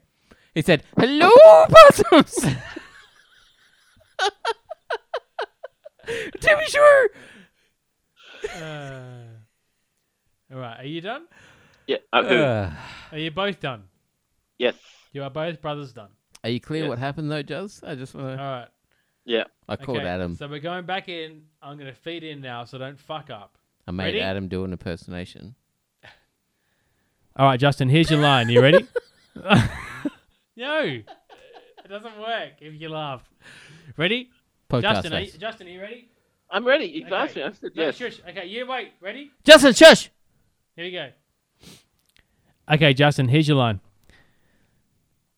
C: He said, "Hello, possums."
D: [laughs]
C: to be
D: [laughs]
C: sure.
D: Uh, all right. Are you done?
E: Yeah, I'm good.
C: Uh,
D: Are you both done?
E: yes.
D: You are both brothers done.
C: are you clear
E: Yeah.
C: what happened though, Juz? I just want
D: All
C: to.
D: right.
E: Yeah.
C: I called
D: Uh, okay.
C: Adam.
D: So we're going back in. I'm going to feed in now, so don't fuck up.
C: I made
D: Ready?
C: Adam do an impersonation.
D: All right, Justin. Here's your line. You ready? [laughs] no, it doesn't work if you laugh. Ready,
C: Podcast
D: Justin? Are you,
C: face.
D: Justin, are you ready?
E: I'm ready. You
D: Okay.
E: asked me. I said
D: No,
E: yes.
D: shush. Okay, you wait. Ready?
C: Justin, shush.
D: Here we go. Okay, Justin. Here's your line.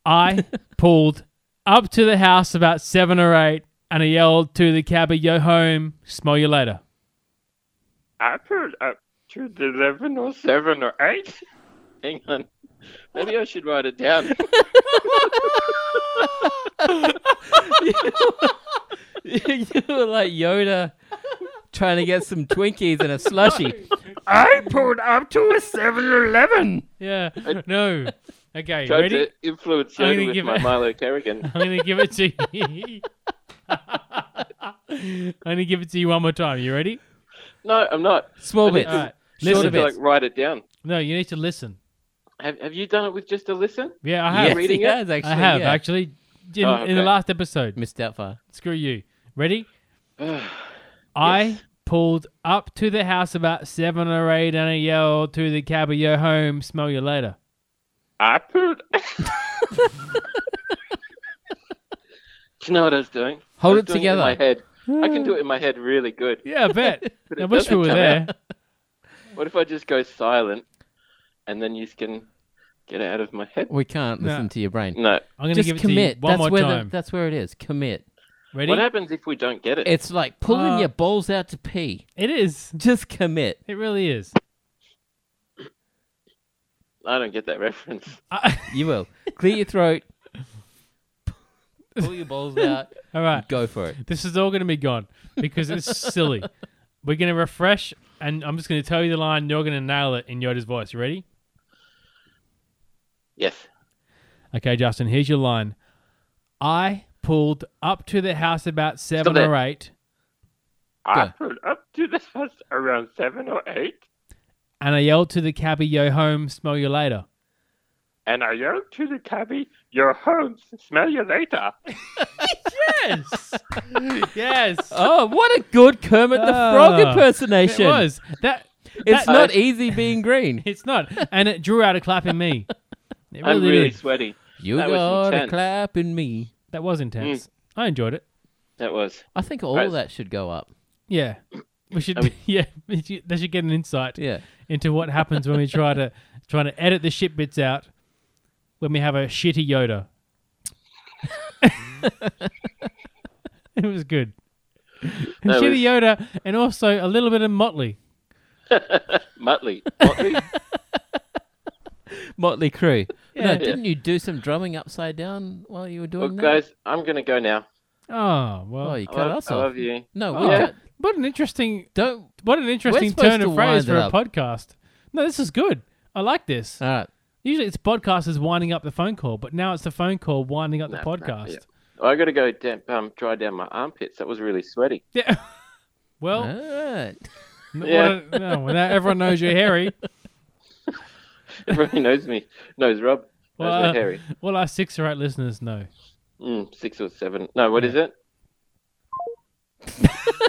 D: [laughs] I pulled up to the house about seven or eight, and I yelled to the cabby, "Yo home, smell you later."
E: I put up to the 11 or 7 or 8. Hang on. Maybe I should write
D: [laughs]
E: it down.
C: [laughs] you were like Yoda trying to get some Twinkies and a slushie.
B: I pulled up to a 7 Eleven.
D: Yeah, [laughs] no. Okay,
E: Tried
D: ready?
E: to influence
D: I'm gonna
E: Yoda with
D: give
E: my
D: it- [laughs]
E: Milo Kerrigan.
D: I'm gonna give it
E: [laughs]
D: to you. [laughs] I'm gonna give it to you one more time. You ready?
E: No, I'm not.
C: Small
E: I need
C: bits.
E: to-
D: Alright,
E: I
C: Shorter
E: need to,
C: bits.
E: like write it down.
D: No, you need to listen.
E: Have, have you done it with just a listen?
D: Yeah, I have.
C: yes,
E: reading
C: he
E: it?
C: has, actually.
D: I have
C: yeah.
D: actually. In,
E: Oh,
D: in the
E: okay.
D: last episode,
C: Missed Doubtfire.
D: Screw you.
E: [sighs]
D: Ready? I pulled up to the house about seven or eight and I yelled to the cab, yo home, smell you later.
E: I put. [laughs] Do you know what I was doing?
C: Hold
E: I was
C: it
E: doing in
C: together.
E: my head. I can
D: Hmm.
E: do it in my head really good.
D: Yeah, I bet.
E: [laughs] But it
D: I wish we
E: doesn't
D: were
E: come
D: there.
E: What if I just go silent and then you can get it out of my head?
C: We can't
D: No.
C: listen to your brain.
E: No.
D: I'm going to
C: Just
D: give it
C: commit.
D: to you one
C: that's
D: more
C: where
D: time.
C: The, that's where it is. Commit.
D: Ready?
E: What happens if we don't get it?
C: It's like pulling
D: Uh,
C: your balls out to pee.
D: It is.
C: Just commit.
D: It really is. [laughs]
E: I don't get that [laughs] reference.
D: I-
C: You will. Clear your throat. Pull your balls out.
D: all right.
C: Go for it.
D: This is all going to be gone because it's silly. We're going to refresh and I'm just going to tell you the line. You're going to nail it in Yoda's voice. You ready?
E: Yes.
D: Okay, Justin, here's your line. I pulled up to the house about seven
E: there.
D: or eight
E: I
C: Go.
E: put up to the house around seven or eight,
D: and I yelled to the cabbie, yo home, smell you later.
E: and I yelled oh, to the cabbie, "Your home, smell you later."
D: [laughs] Yes. yes.
C: Oh, what a good Kermit the Frog
D: Ah, It
C: impersonation.
D: was. That
C: It's
D: that-
C: not easy being green.
D: [laughs] it's not. And it drew out a clap in [laughs] me. It
E: I'm
D: really,
E: really
D: did.
E: sweaty.
C: You
E: That was
C: got a
E: intense.
C: clap in me.
D: That was intense. I enjoyed it.
E: That was.
C: I think all
E: Right.
C: that should go up.
D: Yeah. We should
E: Are we-
D: [laughs] yeah, we should- they should get an insight
C: Yeah.
D: into what happens when we try [laughs] to try to edit the shit bits out when we have a shitty [laughs] Yoda. it was good.
E: That
D: shitty
E: was-
D: Yoda and also a little bit of Motley.
E: Muttley. Muttley?
C: Motley
E: [laughs]
C: Crue. No,
D: Yeah.
C: didn't you do some drumming upside down while you were
E: well,
C: doing that?
E: guys, I'm gonna go now.
D: Oh, well.
C: Oh, you
E: I
C: cut
E: love,
C: us
E: I
C: off.
E: love you.
C: No,
D: Oh,
C: we
E: yeah.
C: cut.
D: What an interesting
C: Don't.
D: What an interesting
C: supposed
D: turn of
C: to wind
D: phrase for
C: it
D: a
C: up. Uh,
D: podcast. No, this is good. I like this.
C: All right.
D: Usually it's podcasters winding up the phone call, but now it's the phone call winding up the
E: No, no,
D: podcast. [laughs]
E: I gotta go damp, um, dry down my armpits. That was really sweaty.
D: yeah. well,
C: All right.
D: n-
E: Yeah.
D: what a- no, well, now everyone knows you're hairy.
E: Everybody knows me. Knows Rob. Knows
D: Well,
E: me,
D: uh,
E: Harry.
D: Well, our six or eight listeners know.
E: Mm, six or seven. No, what is it?
C: [laughs]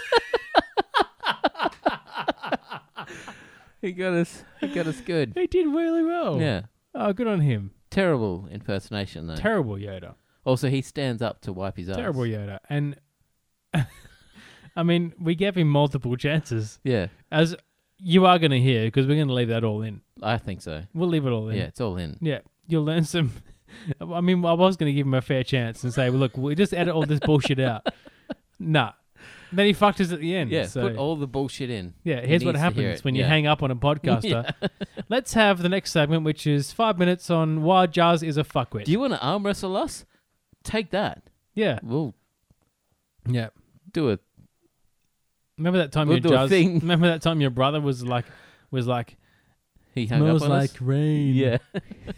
C: He got us. He got us good.
D: He did really well.
C: Yeah.
D: Oh, good on him.
C: Terrible impersonation though.
D: Terrible Yoda.
C: also, he stands up to wipe his eyes.
D: Terrible Yoda. And [laughs] I mean, we gave him multiple chances,
C: Yeah,
D: as you are going to hear, because we're going to leave that all in.
C: I think so.
D: We'll leave it all in.
C: Yeah, it's all
D: [laughs]
C: in.
D: Yeah, you'll learn some. [laughs] I mean, I was going to give him a fair chance and say, well, look, we just edit all this
C: [laughs]
D: bullshit out. Nah. Then he fucked us at the end.
C: Yeah,
D: so-
C: put all the bullshit in.
D: yeah,
C: He
D: here's what
C: needs to hear
D: happens
C: it,
D: when you
C: [laughs] yeah.
D: hang up on a podcaster. Let's have the next segment, which is five minutes on why Jazz is a fuckwit.
C: Do you want to arm wrestle us? Take that.
D: yeah.
C: We'll
D: Yeah.
C: do it.
D: Remember that time
C: We'll
D: your
C: do a
D: Jazz,
C: thing.
D: remember that time your brother was like, was like,
C: He hung
D: smells
C: up on
D: like
C: us.
D: rain.
C: Yeah,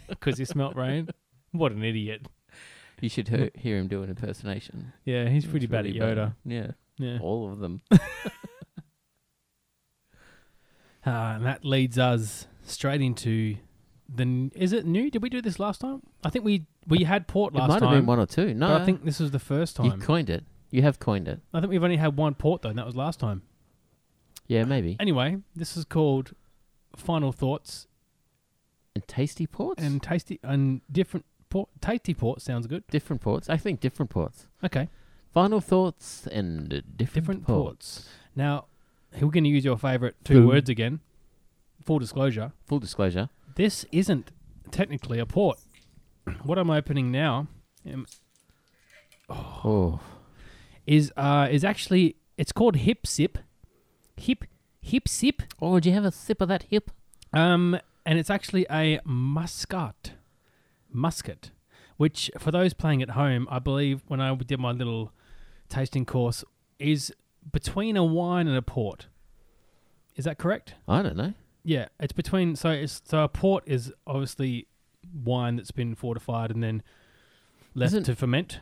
D: Because he
C: [laughs]
D: smelt rain. What an idiot.
C: you should hear, hear him do an impersonation.
D: Yeah, he's pretty
C: It's
D: bad
C: really
D: at Yoda.
C: Yeah,
D: Yeah.
C: all of them.
D: Ah, and that leads us straight into the. n- Is it new? Did we do this last time? I think we we had port
C: it
D: last
C: might
D: time.
C: have been one or two. No,
D: but I think this was the first
C: you
D: time.
C: coined it. You have coined it.
D: I think we've only had one port though, and that was last time.
C: Yeah, maybe.
D: Anyway, this is called final thoughts
C: And tasty ports
D: and tasty and different port. Tasty port sounds good.
C: different ports. I think different ports.
D: Okay,
C: Final thoughts and different,
D: different
C: ports.
D: ports. Now we're going to use your favorite two
C: Food.
D: words again. Full disclosure:
C: Full disclosure.
D: this isn't technically a port. what I'm opening now um,
C: Oh,
D: is uh is actually it's called Hip Sip, Hip Hip Sip,
C: oh, do you have a sip of that hip?
D: um, and it's actually a muscat, musket, which for those playing at home, I believe when I did my little tasting course is between a wine and a port. Is that correct?
C: I don't know.
D: Yeah, it's between so it's so a port is obviously wine that's been fortified and then left
C: Isn't-
D: to ferment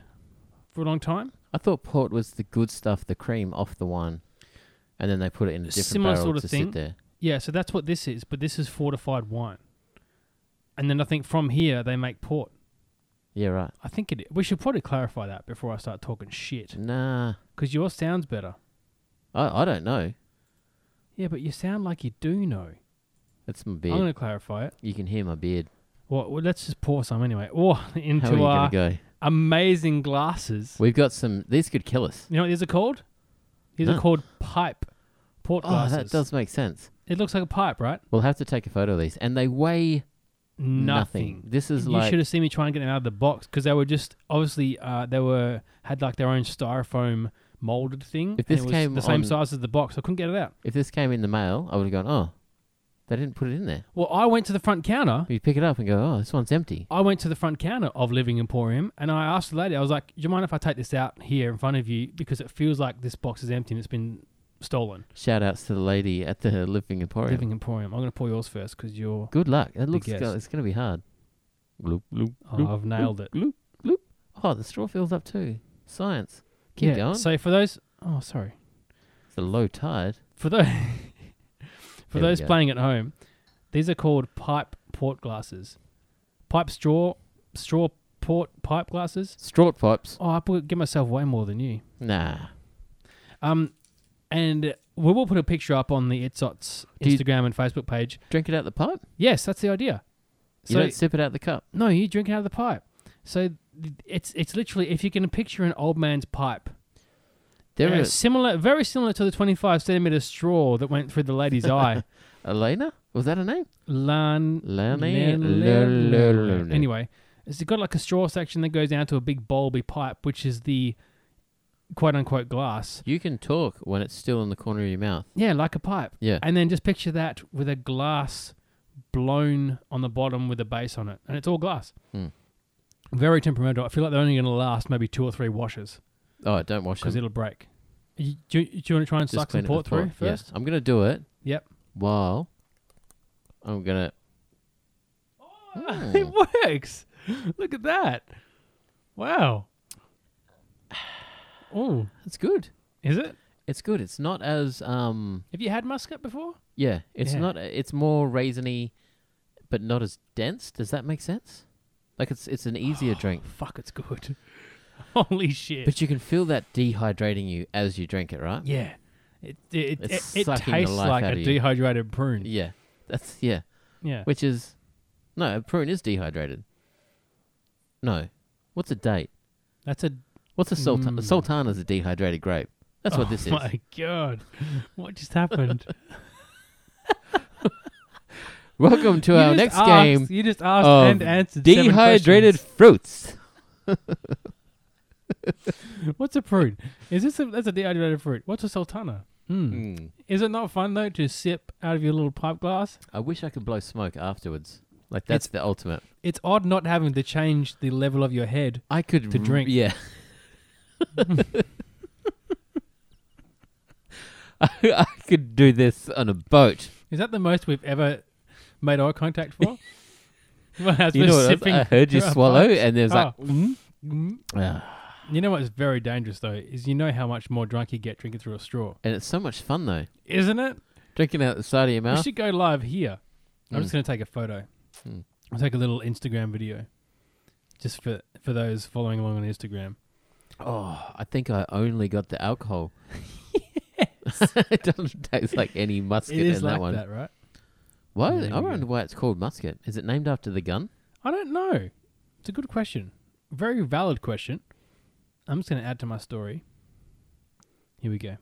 D: for a long time.
C: I thought port was the good stuff, the cream off the wine, and then they put it in a different
D: Similar
C: barrel
D: sort of
C: to
D: thing.
C: sit there.
D: Yeah, so that's what this is, but this is fortified wine. And then I think from here they make port.
C: Yeah, right.
D: I think it. We should probably clarify that before I start talking
C: Mm.
D: shit,
C: Nah,
D: because yours sounds better.
C: I, I don't know.
D: Yeah, but you sound like you do know.
C: It's my beard.
D: I'm going to clarify it.
C: You can hear my beard.
D: Well, well, let's just pour some anyway. [laughs] Or
C: How
D: into
C: are
D: our
C: you going to go?
D: amazing glasses.
C: We've got some. These could kill us.
D: You know what these are called? These are
C: No.
D: called pipe port
C: Oh,
D: glasses.
C: that does make sense.
D: It looks like a pipe, right?
C: We'll have to take a photo of these, and they weigh
D: Nothing.
C: nothing. This is
D: you
C: like
D: should have seen me try and get them out of the box because they were just obviously uh, they were had like their own styrofoam molded thing.
C: If
D: and
C: this
D: it was
C: came
D: the same
C: on-
D: size as the box, I couldn't get it out.
C: if this came in the mail, I would have gone, oh, they didn't put it in there.
D: Well, I went to the front counter.
C: You pick it up and go, oh, this one's empty.
D: I went to the front counter of Living Emporium and I asked the lady, I was like, "Do you mind if I take this out here in front of you because it feels like this box is empty and it's been stolen."
C: Shout outs to the lady at the Living Emporium.
D: Living Emporium. I'm going to pour yours first because you're.
C: Good luck. It looks
D: guess.
C: go, it's going to be hard. Gloop, gloop, gloop,
D: Oh, I've nailed it.
C: gloop, gloop. Oh, the straw fills up too. Science. Keep
D: Yeah,
C: going.
D: So for those, oh sorry,
C: it's a low tide.
D: [laughs] for those for
C: There we
D: those
C: go.
D: playing at home, these are called pipe port glasses, pipe straw straw port pipe glasses.
C: Straw pipes.
D: Oh, I put, give myself way more than you.
C: Nah.
D: Um, and we will put a picture up on the Itzots
C: Do you-
D: Instagram and Facebook page.
C: Drink it out the pipe.
D: Yes, that's the idea.
C: You
D: So
C: don't sip it out the cup.
D: no, you drink out of the pipe. So th- it's it's literally if you can picture an old man's pipe.
C: There
D: uh,
C: is
D: similar, very similar to the twenty-five centimeter straw that went through
C: [laughs]
D: the lady's eye.
C: Elena. Was that her name?
D: Lan
C: Lani-
D: Lan-
C: Lan-
D: Lan-
C: Lan-
D: Anyway, it's got like a straw section that goes down to a big bulby pipe, which is the quote unquote glass.
C: You can talk when it's still in the corner of your mouth.
D: Yeah, like a pipe.
C: Yeah.
D: And then just picture that with a glass blown on the bottom with a base on it, and it's all glass.
C: Hmm.
D: Very temperamental. I feel like they're only going to last maybe two or three washes
C: Oh, don't wash
D: because
C: it.
D: it'll break. You- do, you, do you want to try and suck some port through first?
C: I'm gonna do it
D: Yep.
C: while I'm gonna. Hmm.
D: [laughs] it works. Look at that.
C: [sighs]
D: Wow. Oh,
C: It's good.
D: is it?
C: It's good. It's not as um.
D: Have you had muscat before?
C: Yeah. It's
D: Yeah.
C: not. It's more raisiny, but not as dense. Does that make sense? Like it's it's
D: [sighs]
C: an easier drink,
D: Fuck, it's good. [laughs] Holy shit.
C: but you can feel that dehydrating you as you drink it, right?
D: yeah. It it, it,
C: It's
D: it
C: sucking the
D: tastes
C: life
D: like
C: out
D: a
C: of you.
D: dehydrated prune.
C: Yeah. That's yeah.
D: Yeah.
C: Which is, no, a prune is dehydrated. No, what's a date?
D: That's a
C: What's a sultan? A
D: Mm.
C: sultan is a dehydrated grape. That's what this
D: Oh
C: is.
D: my god. What just happened?
C: [laughs] Welcome to
D: You
C: our
D: just
C: next
D: asked-
C: game.
D: You just asked
C: of
D: and answered seven
C: Dehydrated
D: questions.
C: fruits.
D: What's a prune? Is this a that's a dehydrated fruit? What's a sultana?
C: Hmm.
D: Mm. Is it not fun though to sip out of your little pipe glass?
C: I wish I could blow smoke afterwards. Like that's the ultimate.
D: It's odd not having to change the level of your head.
C: I could
D: To
C: r-
D: drink.
C: yeah.
D: [laughs]
C: [laughs] I, I could do this on a boat.
D: Is that the most we've ever made eye contact for? Well, as
C: [laughs] You
D: we're
C: know what?
D: sipping
C: I I heard you
D: through our
C: swallow,
D: pipes.
C: and there's like,
D: Oh, mm, mm.
C: ah.
D: you know what's very dangerous though is you know how much more drunk you get drinking through a straw,
C: and it's so much fun though.
D: isn't it?
C: Drinking out the side of your
D: We
C: mouth.
D: should go live here. I'm
C: Mm.
D: just gonna take a photo.
C: Mm.
D: I'll take a little Instagram video, just for for those following along on Instagram.
C: Oh, I think I only got the alcohol.
D: [laughs]
C: [laughs] it doesn't taste like any musket
D: It is
C: in
D: like
C: that one.
D: that, right?
C: Why?
D: There
C: I
D: we
C: wonder why it's called musket. Is it named after the gun?
D: I don't know. It's a good question. Very valid question. I'm just going to add to my story. Here we go.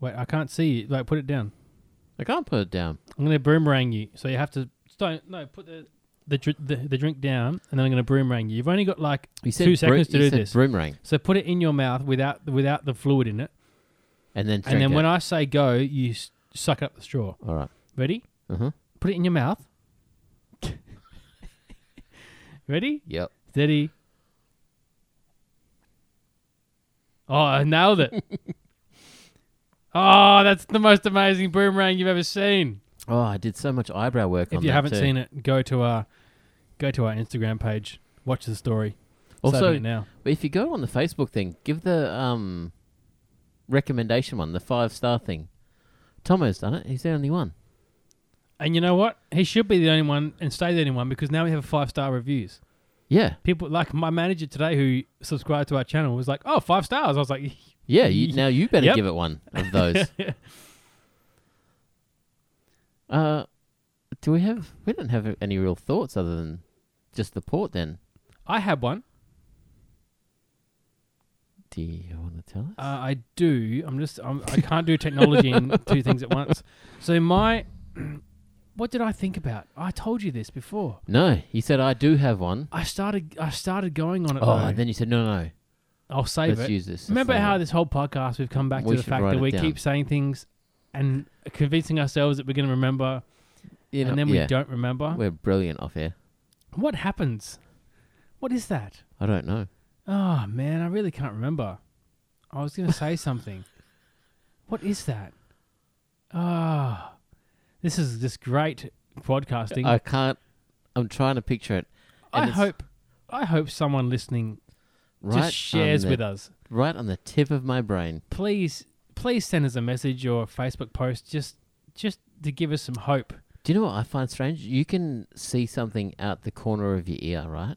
D: Wait, I can't see you. Like, put it down.
C: I can't put it down.
D: I'm going to boomerang you. So you have to. Don't. No, put the. the, dr- the the drink down, and then I'm going to boomerang you. You've only got like
C: You said
D: two seconds
C: bro-
D: to
C: you
D: do
C: said
D: this.
C: Boomerang,
D: so put it in your mouth without without the fluid in it,
C: and then
D: and then when I say go, you s- suck up the straw.
C: all right,
D: Ready?
C: uh-huh.
D: Put it in your mouth. [laughs] Ready?
C: yep.
D: Steady. Oh, I nailed it.
C: [laughs]
D: oh, that's the most amazing boomerang you've ever seen.
C: Oh, I did so much eyebrow work.
D: If
C: on
D: you
C: that
D: haven't
C: too.
D: seen it, go to our go to our Instagram page. Watch the story. It's
C: Also-
D: happening now.
C: But if you go on the Facebook thing, give the um recommendation one, the five star thing. Tomo's done it. He's the only one.
D: And you know what? He should be the only one and stay the only one because now we have five star reviews.
C: Yeah,
D: People like my manager today who subscribed to our channel was like, "Oh, five stars." I was like, [laughs]
C: yeah. You, now you better
D: Yep.
C: give it one of
D: [laughs]
C: those. uh, do we have? We don't have any real thoughts other than just the port. Then,
D: "I had one.
C: do you want to tell us?
D: Uh, I do. I'm just. I'm, I can't do technology
C: [laughs]
D: and two things at once. So my, [clears throat] what did I think about? I told you this before.
C: no, you said I do have one.
D: I started. I started going on it.
C: Oh,
D: though.
C: and then you said no, no. no.
D: I'll save
C: let's
D: it.
C: use this.
D: Remember
C: Let's
D: how
C: save it.
D: this whole podcast we've come back
C: We
D: to the
C: should
D: fact
C: write
D: that
C: it
D: we
C: down.
D: keep saying things and convincing ourselves that we're going to remember,
C: You know,
D: and then
C: yeah,
D: we don't remember.
C: We're brilliant off air.
D: What happens? What is that?
C: I don't know.
D: Oh man, I really can't remember. I was going to
C: [laughs]
D: say something. What is that? Ah, this is just great podcasting.
C: I can't. I'm trying to picture it. and
D: I
C: it's
D: hope, I hope someone listening
C: right on
D: just shares
C: the-
D: with us.
C: right on the tip of my brain.
D: Please, please send us a message or a Facebook post just, just to give us some hope.
C: [laughs] Do you know what I find strange? You can see something out the corner of your ear, right?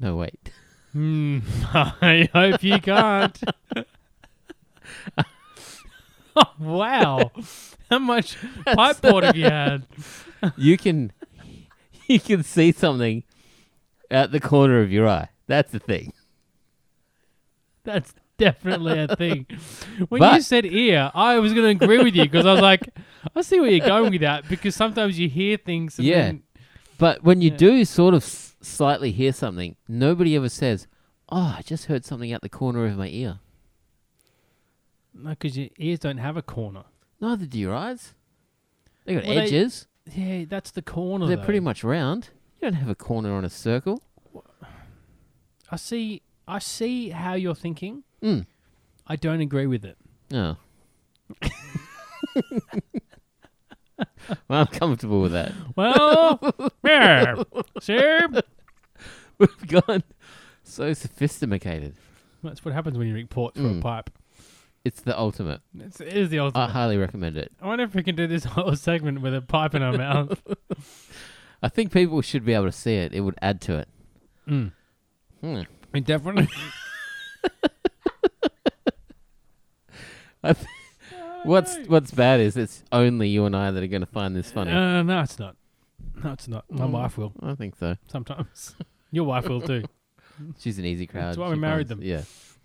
C: No, wait. [laughs]
D: Hmm. I hope you can't. [laughs] oh, wow, how much pipe board have you had?
C: you can [laughs] you can see something out the corner of your eye. That's the thing.
D: That's definitely a thing. When you
C: But-
D: said ear, I was going to agree with you because I was like, I see where you're going with that because sometimes you hear things. And
C: Yeah.
D: then-
C: But when you
D: Yeah.
C: do sort of s- slightly hear something, nobody ever says, "Oh, I just heard something out the corner of my ear."
D: no, because your ears don't have a corner.
C: Neither do your eyes. They got
D: Well, they- Oh,
C: edges.
D: Yeah, that's the corner.
C: They, are
D: though.
C: pretty much round. You don't have a corner on a circle.
D: I see. I see how you're thinking.
C: Mm.
D: I don't agree with it. [laughs]
C: No. [laughs] well, I'm comfortable with that.
D: [laughs] Well, yeah, sir.
C: [laughs] We've gone so sophisticated.
D: That's what happens when you drink port through a pipe.
C: It's the ultimate.
D: It's, it is the ultimate.
C: I highly recommend it.
D: I wonder if we can do this [laughs] whole segment with a pipe in our mouth.
C: I think people should be able to see it. It would add to it.
D: Mm.
C: Hmm.
D: It [laughs] definitely.
C: I th- what's what's bad is it's only you and I that are going to find this funny.
D: Uh, no, it's not. No, it's not. My wife will
C: I think so.
D: sometimes. [laughs] Your wife will too.
C: She's an easy crowd.
D: That's why
C: She
D: we married
C: finds-
D: them.
C: Yeah.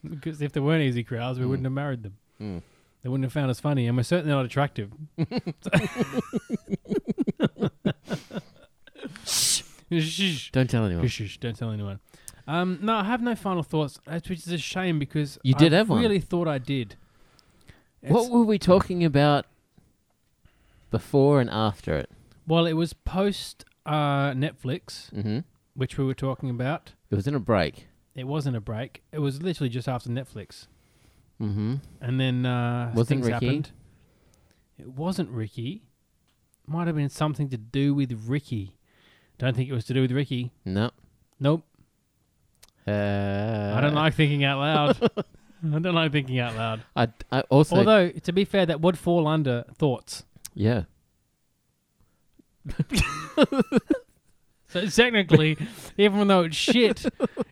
D: Because if there weren't easy crowds, we
C: Hmm.
D: wouldn't have married them.
C: Mm.
D: They wouldn't have found us funny, and we're certainly
C: [laughs]
D: not attractive. Shh.
C: Don't tell anyone.
D: Shh, shh, Don't tell anyone. Um, no, I have no final thoughts, uh, which is a shame because
C: You did
D: I
C: have one.
D: really thought I did.
C: What
D: It's-
C: were we talking about before and after it?
D: Well, it was post uh, Netflix,
C: Mm-hmm.
D: which we were talking about.
C: It was in a break.
D: It wasn't a break. It was literally just after Netflix.
C: Mm-hmm.
D: And then uh,
C: Wasn't
D: things
C: Ricky?
D: happened. It wasn't Ricky. Might have been something to do with Ricky. Don't think it was to do with Ricky.
C: No.
D: Nope.
C: Uh,
D: I don't like thinking out loud.
C: [laughs]
D: I don't like thinking out loud.
C: I, I also.
D: Although, to be fair, that would fall under thoughts.
C: yeah.
D: So
C: [laughs]
D: technically, even though it's shit,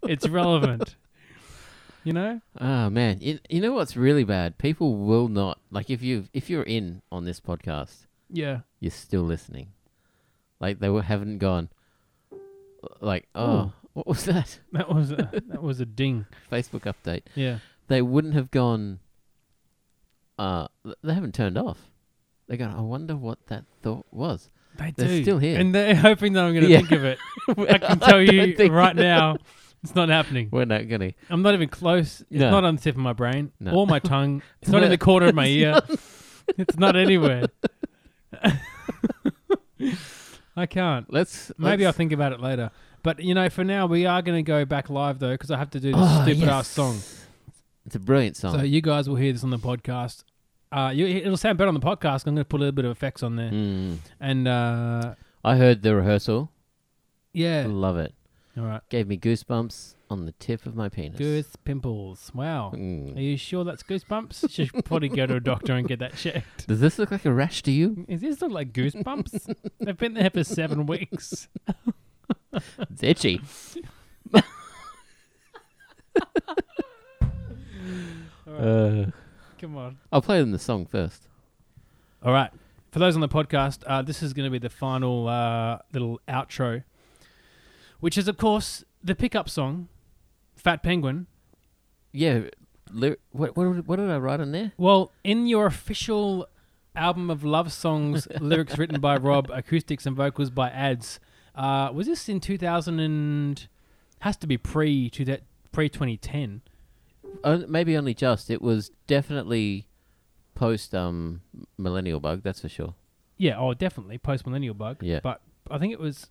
D: it's relevant. You know?
C: Oh man, you, you know what's really bad? People will not like if you if you're in on this podcast,
D: Yeah.
C: you're still listening. Like they were haven't gone. Like
D: Hmm.
C: oh, what was that? [laughs]
D: That was a, that was a ding.
C: Facebook update.
D: Yeah.
C: They wouldn't have gone. Uh, th- they haven't turned off. They're going. I wonder what that thought was.
D: They do.
C: They're still here.
D: And they're hoping that I'm going to
C: Yeah.
D: think
C: [laughs]
D: of it. I can tell you
C: don't think-
D: right now, it's not happening.
C: We're not gonna.
D: I'm not even close. It's
C: No.
D: not on the tip of my brain
C: No.
D: or
C: [laughs]
D: my tongue. It's not in the corner of my ear. It's
C: [laughs]
D: not anywhere. I can't.
C: Let's
D: Maybe
C: let's-
D: I'll think about it later. But you know, for now, we are going to go back live though because I have to do this
C: Oh,
D: stupid
C: yes.
D: ass song.
C: It's a brilliant song.
D: So you guys will hear this on the podcast. Uh, you, it'll sound better on the podcast. I'm going to put a little bit of effects on there,
C: Mm.
D: and uh,
C: I heard the rehearsal.
D: yeah,
C: Love it.
D: all right.
C: Gave me goosebumps on the tip of my penis.
D: Goose pimples. Wow.
C: Mm.
D: Are you sure that's goosebumps? Should probably go to a doctor and get that checked.
C: Does this look like a rash to you?
D: Is this look like goosebumps? They've been there for seven weeks. [laughs]
C: It's itchy. Uh,
D: Come on.
C: I'll play them the song first.
D: All right. For those on the podcast, uh, this is going to be the final uh, little outro, which is, of course, the pickup song, Fat Penguin.
C: Yeah. Ly- what, what, what did I write in there?
D: Well, in your official album of love songs, lyrics written by Rob, acoustics and vocals by Ads. Uh, was this in 2000 and has to be pre to that pre 2010?
C: Uh, maybe only just. It was definitely post um millennial bug. That's for sure.
D: Yeah, oh, definitely post millennial bug.
C: Yeah.
D: but I think it was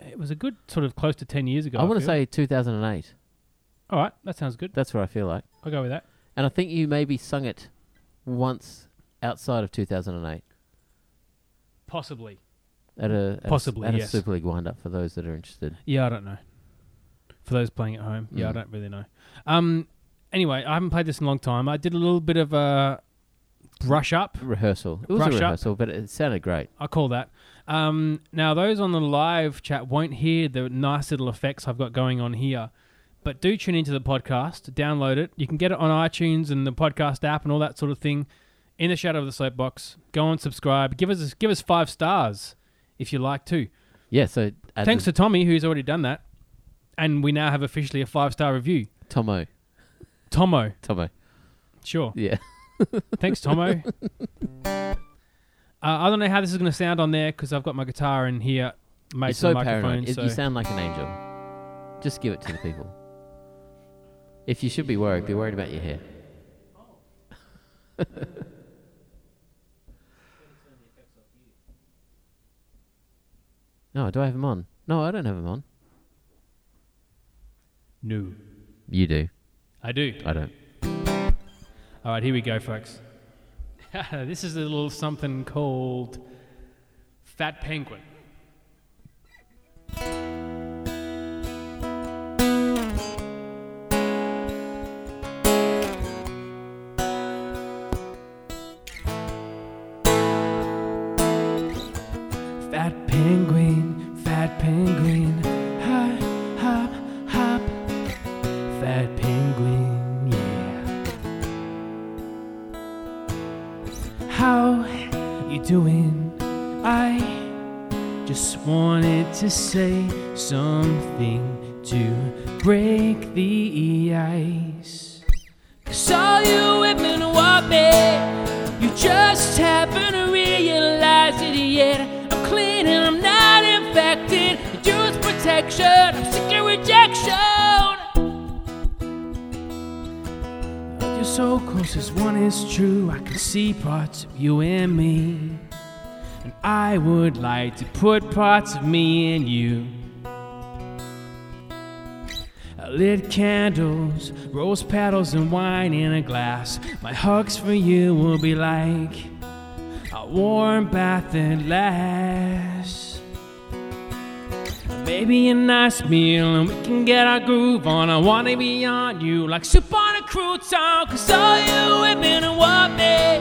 D: it was a good sort of close to 10 years ago.
C: I want to
D: feel.
C: say 2008.
D: all right, that sounds good.
C: That's where I feel like.
D: I'll go with that.
C: And I think you maybe sung it once outside of 2008
D: Possibly.
C: at a at
D: Possibly,
C: a, at
D: yes.
C: a Super League wind up for those that are
D: [laughs]
C: interested.
D: Yeah, I don't know. For those playing at home, yeah, I
C: Mm.
D: don't really know. Um, anyway, I haven't played this in a long time. I did a little bit of a brush up.
C: Rehearsal. It was
D: Brush
C: a
D: up.
C: rehearsal, but it sounded great.
D: I call that. Um, now, those on the live chat won't hear the nice little effects I've got going on here, but do tune into the podcast, download it. You can get it on iTunes and the podcast app and all that sort of thing. In the shadow of the soapbox, go and subscribe. Give us give us five stars if you like to.
C: Yeah. So at
D: Thanks
C: the-
D: to Tommy who's already done that, and we now have officially a five star review.
C: Tomo.
D: Tomo,
C: Tomo.
D: sure.
C: Yeah.
D: Thanks, Tomo.
C: [laughs]
D: uh, I don't know how this is going to sound on there because I've got my guitar in here, made
C: You're
D: to the
C: so
D: microphone.
C: paranoid. It-
D: so-
C: You sound like an angel. Just give it to the people. If you should be worried, be worried about your hair. [laughs] no, Oh, do I have him on? No, I don't have him on.
D: No.
C: You do.
D: I do.
C: I don't.
D: All right, here we go, folks. [laughs] this is a little something called Fat Penguin. Fat penguin, fat penguin, hop, hop, hop. Fat penguin, yeah. How you doing? I just wanted to say something to break the ice. Cause all you women want me, you just haven't realized it yet. I'm clean and I'm not infected. I Use protection, I'm sick of rejection. You're so close as one is true. I can see parts of you and me. And I would like to put parts of me in you. I lit candles, rose petals, and wine in a glass. My hugs for you will be like a warm bath at last. Maybe a nice meal and we can get our groove on. I wanna be on you like soup on a crouton. Cause all you women want me.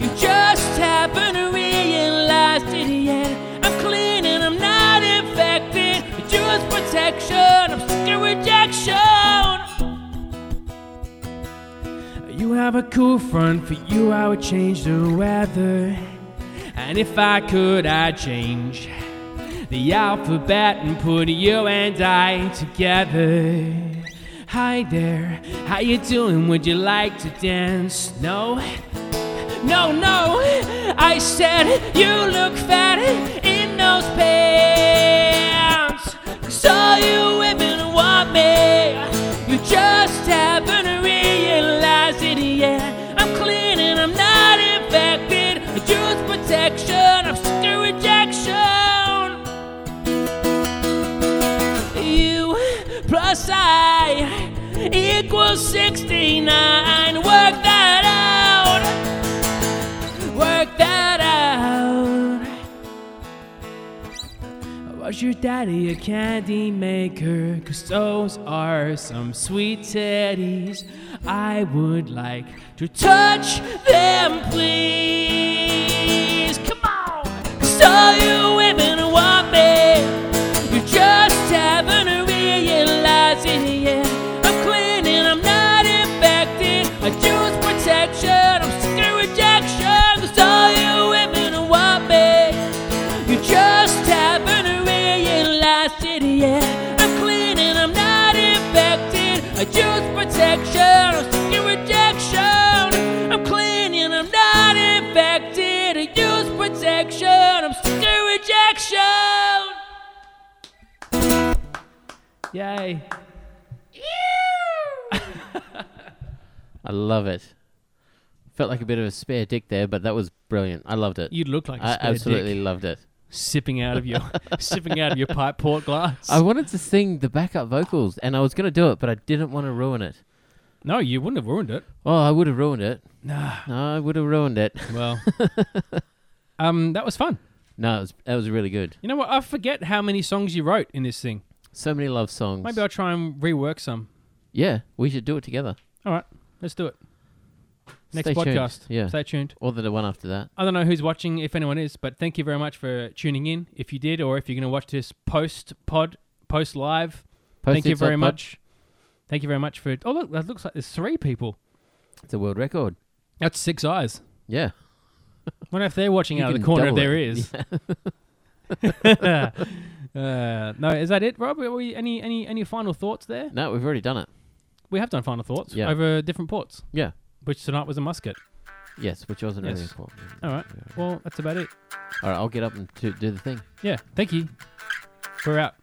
D: You just haven't realized it yet. I'm clean and I'm not infected. I Choose protection, I'm sick of rejection. You have a cool front, for you I would change the weather. And if I could, I'd change the alphabet and put you and I together. Hi there, how you doing? Would you like to dance? No, no, no. I said you look fat in those pants. Cause all you women want me. You just haven't realized it yet. I'm clean and I'm not infected. I choose protection, I'm sick of rejection. You plus I equals 69. Work that out. Work that out. I was your daddy a candy maker? Cause those are some sweet teddies. I would like to touch them, please. Come on! Cause all you women want me. You just haven't realized it yet. I'm clean and I'm not infected. I choose protection. I'm sick of rejection. Cause all you women want me. You just haven't realized it yet. I'm clean and I'm not infected. I choose protection. I'm sick of rejection. I'm clean and I'm not infected. I use protection. I'm sick of rejection.
F: Yay.
C: I love it. Felt like a bit of a spare dick there, but that was brilliant. I loved it.
F: You look like a
C: I
F: spare
C: absolutely
F: dick
C: loved it.
F: sipping out of
C: [laughs]
F: your sipping out of your pipe port glass.
C: I wanted to sing the backup vocals, and I was going to do it, but I didn't want to ruin it.
F: no, you wouldn't have ruined it.
C: Oh, I would have ruined it.
F: Nah.
C: No, I would have ruined it. [laughs]
F: Well, um, that was fun.
C: No, it was, that was really good.
F: You know what? I forget how many songs you wrote in this thing.
C: So many love songs.
F: Maybe I'll try and rework some.
C: yeah, we should do it together.
F: All right, let's do it. Next
C: Stay tuned.
F: podcast.
C: Yeah.
F: Stay tuned.
C: Or the one after that.
F: I don't know who's watching, if anyone is, but thank you very much for tuning in. If you did, or if you're going to watch this post pod, post live, thank you
C: Post-its up,
F: very
C: bud.
F: much. Thank you very much for. Oh, look, that looks like there's three people.
C: It's a world record.
F: That's six eyes.
C: Yeah.
F: wonder if they're watching
C: You
F: out of the
C: can
F: corner of
C: double
F: their
C: it.
F: ears.
C: [laughs]
F: [laughs] uh, no, is that it, Rob? Are we, any, any, any final thoughts there?
C: No, we've already done it.
F: We have done final thoughts
C: Yeah.
F: over different ports,
C: Yeah.
F: which tonight was a musket.
C: Yes, which wasn't really
F: Yes.
C: important.
F: All right. Well, that's about it.
C: All right, I'll get up and to do the thing.
F: Yeah. Thank you. We're out.